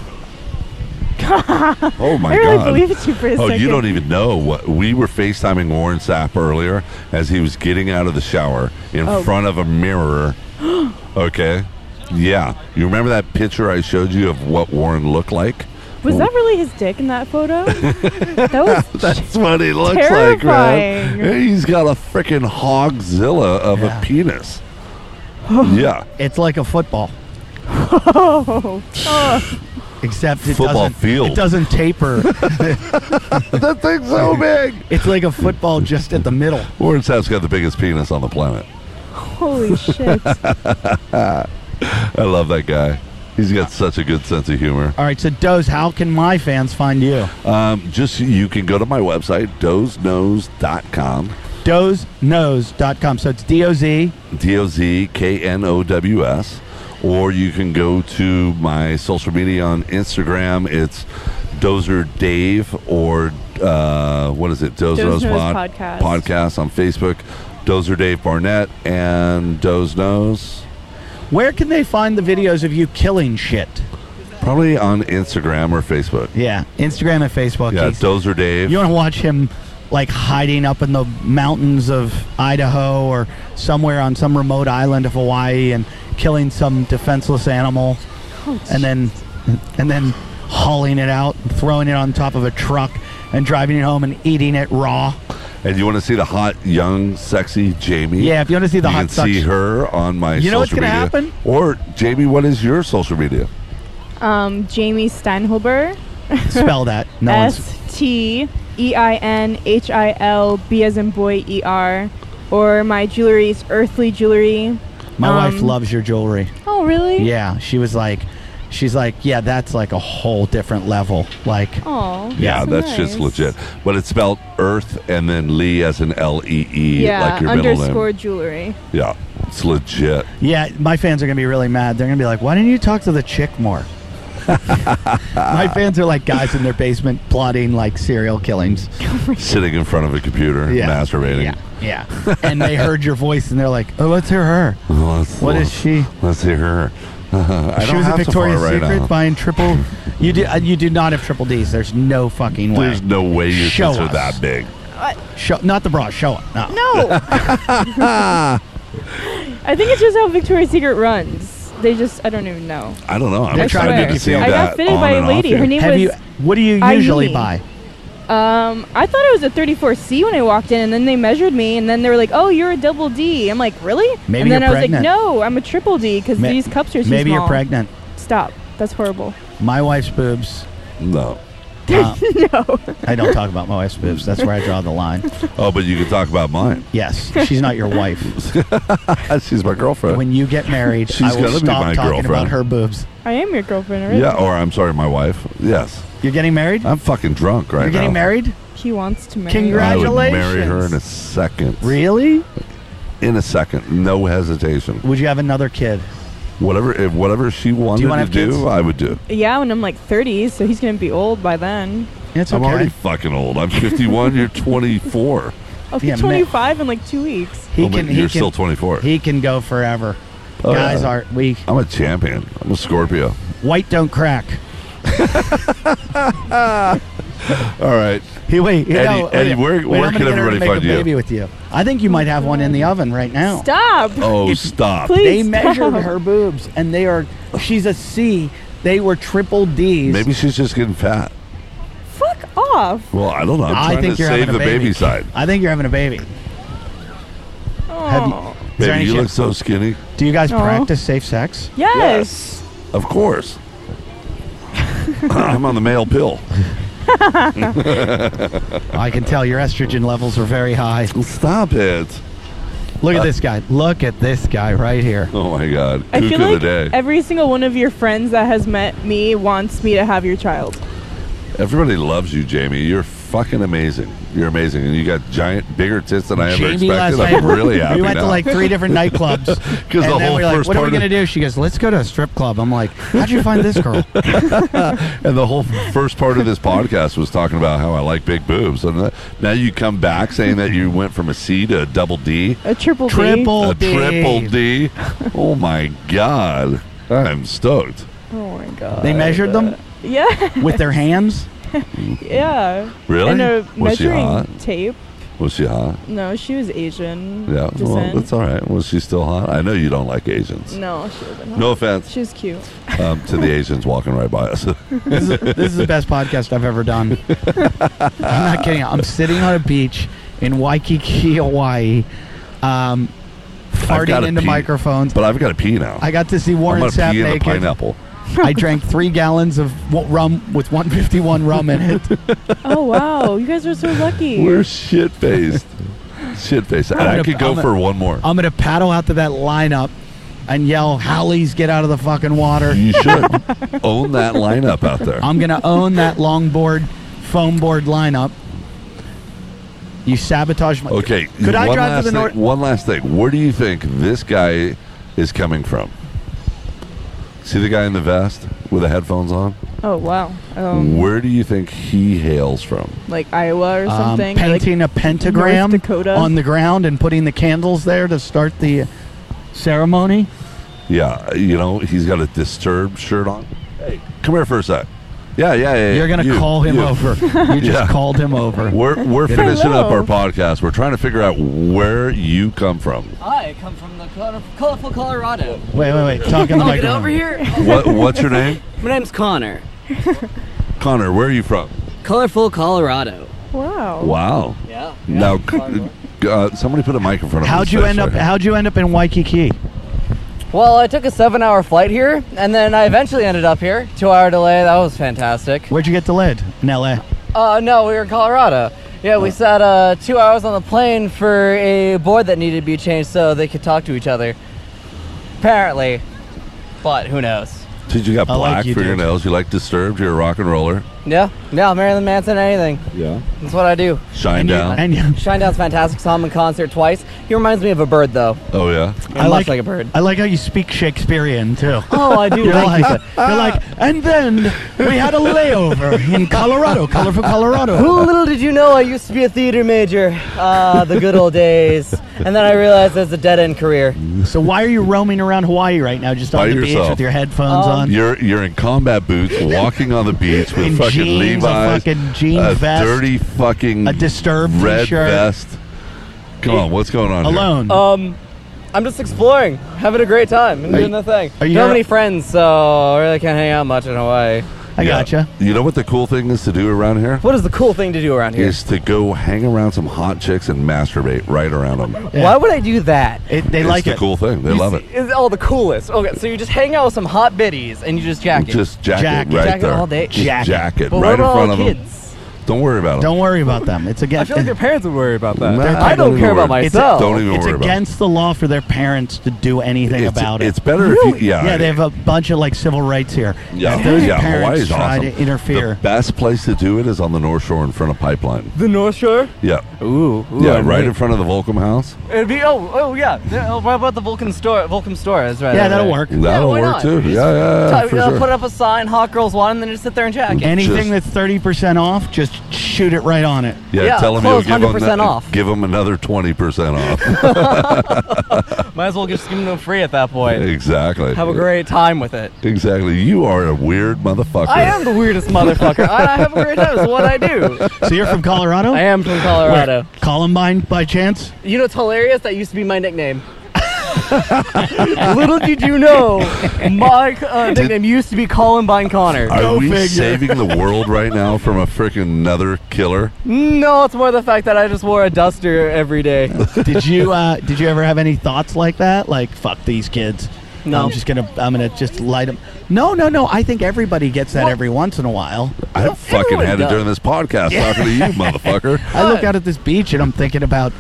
Speaker 1: Oh my
Speaker 4: I really
Speaker 1: god.
Speaker 4: believed you for a
Speaker 1: Oh,
Speaker 4: second.
Speaker 1: you don't even know what we were FaceTiming Warren Sapp earlier as he was getting out of the shower in
Speaker 4: Oh.
Speaker 1: front of a mirror. okay. Yeah. You remember that picture I showed you of what Warren looked like?
Speaker 4: Was
Speaker 1: oh.
Speaker 4: that really his dick in that photo? that was
Speaker 1: That's what he looks like,
Speaker 4: Terrifying.
Speaker 1: man. He's got a freaking hogzilla of
Speaker 3: Yeah.
Speaker 1: a penis. yeah.
Speaker 3: It's like a football,
Speaker 4: oh, oh.
Speaker 3: except it
Speaker 1: Football
Speaker 3: doesn't.
Speaker 1: field.
Speaker 3: It doesn't taper.
Speaker 1: That thing's so big.
Speaker 3: it's like a football just at the middle.
Speaker 1: Warren Sapp's got the biggest penis on the planet.
Speaker 4: holy shit!
Speaker 1: I love that guy. He's got such a good sense of humor.
Speaker 3: All right, so Doze, how can my fans find you?
Speaker 1: Um, just you can go to my website, dozenose.com.
Speaker 3: DozeKnows.com. So it's D O Z.
Speaker 1: D O Z K N O W S. Or you can go to my social media on Instagram. It's Dozer Dave or uh, what is it? Doze
Speaker 4: Doze
Speaker 1: Nose
Speaker 4: Nose
Speaker 1: Pod-
Speaker 4: Podcast.
Speaker 1: Podcast on Facebook. Dozer Dave Barnett and Doze Nose.
Speaker 3: Where can they find the videos of you killing shit?
Speaker 1: Probably on Instagram or Facebook.
Speaker 3: Yeah, Instagram and Facebook.
Speaker 1: Yeah,
Speaker 3: He's-
Speaker 1: Dozer Dave.
Speaker 3: You want to watch him like hiding up in the mountains of Idaho or somewhere on some remote island of Hawaii and killing some defenseless animal and then and then hauling it out, and throwing it on top of a truck and driving it home and eating it raw.
Speaker 1: and you want to see the hot, young, sexy Jamie?
Speaker 3: Yeah, if you want to see the
Speaker 1: you
Speaker 3: hot
Speaker 1: can see
Speaker 3: suction.
Speaker 1: her on my
Speaker 3: You know what's
Speaker 1: social
Speaker 3: gonna
Speaker 1: media.
Speaker 3: happen?
Speaker 1: Or Jamie, what is your social media?
Speaker 4: Um, Jamie Steinhuber
Speaker 3: Spell that. No one's.
Speaker 4: S T E I N H I L B as in boy E R. Or my jewelry is earthly jewelry.
Speaker 3: My wife
Speaker 4: um,
Speaker 3: loves your jewelry.
Speaker 4: Oh, really?
Speaker 3: Yeah, she was like, she's like, yeah, that's like a whole different level. Like,
Speaker 4: Oh.
Speaker 1: Yeah, that's just legit. But it's spelled Earth and then Lee as an L E E,
Speaker 4: Yeah,
Speaker 1: like your middle
Speaker 4: underscore
Speaker 1: name.
Speaker 4: jewelry.
Speaker 1: Yeah, it's legit.
Speaker 3: yeah, my fans are gonna be really mad. They're gonna be like, why didn't you talk to the chick more? my fans are like guys in their basement plotting like serial killings.
Speaker 1: Sitting in front of a computer,
Speaker 3: Yeah.
Speaker 1: masturbating.
Speaker 3: Yeah, yeah. and they heard your voice and they're like, oh, let's hear her.
Speaker 1: Let's,
Speaker 3: What is she?
Speaker 1: Let's hear her. I
Speaker 3: she
Speaker 1: don't
Speaker 3: was
Speaker 1: have
Speaker 3: at
Speaker 1: to
Speaker 3: Victoria's
Speaker 1: fart right
Speaker 3: Secret
Speaker 1: now.
Speaker 3: buying triple. You do. uh, You do not have triple D's. There's no fucking way.
Speaker 1: There's no way your
Speaker 3: Show
Speaker 1: tits are
Speaker 3: us.
Speaker 1: that big.
Speaker 3: Show, not the bra. Show it. No.
Speaker 4: No. I think it's just how Victoria's Secret runs. They just, I don't even know.
Speaker 1: I don't know. I'm
Speaker 3: They're
Speaker 4: I
Speaker 1: trying to
Speaker 4: swear.
Speaker 1: get to see
Speaker 4: I
Speaker 1: that
Speaker 4: got fitted
Speaker 1: on
Speaker 4: by
Speaker 1: and
Speaker 4: a
Speaker 1: off
Speaker 4: lady.
Speaker 1: you.
Speaker 4: Her name
Speaker 3: Have
Speaker 4: was.
Speaker 3: you? What do you
Speaker 4: I
Speaker 3: usually
Speaker 4: need-
Speaker 3: buy?
Speaker 4: Um, I thought it was a 34C when I walked in, and then they measured me, and then they were like, "Oh, you're a double D." I'm like, "Really?"
Speaker 3: Maybe
Speaker 4: and then
Speaker 3: you're
Speaker 4: I was
Speaker 3: pregnant.
Speaker 4: like, "No, I'm a triple D because
Speaker 3: Ma-
Speaker 4: these cups are too
Speaker 3: Maybe you're
Speaker 4: small."
Speaker 3: pregnant.
Speaker 4: Stop. That's horrible.
Speaker 3: My wife's boobs.
Speaker 1: No.
Speaker 3: uh,
Speaker 4: no.
Speaker 3: I don't talk about my wife's boobs. That's where I draw the line.
Speaker 1: Oh, but you can talk about mine.
Speaker 3: Yes, she's not your wife.
Speaker 1: She's my girlfriend.
Speaker 3: When you get married,
Speaker 1: She's
Speaker 3: I will
Speaker 1: gonna be
Speaker 3: stop
Speaker 1: my
Speaker 3: talking about
Speaker 1: girlfriend.
Speaker 3: her boobs.
Speaker 4: I am your girlfriend already.
Speaker 1: yeah, or I'm sorry, my wife. Yes.
Speaker 3: You're getting married.
Speaker 1: I'm fucking drunk right
Speaker 3: You're getting
Speaker 1: now.
Speaker 3: married.
Speaker 4: He wants to marry.
Speaker 3: Congrats.
Speaker 1: I would marry her
Speaker 3: Congratulations.
Speaker 1: in a second.
Speaker 3: Really?
Speaker 1: In a second, no hesitation.
Speaker 3: Would you have another kid?
Speaker 1: Whatever, if whatever she wanted
Speaker 3: wanna
Speaker 1: to
Speaker 3: have kids?
Speaker 1: do, I would do.
Speaker 4: me. Yeah, when I'm like 30, so he's gonna be old by then.
Speaker 3: It's
Speaker 1: I'm
Speaker 3: okay.
Speaker 1: already fucking old. I'm 51. you're 24.
Speaker 4: I'll be
Speaker 3: Yeah, ma-
Speaker 4: 25 in like two weeks.
Speaker 3: he
Speaker 1: Oh, but
Speaker 3: can.
Speaker 1: you're
Speaker 3: He
Speaker 1: still
Speaker 3: can.
Speaker 1: 24.
Speaker 3: He can go forever.
Speaker 1: Oh,
Speaker 3: Guys
Speaker 1: yeah.
Speaker 3: are we
Speaker 1: I'm a champion. I'm a Scorpio.
Speaker 3: white don't crack.
Speaker 1: All right.
Speaker 3: Hey, wait, you
Speaker 1: Eddie-
Speaker 3: know,
Speaker 1: Eddie,
Speaker 3: wait,
Speaker 1: where-
Speaker 3: wait,
Speaker 1: where
Speaker 3: I'm
Speaker 1: can
Speaker 3: gonna get her to
Speaker 1: everybody
Speaker 3: make a
Speaker 1: find you?
Speaker 3: Baby with you. I think you might have one in the oven right now.
Speaker 4: Stop.
Speaker 1: Oh, stop.
Speaker 4: Please.
Speaker 3: They measured
Speaker 4: stop.
Speaker 3: her boobs, and they are. She's a C. They were triple D's.
Speaker 1: Maybe she's just getting fat.
Speaker 4: Fuck off.
Speaker 1: Well, I don't know. I'm
Speaker 3: I
Speaker 1: trying
Speaker 3: think
Speaker 1: to
Speaker 3: you're
Speaker 1: save
Speaker 3: having
Speaker 1: the
Speaker 3: a baby.
Speaker 1: baby side.
Speaker 3: I think you're having a baby. Have you-
Speaker 4: Oh.
Speaker 3: Is
Speaker 1: Baby,
Speaker 3: there any
Speaker 1: you
Speaker 3: chance-
Speaker 1: look so skinny.
Speaker 3: Do you guys
Speaker 4: Aw.
Speaker 3: practice safe sex?
Speaker 4: Yes.
Speaker 1: Of course. I'm on the male pill.
Speaker 3: I can tell your estrogen levels are very high.
Speaker 1: Stop it.
Speaker 3: Look at this guy. Look at this guy right here.
Speaker 1: Oh my God.
Speaker 4: I
Speaker 1: Kook
Speaker 4: feel
Speaker 1: of
Speaker 4: like
Speaker 1: the day.
Speaker 4: every single one of your friends that has met me wants me to have your child.
Speaker 1: Everybody loves you, Jamie. You're fucking amazing. You're amazing. And you got giant, bigger tits than I ever
Speaker 3: Jamie last
Speaker 1: expected.
Speaker 3: night.
Speaker 1: I'm really happy
Speaker 3: we went
Speaker 1: now.
Speaker 3: to like three different nightclubs.
Speaker 1: 'Cause
Speaker 3: and
Speaker 1: the
Speaker 3: then
Speaker 1: whole
Speaker 3: we're like,
Speaker 1: first
Speaker 3: what are we
Speaker 1: part of-
Speaker 3: gonna do? She goes, let's go to a strip club. I'm like, how'd you find this girl?
Speaker 1: and the whole first part of this podcast was talking about how I like big boobs. And that- now you come back saying that you went from a C to a double D,
Speaker 4: A triple D.
Speaker 3: Triple
Speaker 1: a
Speaker 3: D.
Speaker 1: triple D. Oh my God. I'm stoked.
Speaker 4: Oh my god.
Speaker 3: They measured them
Speaker 4: Yeah,
Speaker 3: with their hands.
Speaker 4: yeah.
Speaker 1: Really?
Speaker 4: And a
Speaker 1: Was she hot?
Speaker 4: measuring tape.
Speaker 1: Was she hot?
Speaker 4: No, she was Asian.
Speaker 1: Yeah. Well,
Speaker 4: descent.
Speaker 1: that's all right. Was she still hot? I know you don't like Asians.
Speaker 4: No, she wasn't. hot.
Speaker 1: No offense
Speaker 4: She was cute.
Speaker 1: um, to the Asians walking right by us.
Speaker 3: This is, this is the best podcast I've ever done. I'm not kidding. I'm sitting on a beach in Waikiki, Hawaii, um, farting
Speaker 1: gotta
Speaker 3: into
Speaker 1: pee.
Speaker 3: microphones.
Speaker 1: but I've got to pee now.
Speaker 3: I got to see
Speaker 1: I'm
Speaker 3: Warren
Speaker 1: gonna
Speaker 3: Sapp
Speaker 1: pee in the
Speaker 3: naked.
Speaker 1: pineapple.
Speaker 3: I drank three gallons of wa- rum with 151 rum in it.
Speaker 4: Oh wow, you guys were so lucky.
Speaker 1: We're shit faced. shit faced. And I
Speaker 3: gonna-
Speaker 1: could go
Speaker 3: I'm gonna-
Speaker 1: for one more.
Speaker 3: I'm gonna paddle out to that lineup and yell, "Hallies, get out of the fucking water!"
Speaker 1: you should own that lineup out there.
Speaker 3: I'm gonna own that longboard, foam board lineup. You sabotage my.
Speaker 1: Okay.
Speaker 3: Could I
Speaker 1: one
Speaker 3: drive
Speaker 1: last
Speaker 3: to the north?
Speaker 1: thing, One last thing. Where do you think this guy is coming from? See the guy in the vest with the headphones on?
Speaker 4: oh wow. Um,
Speaker 1: Where do you think he hails from?
Speaker 4: like Iowa or
Speaker 3: Um,
Speaker 4: something. Like,
Speaker 3: painting a pentagram
Speaker 4: North Dakota?
Speaker 3: on the ground and putting the candles there to start the ceremony.
Speaker 1: Yeah, you know, he's got a disturbed shirt on. Hey, come here for a sec. Yeah, yeah, yeah.
Speaker 3: You're gonna
Speaker 1: you,
Speaker 3: call him
Speaker 1: you.
Speaker 3: over. You just
Speaker 1: Yeah.
Speaker 3: called him over.
Speaker 1: We're we're
Speaker 4: Hello.
Speaker 1: finishing up our podcast. We're trying to figure out where you come from.
Speaker 6: I come from the color- colorful Colorado.
Speaker 3: Wait, wait, wait. Talk in the
Speaker 7: I'll get
Speaker 3: microphone.
Speaker 7: over here.
Speaker 1: What what's your name?
Speaker 6: My name's Connor.
Speaker 1: Connor, where are you from?
Speaker 6: Colorful Colorado.
Speaker 4: wow.
Speaker 1: Wow.
Speaker 6: Yeah.
Speaker 1: Now, c- uh, somebody put a microphone.
Speaker 3: How'd you end up? How'd you end up in Waikiki?
Speaker 6: Well, I took a seven-hour flight here, and then I eventually ended up here. Two-hour delay. That was fantastic.
Speaker 3: Where'd you get delayed? In LA.
Speaker 6: Uh, no, we were in Colorado. Yeah, we sat uh, two hours on the plane for a board that needed to be changed so they could talk to each other. Apparently, but who knows?
Speaker 1: Did you got
Speaker 3: I like
Speaker 1: black
Speaker 3: you,
Speaker 1: for your
Speaker 3: dude.
Speaker 1: nails? You like Disturbed? You're a rock and roller.
Speaker 6: Yeah, yeah, Marilyn Manson, anything.
Speaker 1: Yeah.
Speaker 6: That's what I do.
Speaker 1: Shine
Speaker 3: And you-
Speaker 1: down.
Speaker 3: and you-
Speaker 6: Shine Down's fantastic. Saw him in concert twice. He reminds me of a bird, though.
Speaker 1: oh yeah.
Speaker 6: I much like a bird.
Speaker 3: I like how you speak Shakespearean too.
Speaker 6: Oh, I do
Speaker 3: You're
Speaker 6: like
Speaker 3: like, you're like, and then we had a layover in Colorado, colorful Colorado.
Speaker 6: Well, little did you know I used to be a theater major. Ah, the good old days. And then I realized it's a dead end career.
Speaker 3: So why are you roaming around Hawaii right now, just on
Speaker 1: By
Speaker 3: the
Speaker 1: yourself.
Speaker 3: beach with your headphones
Speaker 6: Um,
Speaker 3: on?
Speaker 1: You're you're in combat boots, walking on the beach with
Speaker 3: In
Speaker 1: fucking
Speaker 3: jeans, a
Speaker 1: Levi's,
Speaker 3: fucking jean
Speaker 1: a
Speaker 3: vest,
Speaker 1: dirty fucking
Speaker 3: a disturbed
Speaker 1: red
Speaker 3: t-shirt.
Speaker 1: vest. Come on, what's going on? here?
Speaker 3: Alone.
Speaker 6: Um, I'm just exploring, having a great time, and
Speaker 3: Are
Speaker 6: doing
Speaker 3: you-
Speaker 6: the thing.
Speaker 3: are you
Speaker 6: Don't have
Speaker 3: here-
Speaker 6: any friends, so I really can't hang out much in Hawaii.
Speaker 3: I
Speaker 1: Yeah.
Speaker 3: gotcha.
Speaker 1: You know what the cool thing is to do around here?
Speaker 6: What is the cool thing to do around here?
Speaker 1: Is to go hang around some hot chicks and masturbate right around them.
Speaker 3: Yeah.
Speaker 6: Why would I do that?
Speaker 3: It, they
Speaker 1: it's
Speaker 3: like
Speaker 1: the
Speaker 3: it.
Speaker 1: cool thing. They love it.
Speaker 6: It's all the coolest. Okay, so you just hang out with some hot biddies and you just jack it.
Speaker 1: Just jacket,
Speaker 3: Jacket.
Speaker 1: right
Speaker 6: Jacket
Speaker 1: there.
Speaker 6: all day.
Speaker 1: Just
Speaker 3: Jacket.
Speaker 1: jacket
Speaker 6: but
Speaker 1: right
Speaker 6: what
Speaker 1: in
Speaker 6: about
Speaker 1: front
Speaker 6: all
Speaker 1: of
Speaker 6: the
Speaker 1: them.
Speaker 6: kids?
Speaker 1: Don't worry about them.
Speaker 3: Don't worry about them. It's
Speaker 6: I
Speaker 3: against.
Speaker 6: feel like their parents would worry about that.
Speaker 1: Nah,
Speaker 6: I don't care
Speaker 1: worry.
Speaker 6: about
Speaker 1: It's-
Speaker 6: myself.
Speaker 1: Don't even
Speaker 3: it's
Speaker 1: worry about
Speaker 3: against the law for their parents to do anything
Speaker 1: it.
Speaker 3: about
Speaker 1: It's
Speaker 3: it.
Speaker 1: better if you, yeah.
Speaker 3: yeah, they have a bunch of like civil rights here.
Speaker 1: yeah,
Speaker 3: If those
Speaker 1: yeah,
Speaker 3: parents
Speaker 1: Hawaii's
Speaker 3: try
Speaker 1: awesome.
Speaker 3: to interfere.
Speaker 1: The best place to do it is on the North Shore in front of Pipeline.
Speaker 6: The North Shore?
Speaker 1: Yeah,
Speaker 6: Ooh. ooh
Speaker 1: yeah,
Speaker 6: I'm
Speaker 1: right
Speaker 6: really-
Speaker 1: in front of the Volcom House.
Speaker 6: It'd be oh oh yeah. yeah oh, what about the Vulcan store? Vulcan store is right.
Speaker 3: yeah,
Speaker 6: over
Speaker 3: that'll
Speaker 6: there.
Speaker 3: work.
Speaker 1: That'll
Speaker 6: why
Speaker 1: work
Speaker 6: not?
Speaker 1: too.
Speaker 6: Just
Speaker 1: Yeah, yeah, yeah
Speaker 6: T-
Speaker 1: for
Speaker 6: uh,
Speaker 1: sure.
Speaker 6: Put up a sign, hot girls want, 'em, and then just sit there and jack. it.
Speaker 3: Anything
Speaker 1: Just-
Speaker 3: that's thirty percent off, just shoot it right on it.
Speaker 1: yeah,
Speaker 6: yeah,
Speaker 1: tell them
Speaker 6: close
Speaker 1: you'll give
Speaker 6: 100%
Speaker 1: them,
Speaker 6: off.
Speaker 1: give them another twenty percent off.
Speaker 6: Might as well just give them free at that point.
Speaker 1: exactly.
Speaker 6: Have a great time with it.
Speaker 1: Exactly. You are a weird motherfucker.
Speaker 6: I am the weirdest motherfucker. I, I have a great time. It's what I do.
Speaker 3: So you're from Colorado?
Speaker 6: I am from Colorado.
Speaker 3: Columbine by chance?
Speaker 6: You know, it's hilarious. That used to be my nickname. Little did you know, my uh, nickname used to be Columbine Connor.
Speaker 1: Are
Speaker 3: Go
Speaker 1: we
Speaker 3: figure.
Speaker 1: saving the world right now from a freaking another killer?
Speaker 6: No, it's more the fact that I just wore a duster every day.
Speaker 3: did you uh, did you ever have any thoughts like that? Like fuck these kids.
Speaker 6: No.
Speaker 3: I'm just gonna I'm gonna just light them. No, no, no. I think everybody gets that every once in a while.
Speaker 1: I have fucking
Speaker 6: everyone
Speaker 1: had it
Speaker 6: does.
Speaker 1: during this podcast talking to you, motherfucker.
Speaker 3: I look out at this beach and I'm thinking about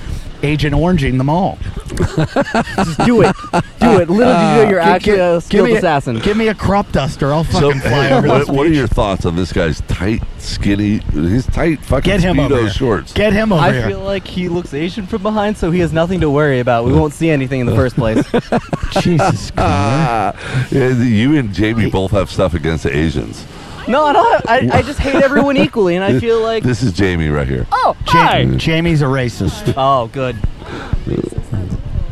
Speaker 3: Agent Oranging them all.
Speaker 6: Just do it. Do it. Little did you know you're
Speaker 3: Gi-
Speaker 6: actually
Speaker 3: gi-
Speaker 6: a skilled
Speaker 3: Uh, me a-
Speaker 6: assassin.
Speaker 3: give me a crop duster. I'll
Speaker 1: So,
Speaker 3: fucking fly over
Speaker 1: what,
Speaker 3: this
Speaker 1: what are
Speaker 3: beach.
Speaker 1: your thoughts on this guy's tight, skinny, his tight fucking
Speaker 3: Get him
Speaker 1: speedo
Speaker 3: over here.
Speaker 1: shorts?
Speaker 3: Get him over
Speaker 6: I
Speaker 3: here.
Speaker 6: feel like he looks Asian from behind, so he has nothing to worry about. We won't see anything in the first place.
Speaker 3: Jesus Christ.
Speaker 1: Yeah, you and Jamie both have stuff against the Asians.
Speaker 6: no, I don't. Have, I, I just hate everyone equally, and I feel like
Speaker 1: This is Jamie right here.
Speaker 6: oh hi.
Speaker 3: Ja- Jamie's a racist.
Speaker 6: Oh, good.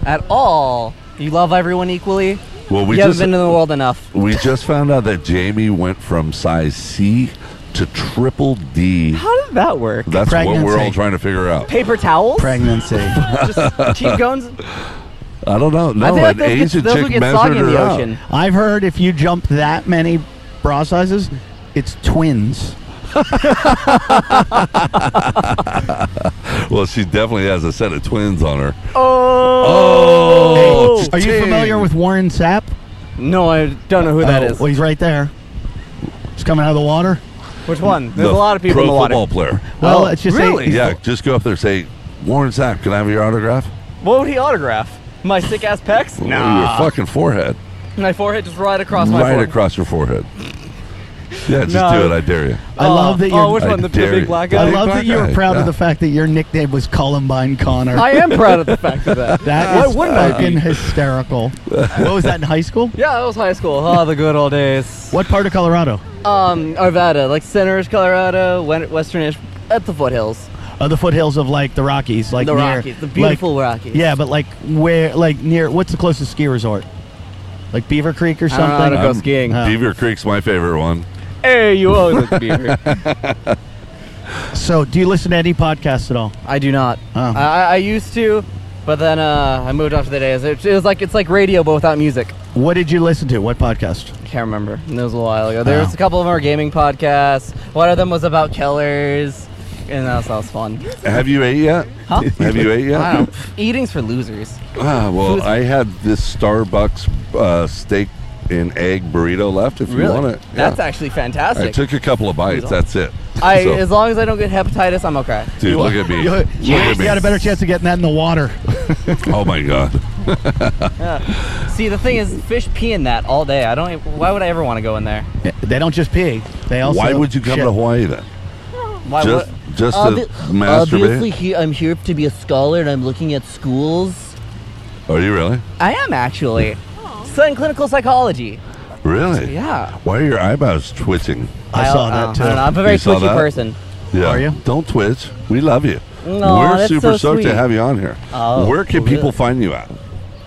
Speaker 6: At all, you love everyone equally.
Speaker 1: Well, we
Speaker 6: you haven't
Speaker 1: just
Speaker 6: been in the world enough.
Speaker 1: we just found out that Jamie went from size C to triple D.
Speaker 6: How did that work?
Speaker 1: That's what we're all
Speaker 3: Pregnancy.
Speaker 1: trying to figure out.
Speaker 6: Paper towels?
Speaker 3: Pregnancy.
Speaker 6: Just cheap guns?
Speaker 1: I don't know. No,
Speaker 6: I feel like
Speaker 1: an
Speaker 6: those,
Speaker 1: Asian
Speaker 6: get, those would
Speaker 1: chick
Speaker 6: get soggy
Speaker 1: measured
Speaker 6: in
Speaker 1: her
Speaker 6: the
Speaker 1: up.
Speaker 6: ocean.
Speaker 3: I've heard if you jump that many bra sizes, it's twins.
Speaker 1: Well, she definitely has a set of twins on her.
Speaker 6: Oh!
Speaker 3: Are you familiar with Warren Sapp?
Speaker 6: No, I don't know who that
Speaker 3: Oh,
Speaker 6: is.
Speaker 3: Well, he's right there. He's coming out of the water.
Speaker 6: Which one? There's a lot of people
Speaker 1: pro
Speaker 6: in the water.
Speaker 1: football player.
Speaker 3: Well,
Speaker 6: Oh,
Speaker 3: it's just
Speaker 6: really?
Speaker 3: a,
Speaker 1: Yeah, just go up there and say, Warren Sapp, can I have your autograph?
Speaker 6: What would he autograph? My sick ass pecs?
Speaker 1: No. Oh, Your fucking forehead.
Speaker 6: My forehead just right across my
Speaker 1: right
Speaker 6: forehead.
Speaker 1: across your forehead. Yeah, just
Speaker 6: No.
Speaker 1: do it. I dare you.
Speaker 3: I love that
Speaker 6: Oh,
Speaker 3: you're-
Speaker 6: which
Speaker 1: I
Speaker 6: one? The, the
Speaker 1: dare you.
Speaker 6: big black
Speaker 1: I
Speaker 3: I
Speaker 6: guy?
Speaker 3: love that you were
Speaker 1: Yeah.
Speaker 3: proud of the fact that your nickname was Columbine Connor.
Speaker 6: I am proud of the fact of that.
Speaker 3: that
Speaker 6: Why
Speaker 3: is
Speaker 6: wouldn't I
Speaker 3: fucking hysterical. what was that in high school?
Speaker 6: Yeah, that was high school. Oh, the good old days.
Speaker 3: What part of Colorado?
Speaker 6: Um, Arvada, like centerish Colorado, wen- westernish, at the foothills.
Speaker 3: Oh, the foothills of like the Rockies, like
Speaker 6: The
Speaker 3: near,
Speaker 6: Rockies, the
Speaker 3: like-
Speaker 6: beautiful Rockies.
Speaker 3: Yeah, but like where, like near, what's the closest ski resort? Like Beaver Creek or
Speaker 6: I don't know
Speaker 3: something?
Speaker 6: how to go
Speaker 1: I'm-
Speaker 6: skiing.
Speaker 3: Uh,
Speaker 1: Beaver Creek's my favorite one.
Speaker 6: hey, you always look beaver.
Speaker 3: So, do you listen to any podcasts at all?
Speaker 6: I do not.
Speaker 3: Oh.
Speaker 6: I, I- I used to, but then uh, I moved off to the days. It, it was like it's like radio but without music.
Speaker 3: What did you listen to? What podcast?
Speaker 6: Can't remember. It was a while ago. There
Speaker 3: Oh.
Speaker 6: was a couple of them were gaming podcasts. One of them was about killers. and that sounds fun.
Speaker 1: Have you ate yet?
Speaker 6: Huh?
Speaker 1: Have you ate yet?
Speaker 6: I don't. Eating's for losers.
Speaker 1: Ah, well,
Speaker 6: Who's-
Speaker 1: I had this Starbucks uh, steak and egg burrito left. If you
Speaker 6: Really?
Speaker 1: want it,
Speaker 6: That's
Speaker 1: Yeah.
Speaker 6: actually
Speaker 1: I
Speaker 6: fantastic.
Speaker 1: took a couple of bites. That's it.
Speaker 6: I
Speaker 1: So,
Speaker 6: as long as I don't get hepatitis, I'm okay.
Speaker 1: dude, look at me. Look at
Speaker 3: You
Speaker 1: me.
Speaker 3: got a better chance of getting that in the water.
Speaker 1: Oh my god.
Speaker 6: See, the thing is, fish pee in that all day. I don't. e- Why would I ever want to go in there?
Speaker 3: They don't just pee. They also.
Speaker 1: Why would you come
Speaker 3: shit.
Speaker 1: to Hawaii then?
Speaker 6: Why
Speaker 1: Just,
Speaker 6: would?
Speaker 1: just to
Speaker 7: Obvi- Obviously,
Speaker 1: masturbate?
Speaker 7: he- I'm here to be a scholar, and I'm looking at schools.
Speaker 1: Are you really?
Speaker 6: I am actually. Studying clinical psychology.
Speaker 1: Really?
Speaker 6: Yeah.
Speaker 1: Why are your eyebrows twitching?
Speaker 3: I saw
Speaker 6: don't-
Speaker 3: that
Speaker 6: I don't
Speaker 3: too.
Speaker 6: know. I'm a very
Speaker 1: You saw
Speaker 6: twitchy
Speaker 1: that?
Speaker 6: person.
Speaker 1: Yeah.
Speaker 3: Are you?
Speaker 1: Don't twitch. We love you.
Speaker 6: Aw,
Speaker 1: We're
Speaker 6: that's
Speaker 1: super
Speaker 6: so
Speaker 1: stoked
Speaker 6: sweet.
Speaker 1: to have you on here.
Speaker 6: Oh,
Speaker 1: Where can
Speaker 6: really?
Speaker 1: people find you at?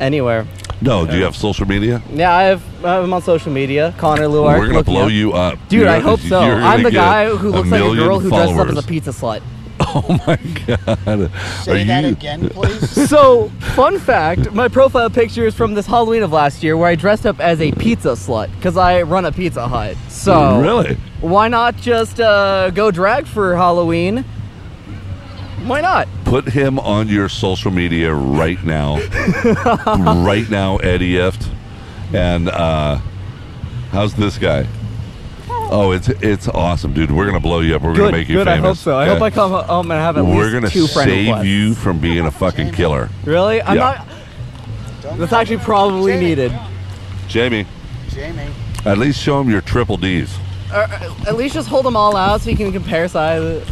Speaker 6: Anywhere.
Speaker 1: No, do you have social media?
Speaker 6: Yeah, I have, I'm on social media. Connor Luar.
Speaker 1: We're gonna
Speaker 6: Look me
Speaker 1: blow
Speaker 6: up.
Speaker 1: you up,
Speaker 6: Dude,
Speaker 1: You're-
Speaker 6: I hope so.
Speaker 1: you're
Speaker 6: I'm
Speaker 1: gonna
Speaker 6: the
Speaker 1: get
Speaker 6: guy who looks like a
Speaker 1: million
Speaker 6: girl who dresses up as
Speaker 1: followers.
Speaker 6: a pizza slut.
Speaker 1: Oh my god! Are
Speaker 3: Say that
Speaker 1: you-
Speaker 3: again, please.
Speaker 6: so, fun fact my profile picture is from this Halloween of last year where I dressed up as a pizza slut because I run a Pizza Hut. So,
Speaker 1: Really?
Speaker 6: why not just uh, go drag for Halloween? Why not?
Speaker 1: Put him on your social media right now, right now, Eddie Eft. And uh, how's this guy? Oh, it's it's awesome, dude. We're gonna blow you up. We're gonna make you
Speaker 6: good.
Speaker 1: famous.
Speaker 6: I hope so. I hope
Speaker 1: okay?
Speaker 6: I come home and have at
Speaker 1: We're
Speaker 6: least
Speaker 1: gonna
Speaker 6: two friend
Speaker 1: save
Speaker 6: requests.
Speaker 1: you from being a fucking killer,
Speaker 6: Really? I'm
Speaker 1: Yeah.
Speaker 6: not. That's actually probably needed.
Speaker 1: Jamie.
Speaker 3: Jamie.
Speaker 1: At least show him your triple D's.
Speaker 6: Or, uh, at least just hold them all out so you can compare sizes.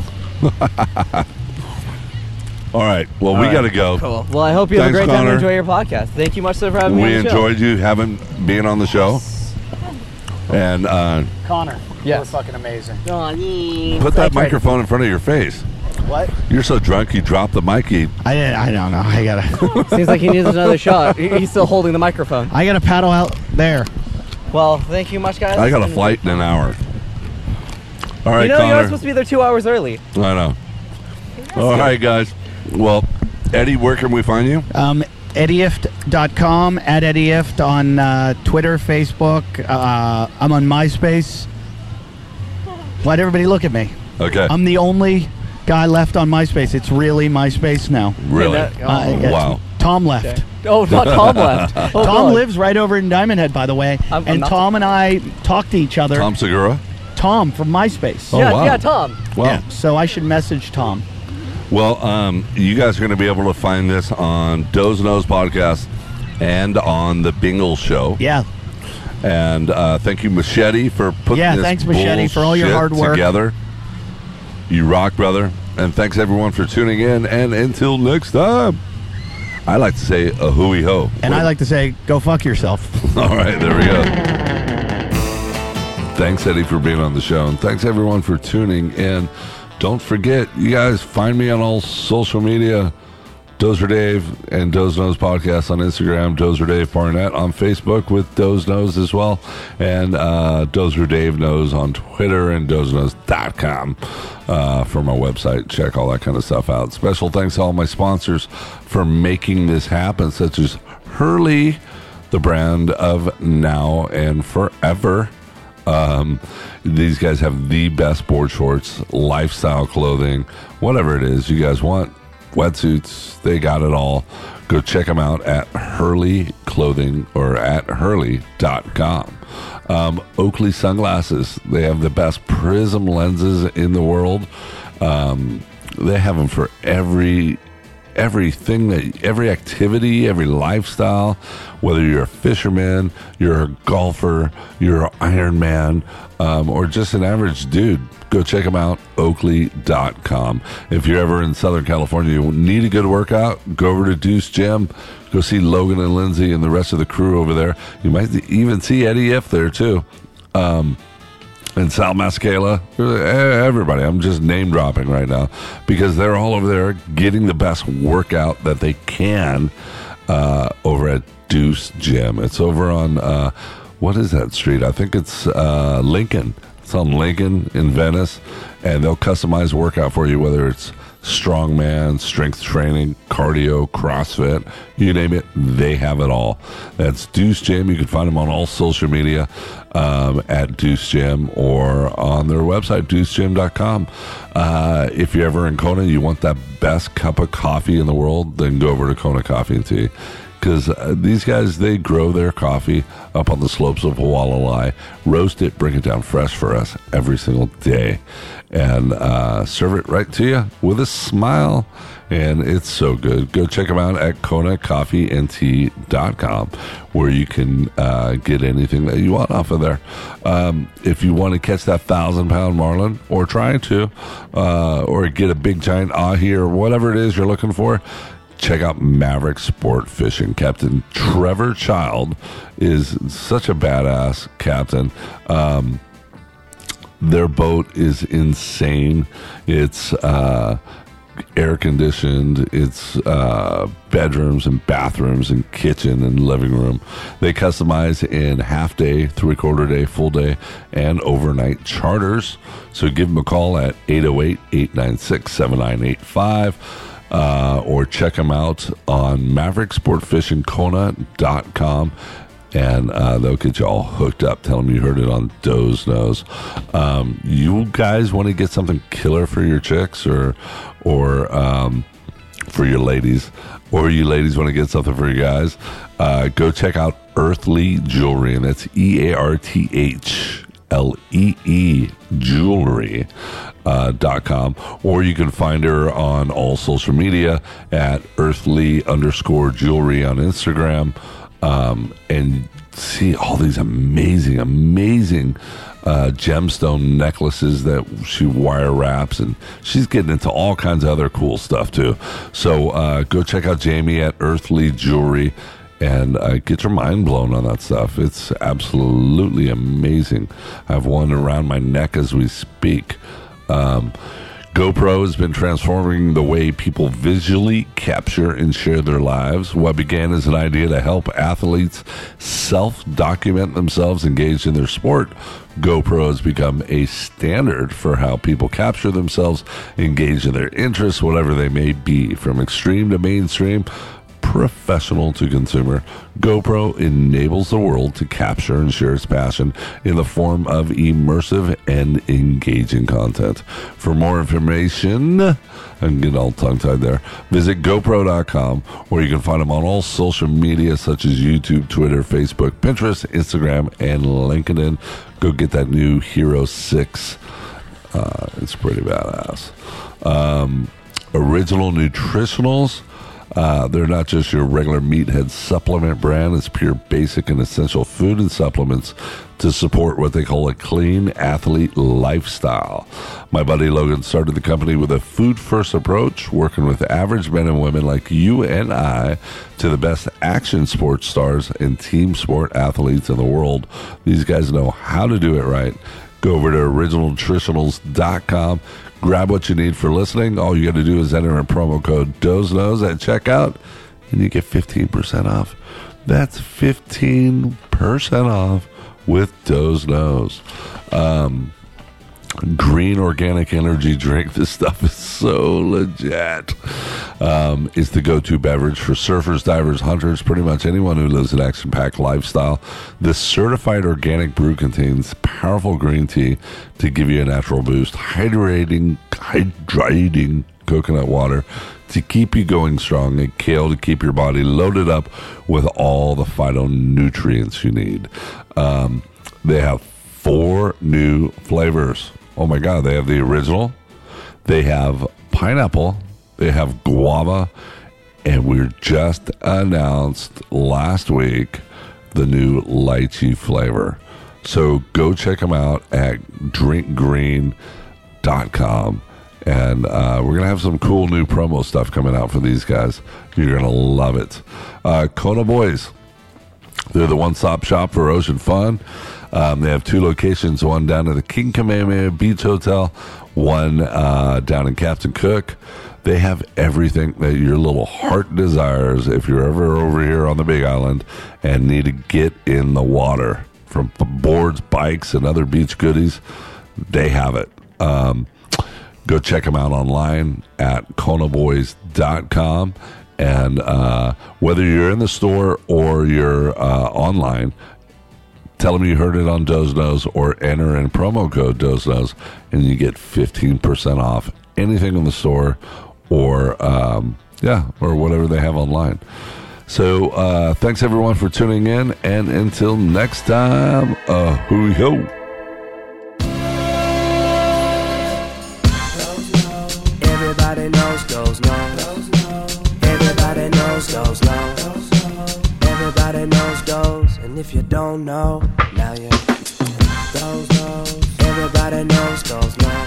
Speaker 1: All right. Well, we
Speaker 6: right.
Speaker 1: gotta go.
Speaker 6: Cool. Well, I hope you have
Speaker 1: Thanks,
Speaker 6: a great time
Speaker 1: Connor.
Speaker 6: and enjoy your podcast. Thank you much for having me.
Speaker 1: We
Speaker 6: on the
Speaker 1: enjoyed you having being on the show, and uh,
Speaker 3: Connor.
Speaker 6: Yes.
Speaker 3: You're fucking amazing.
Speaker 6: Show.
Speaker 1: put that
Speaker 6: I tried.
Speaker 1: microphone in front of your face.
Speaker 3: What?
Speaker 1: You're so drunk you dropped the mic. You-
Speaker 3: I didn't, I don't know. I gotta
Speaker 6: Seems like he needs another shot. He- He's still holding the microphone.
Speaker 3: I gotta paddle out there.
Speaker 6: Well, thank you much, guys.
Speaker 1: I got a
Speaker 6: And-
Speaker 1: flight in an hour. All right,
Speaker 6: You know, you're
Speaker 1: Connor.
Speaker 6: supposed to be there two hours early.
Speaker 1: I know. All right, guys. Well, Eddie, where can we find you?
Speaker 3: Um, eddieft.com at eddieft on uh, Twitter, Facebook. Uh, I'm on MySpace. Why'd everybody look at me?
Speaker 1: Okay.
Speaker 3: I'm the only guy left on MySpace. It's really MySpace now.
Speaker 1: really?
Speaker 6: Yeah, that- oh,
Speaker 3: Uh,
Speaker 1: yeah. wow.
Speaker 3: Tom left.
Speaker 6: Oh, not Tom left. Oh,
Speaker 3: Tom
Speaker 6: God.
Speaker 3: lives right over in Diamond Head, by the way.
Speaker 6: I'm- I'm
Speaker 3: and
Speaker 6: not-
Speaker 3: Tom and I talk to each other.
Speaker 1: Tom Segura.
Speaker 3: Tom from MySpace.
Speaker 1: Oh,
Speaker 6: Yeah,
Speaker 1: wow.
Speaker 6: yeah, Tom.
Speaker 1: Wow.
Speaker 3: Yeah, so I should message Tom.
Speaker 1: Well, um, you guys are going to be able to find this on Doze Nose Podcast and on the Bingle Show.
Speaker 3: Yeah.
Speaker 1: And uh, thank you, Machete, for putting
Speaker 3: Yeah,
Speaker 1: this
Speaker 3: thanks, Machete, for all your
Speaker 1: bullshit
Speaker 3: hard work.
Speaker 1: together. You rock, brother. And thanks everyone for tuning in. And until next time, I like to say a hooey ho.
Speaker 3: And I like to say, go fuck yourself.
Speaker 1: All right, there we go. Thanks, Eddie, for being on the show. And thanks, everyone, for tuning in. Don't forget, you guys find me on all social media Dozer Dave and Doze Nose Podcast on Instagram, Dozer Dave Barnett on Facebook with Doze Nose as well, and uh, Dozer Dave Nose on Twitter and dozenose.com uh, for my website. Check all that kind of stuff out. Special thanks to all my sponsors for making this happen, such as Hurley, the brand of now and forever. Um, these guys have the best board shorts, lifestyle clothing, whatever it is you guys want. Wetsuits, they got it all. Go check them out at Hurley Clothing or at Hurley.com. Um, Oakley Sunglasses, they have the best prism lenses in the world. Um, they have them for every everything that every activity, every lifestyle, whether you're a fisherman, you're a golfer, you're an Iron Man, um, or just an average dude, go check them out, oakley.com. If you're ever in Southern California, you need a good workout, go over to Deuce Gym, go see Logan and Lindsay and the rest of the crew over there. You might even see Eddie F there too and Sal Mascala, E-, everybody. I'm just name dropping right now because they're all over there getting the best workout that they can uh, over at Deuce Gym. It's over on uh, what is that street? I think it's uh, Lincoln. It's on Lincoln in Venice, and they'll customize workout for you, whether it's strongman, strength training, cardio, CrossFit, you name it, they have it all. That's Deuce Jam. You can find them on all social media um, at Deuce Jam or on their website, deucejam.com. Uh, if you're ever in Kona, you want that best cup of coffee in the world, then go over to Kona Coffee and Tea because uh, these guys they grow their coffee up on the slopes of Hualalai, roast it, bring it down fresh for us every single day, and uh, serve it right to you with a smile. And it's so good. Go check them out at KonaCoffeeandTea.com, where you can uh, get anything that you want off of there. Um, if you want to catch that thousand pound marlin, or try to, uh, or get a big giant ahi, or whatever it is you're looking for, check out Maverick Sport Fishing. Captain Trevor Child is such a badass captain. Um, their boat is insane. It's uh, air conditioned. It's uh, bedrooms and bathrooms and kitchen and living room. They customize in half day, three quarter day, full day, and overnight charters. So give them a call at 808 896 7985 uh, or check them out on mavericksportfishingkona.com and uh, they'll get you all hooked up. Tell them you heard it on Doe's Nose. Um, you guys want to get something killer for your chicks or or um, for your ladies, or you ladies want to get something for your guys? Uh, go check out Earthly Jewelry, and that's E A R T H L E E jewelry uh, dot com or you can find her on all social media at earthly underscore jewelry on Instagram um, and see all these amazing amazing uh, gemstone necklaces that she wire wraps and she's getting into all kinds of other cool stuff too so uh, go check out Jamie at earthly jewelry and uh, get your mind blown on that stuff. It's absolutely amazing. I have one around my neck as we speak. Um, GoPro has been transforming the way people visually capture and share their lives. What began as an idea to help athletes self document themselves engaged in their sport, GoPro has become a standard for how people capture themselves, engage in their interests, whatever they may be, from extreme to mainstream professional to consumer, GoPro enables the world to capture and share its passion in the form of immersive and engaging content. For more information, I'm getting all tongue tied there, visit GoPro.com where you can find them on all social media such as YouTube, Twitter, Facebook, Pinterest, Instagram, and LinkedIn. Go get that new Hero 6. Uh, it's pretty badass. Um, original nutritionals. Uh, they're not just your regular meathead supplement brand. It's pure basic and essential food and supplements to support what they call a clean athlete lifestyle. My buddy Logan started the company with a food first approach, working with average men and women like you and I to the best action sports stars and team sport athletes in the world. These guys know how to do it right. Go over to originalnutritionals.com. Grab what you need for listening. All you got to do is enter in promo code DOZNOS at checkout, and you get 15% off. That's 15% off with DOZNOS. Um, green organic energy drink. This stuff is so legit. Um, it's the go to beverage for surfers, divers, hunters, pretty much anyone who lives an action packed lifestyle. This certified organic brew contains powerful green tea to give you a natural boost, hydrating, hydrating coconut water to keep you going strong and kale to keep your body loaded up with all the phytonutrients you need. Um, they have four new flavors. Oh my God, they have the original, they have pineapple, they have guava, and we just announced last week the new lychee flavor. So go check them out at drinkgreen.com. And uh, we're going to have some cool new promo stuff coming out for these guys. You're going to love it. Uh, Kona Boys, they're the one stop shop for ocean fun. Um, they have two locations one down at the King Kamehameha Beach Hotel, one uh, down in Captain Cook. They have everything that your little heart desires if you're ever over here on the Big Island and need to get in the water. From b- boards, bikes, and other beach goodies, they have it. Um, Go check them out online at konaboys.com. And uh, whether you're in the store or you're uh, online, tell them you heard it on Doze Nose or enter in promo code Doze Nose and you get 15% off anything in the store or, um, yeah, or whatever they have online. So uh, thanks everyone for tuning in. And until next time, uh, hoo yo.
Speaker 2: Everybody knows goes no. Everybody knows goes no. Everybody knows goes, and if you don't know, now you goes no. Everybody knows goes no.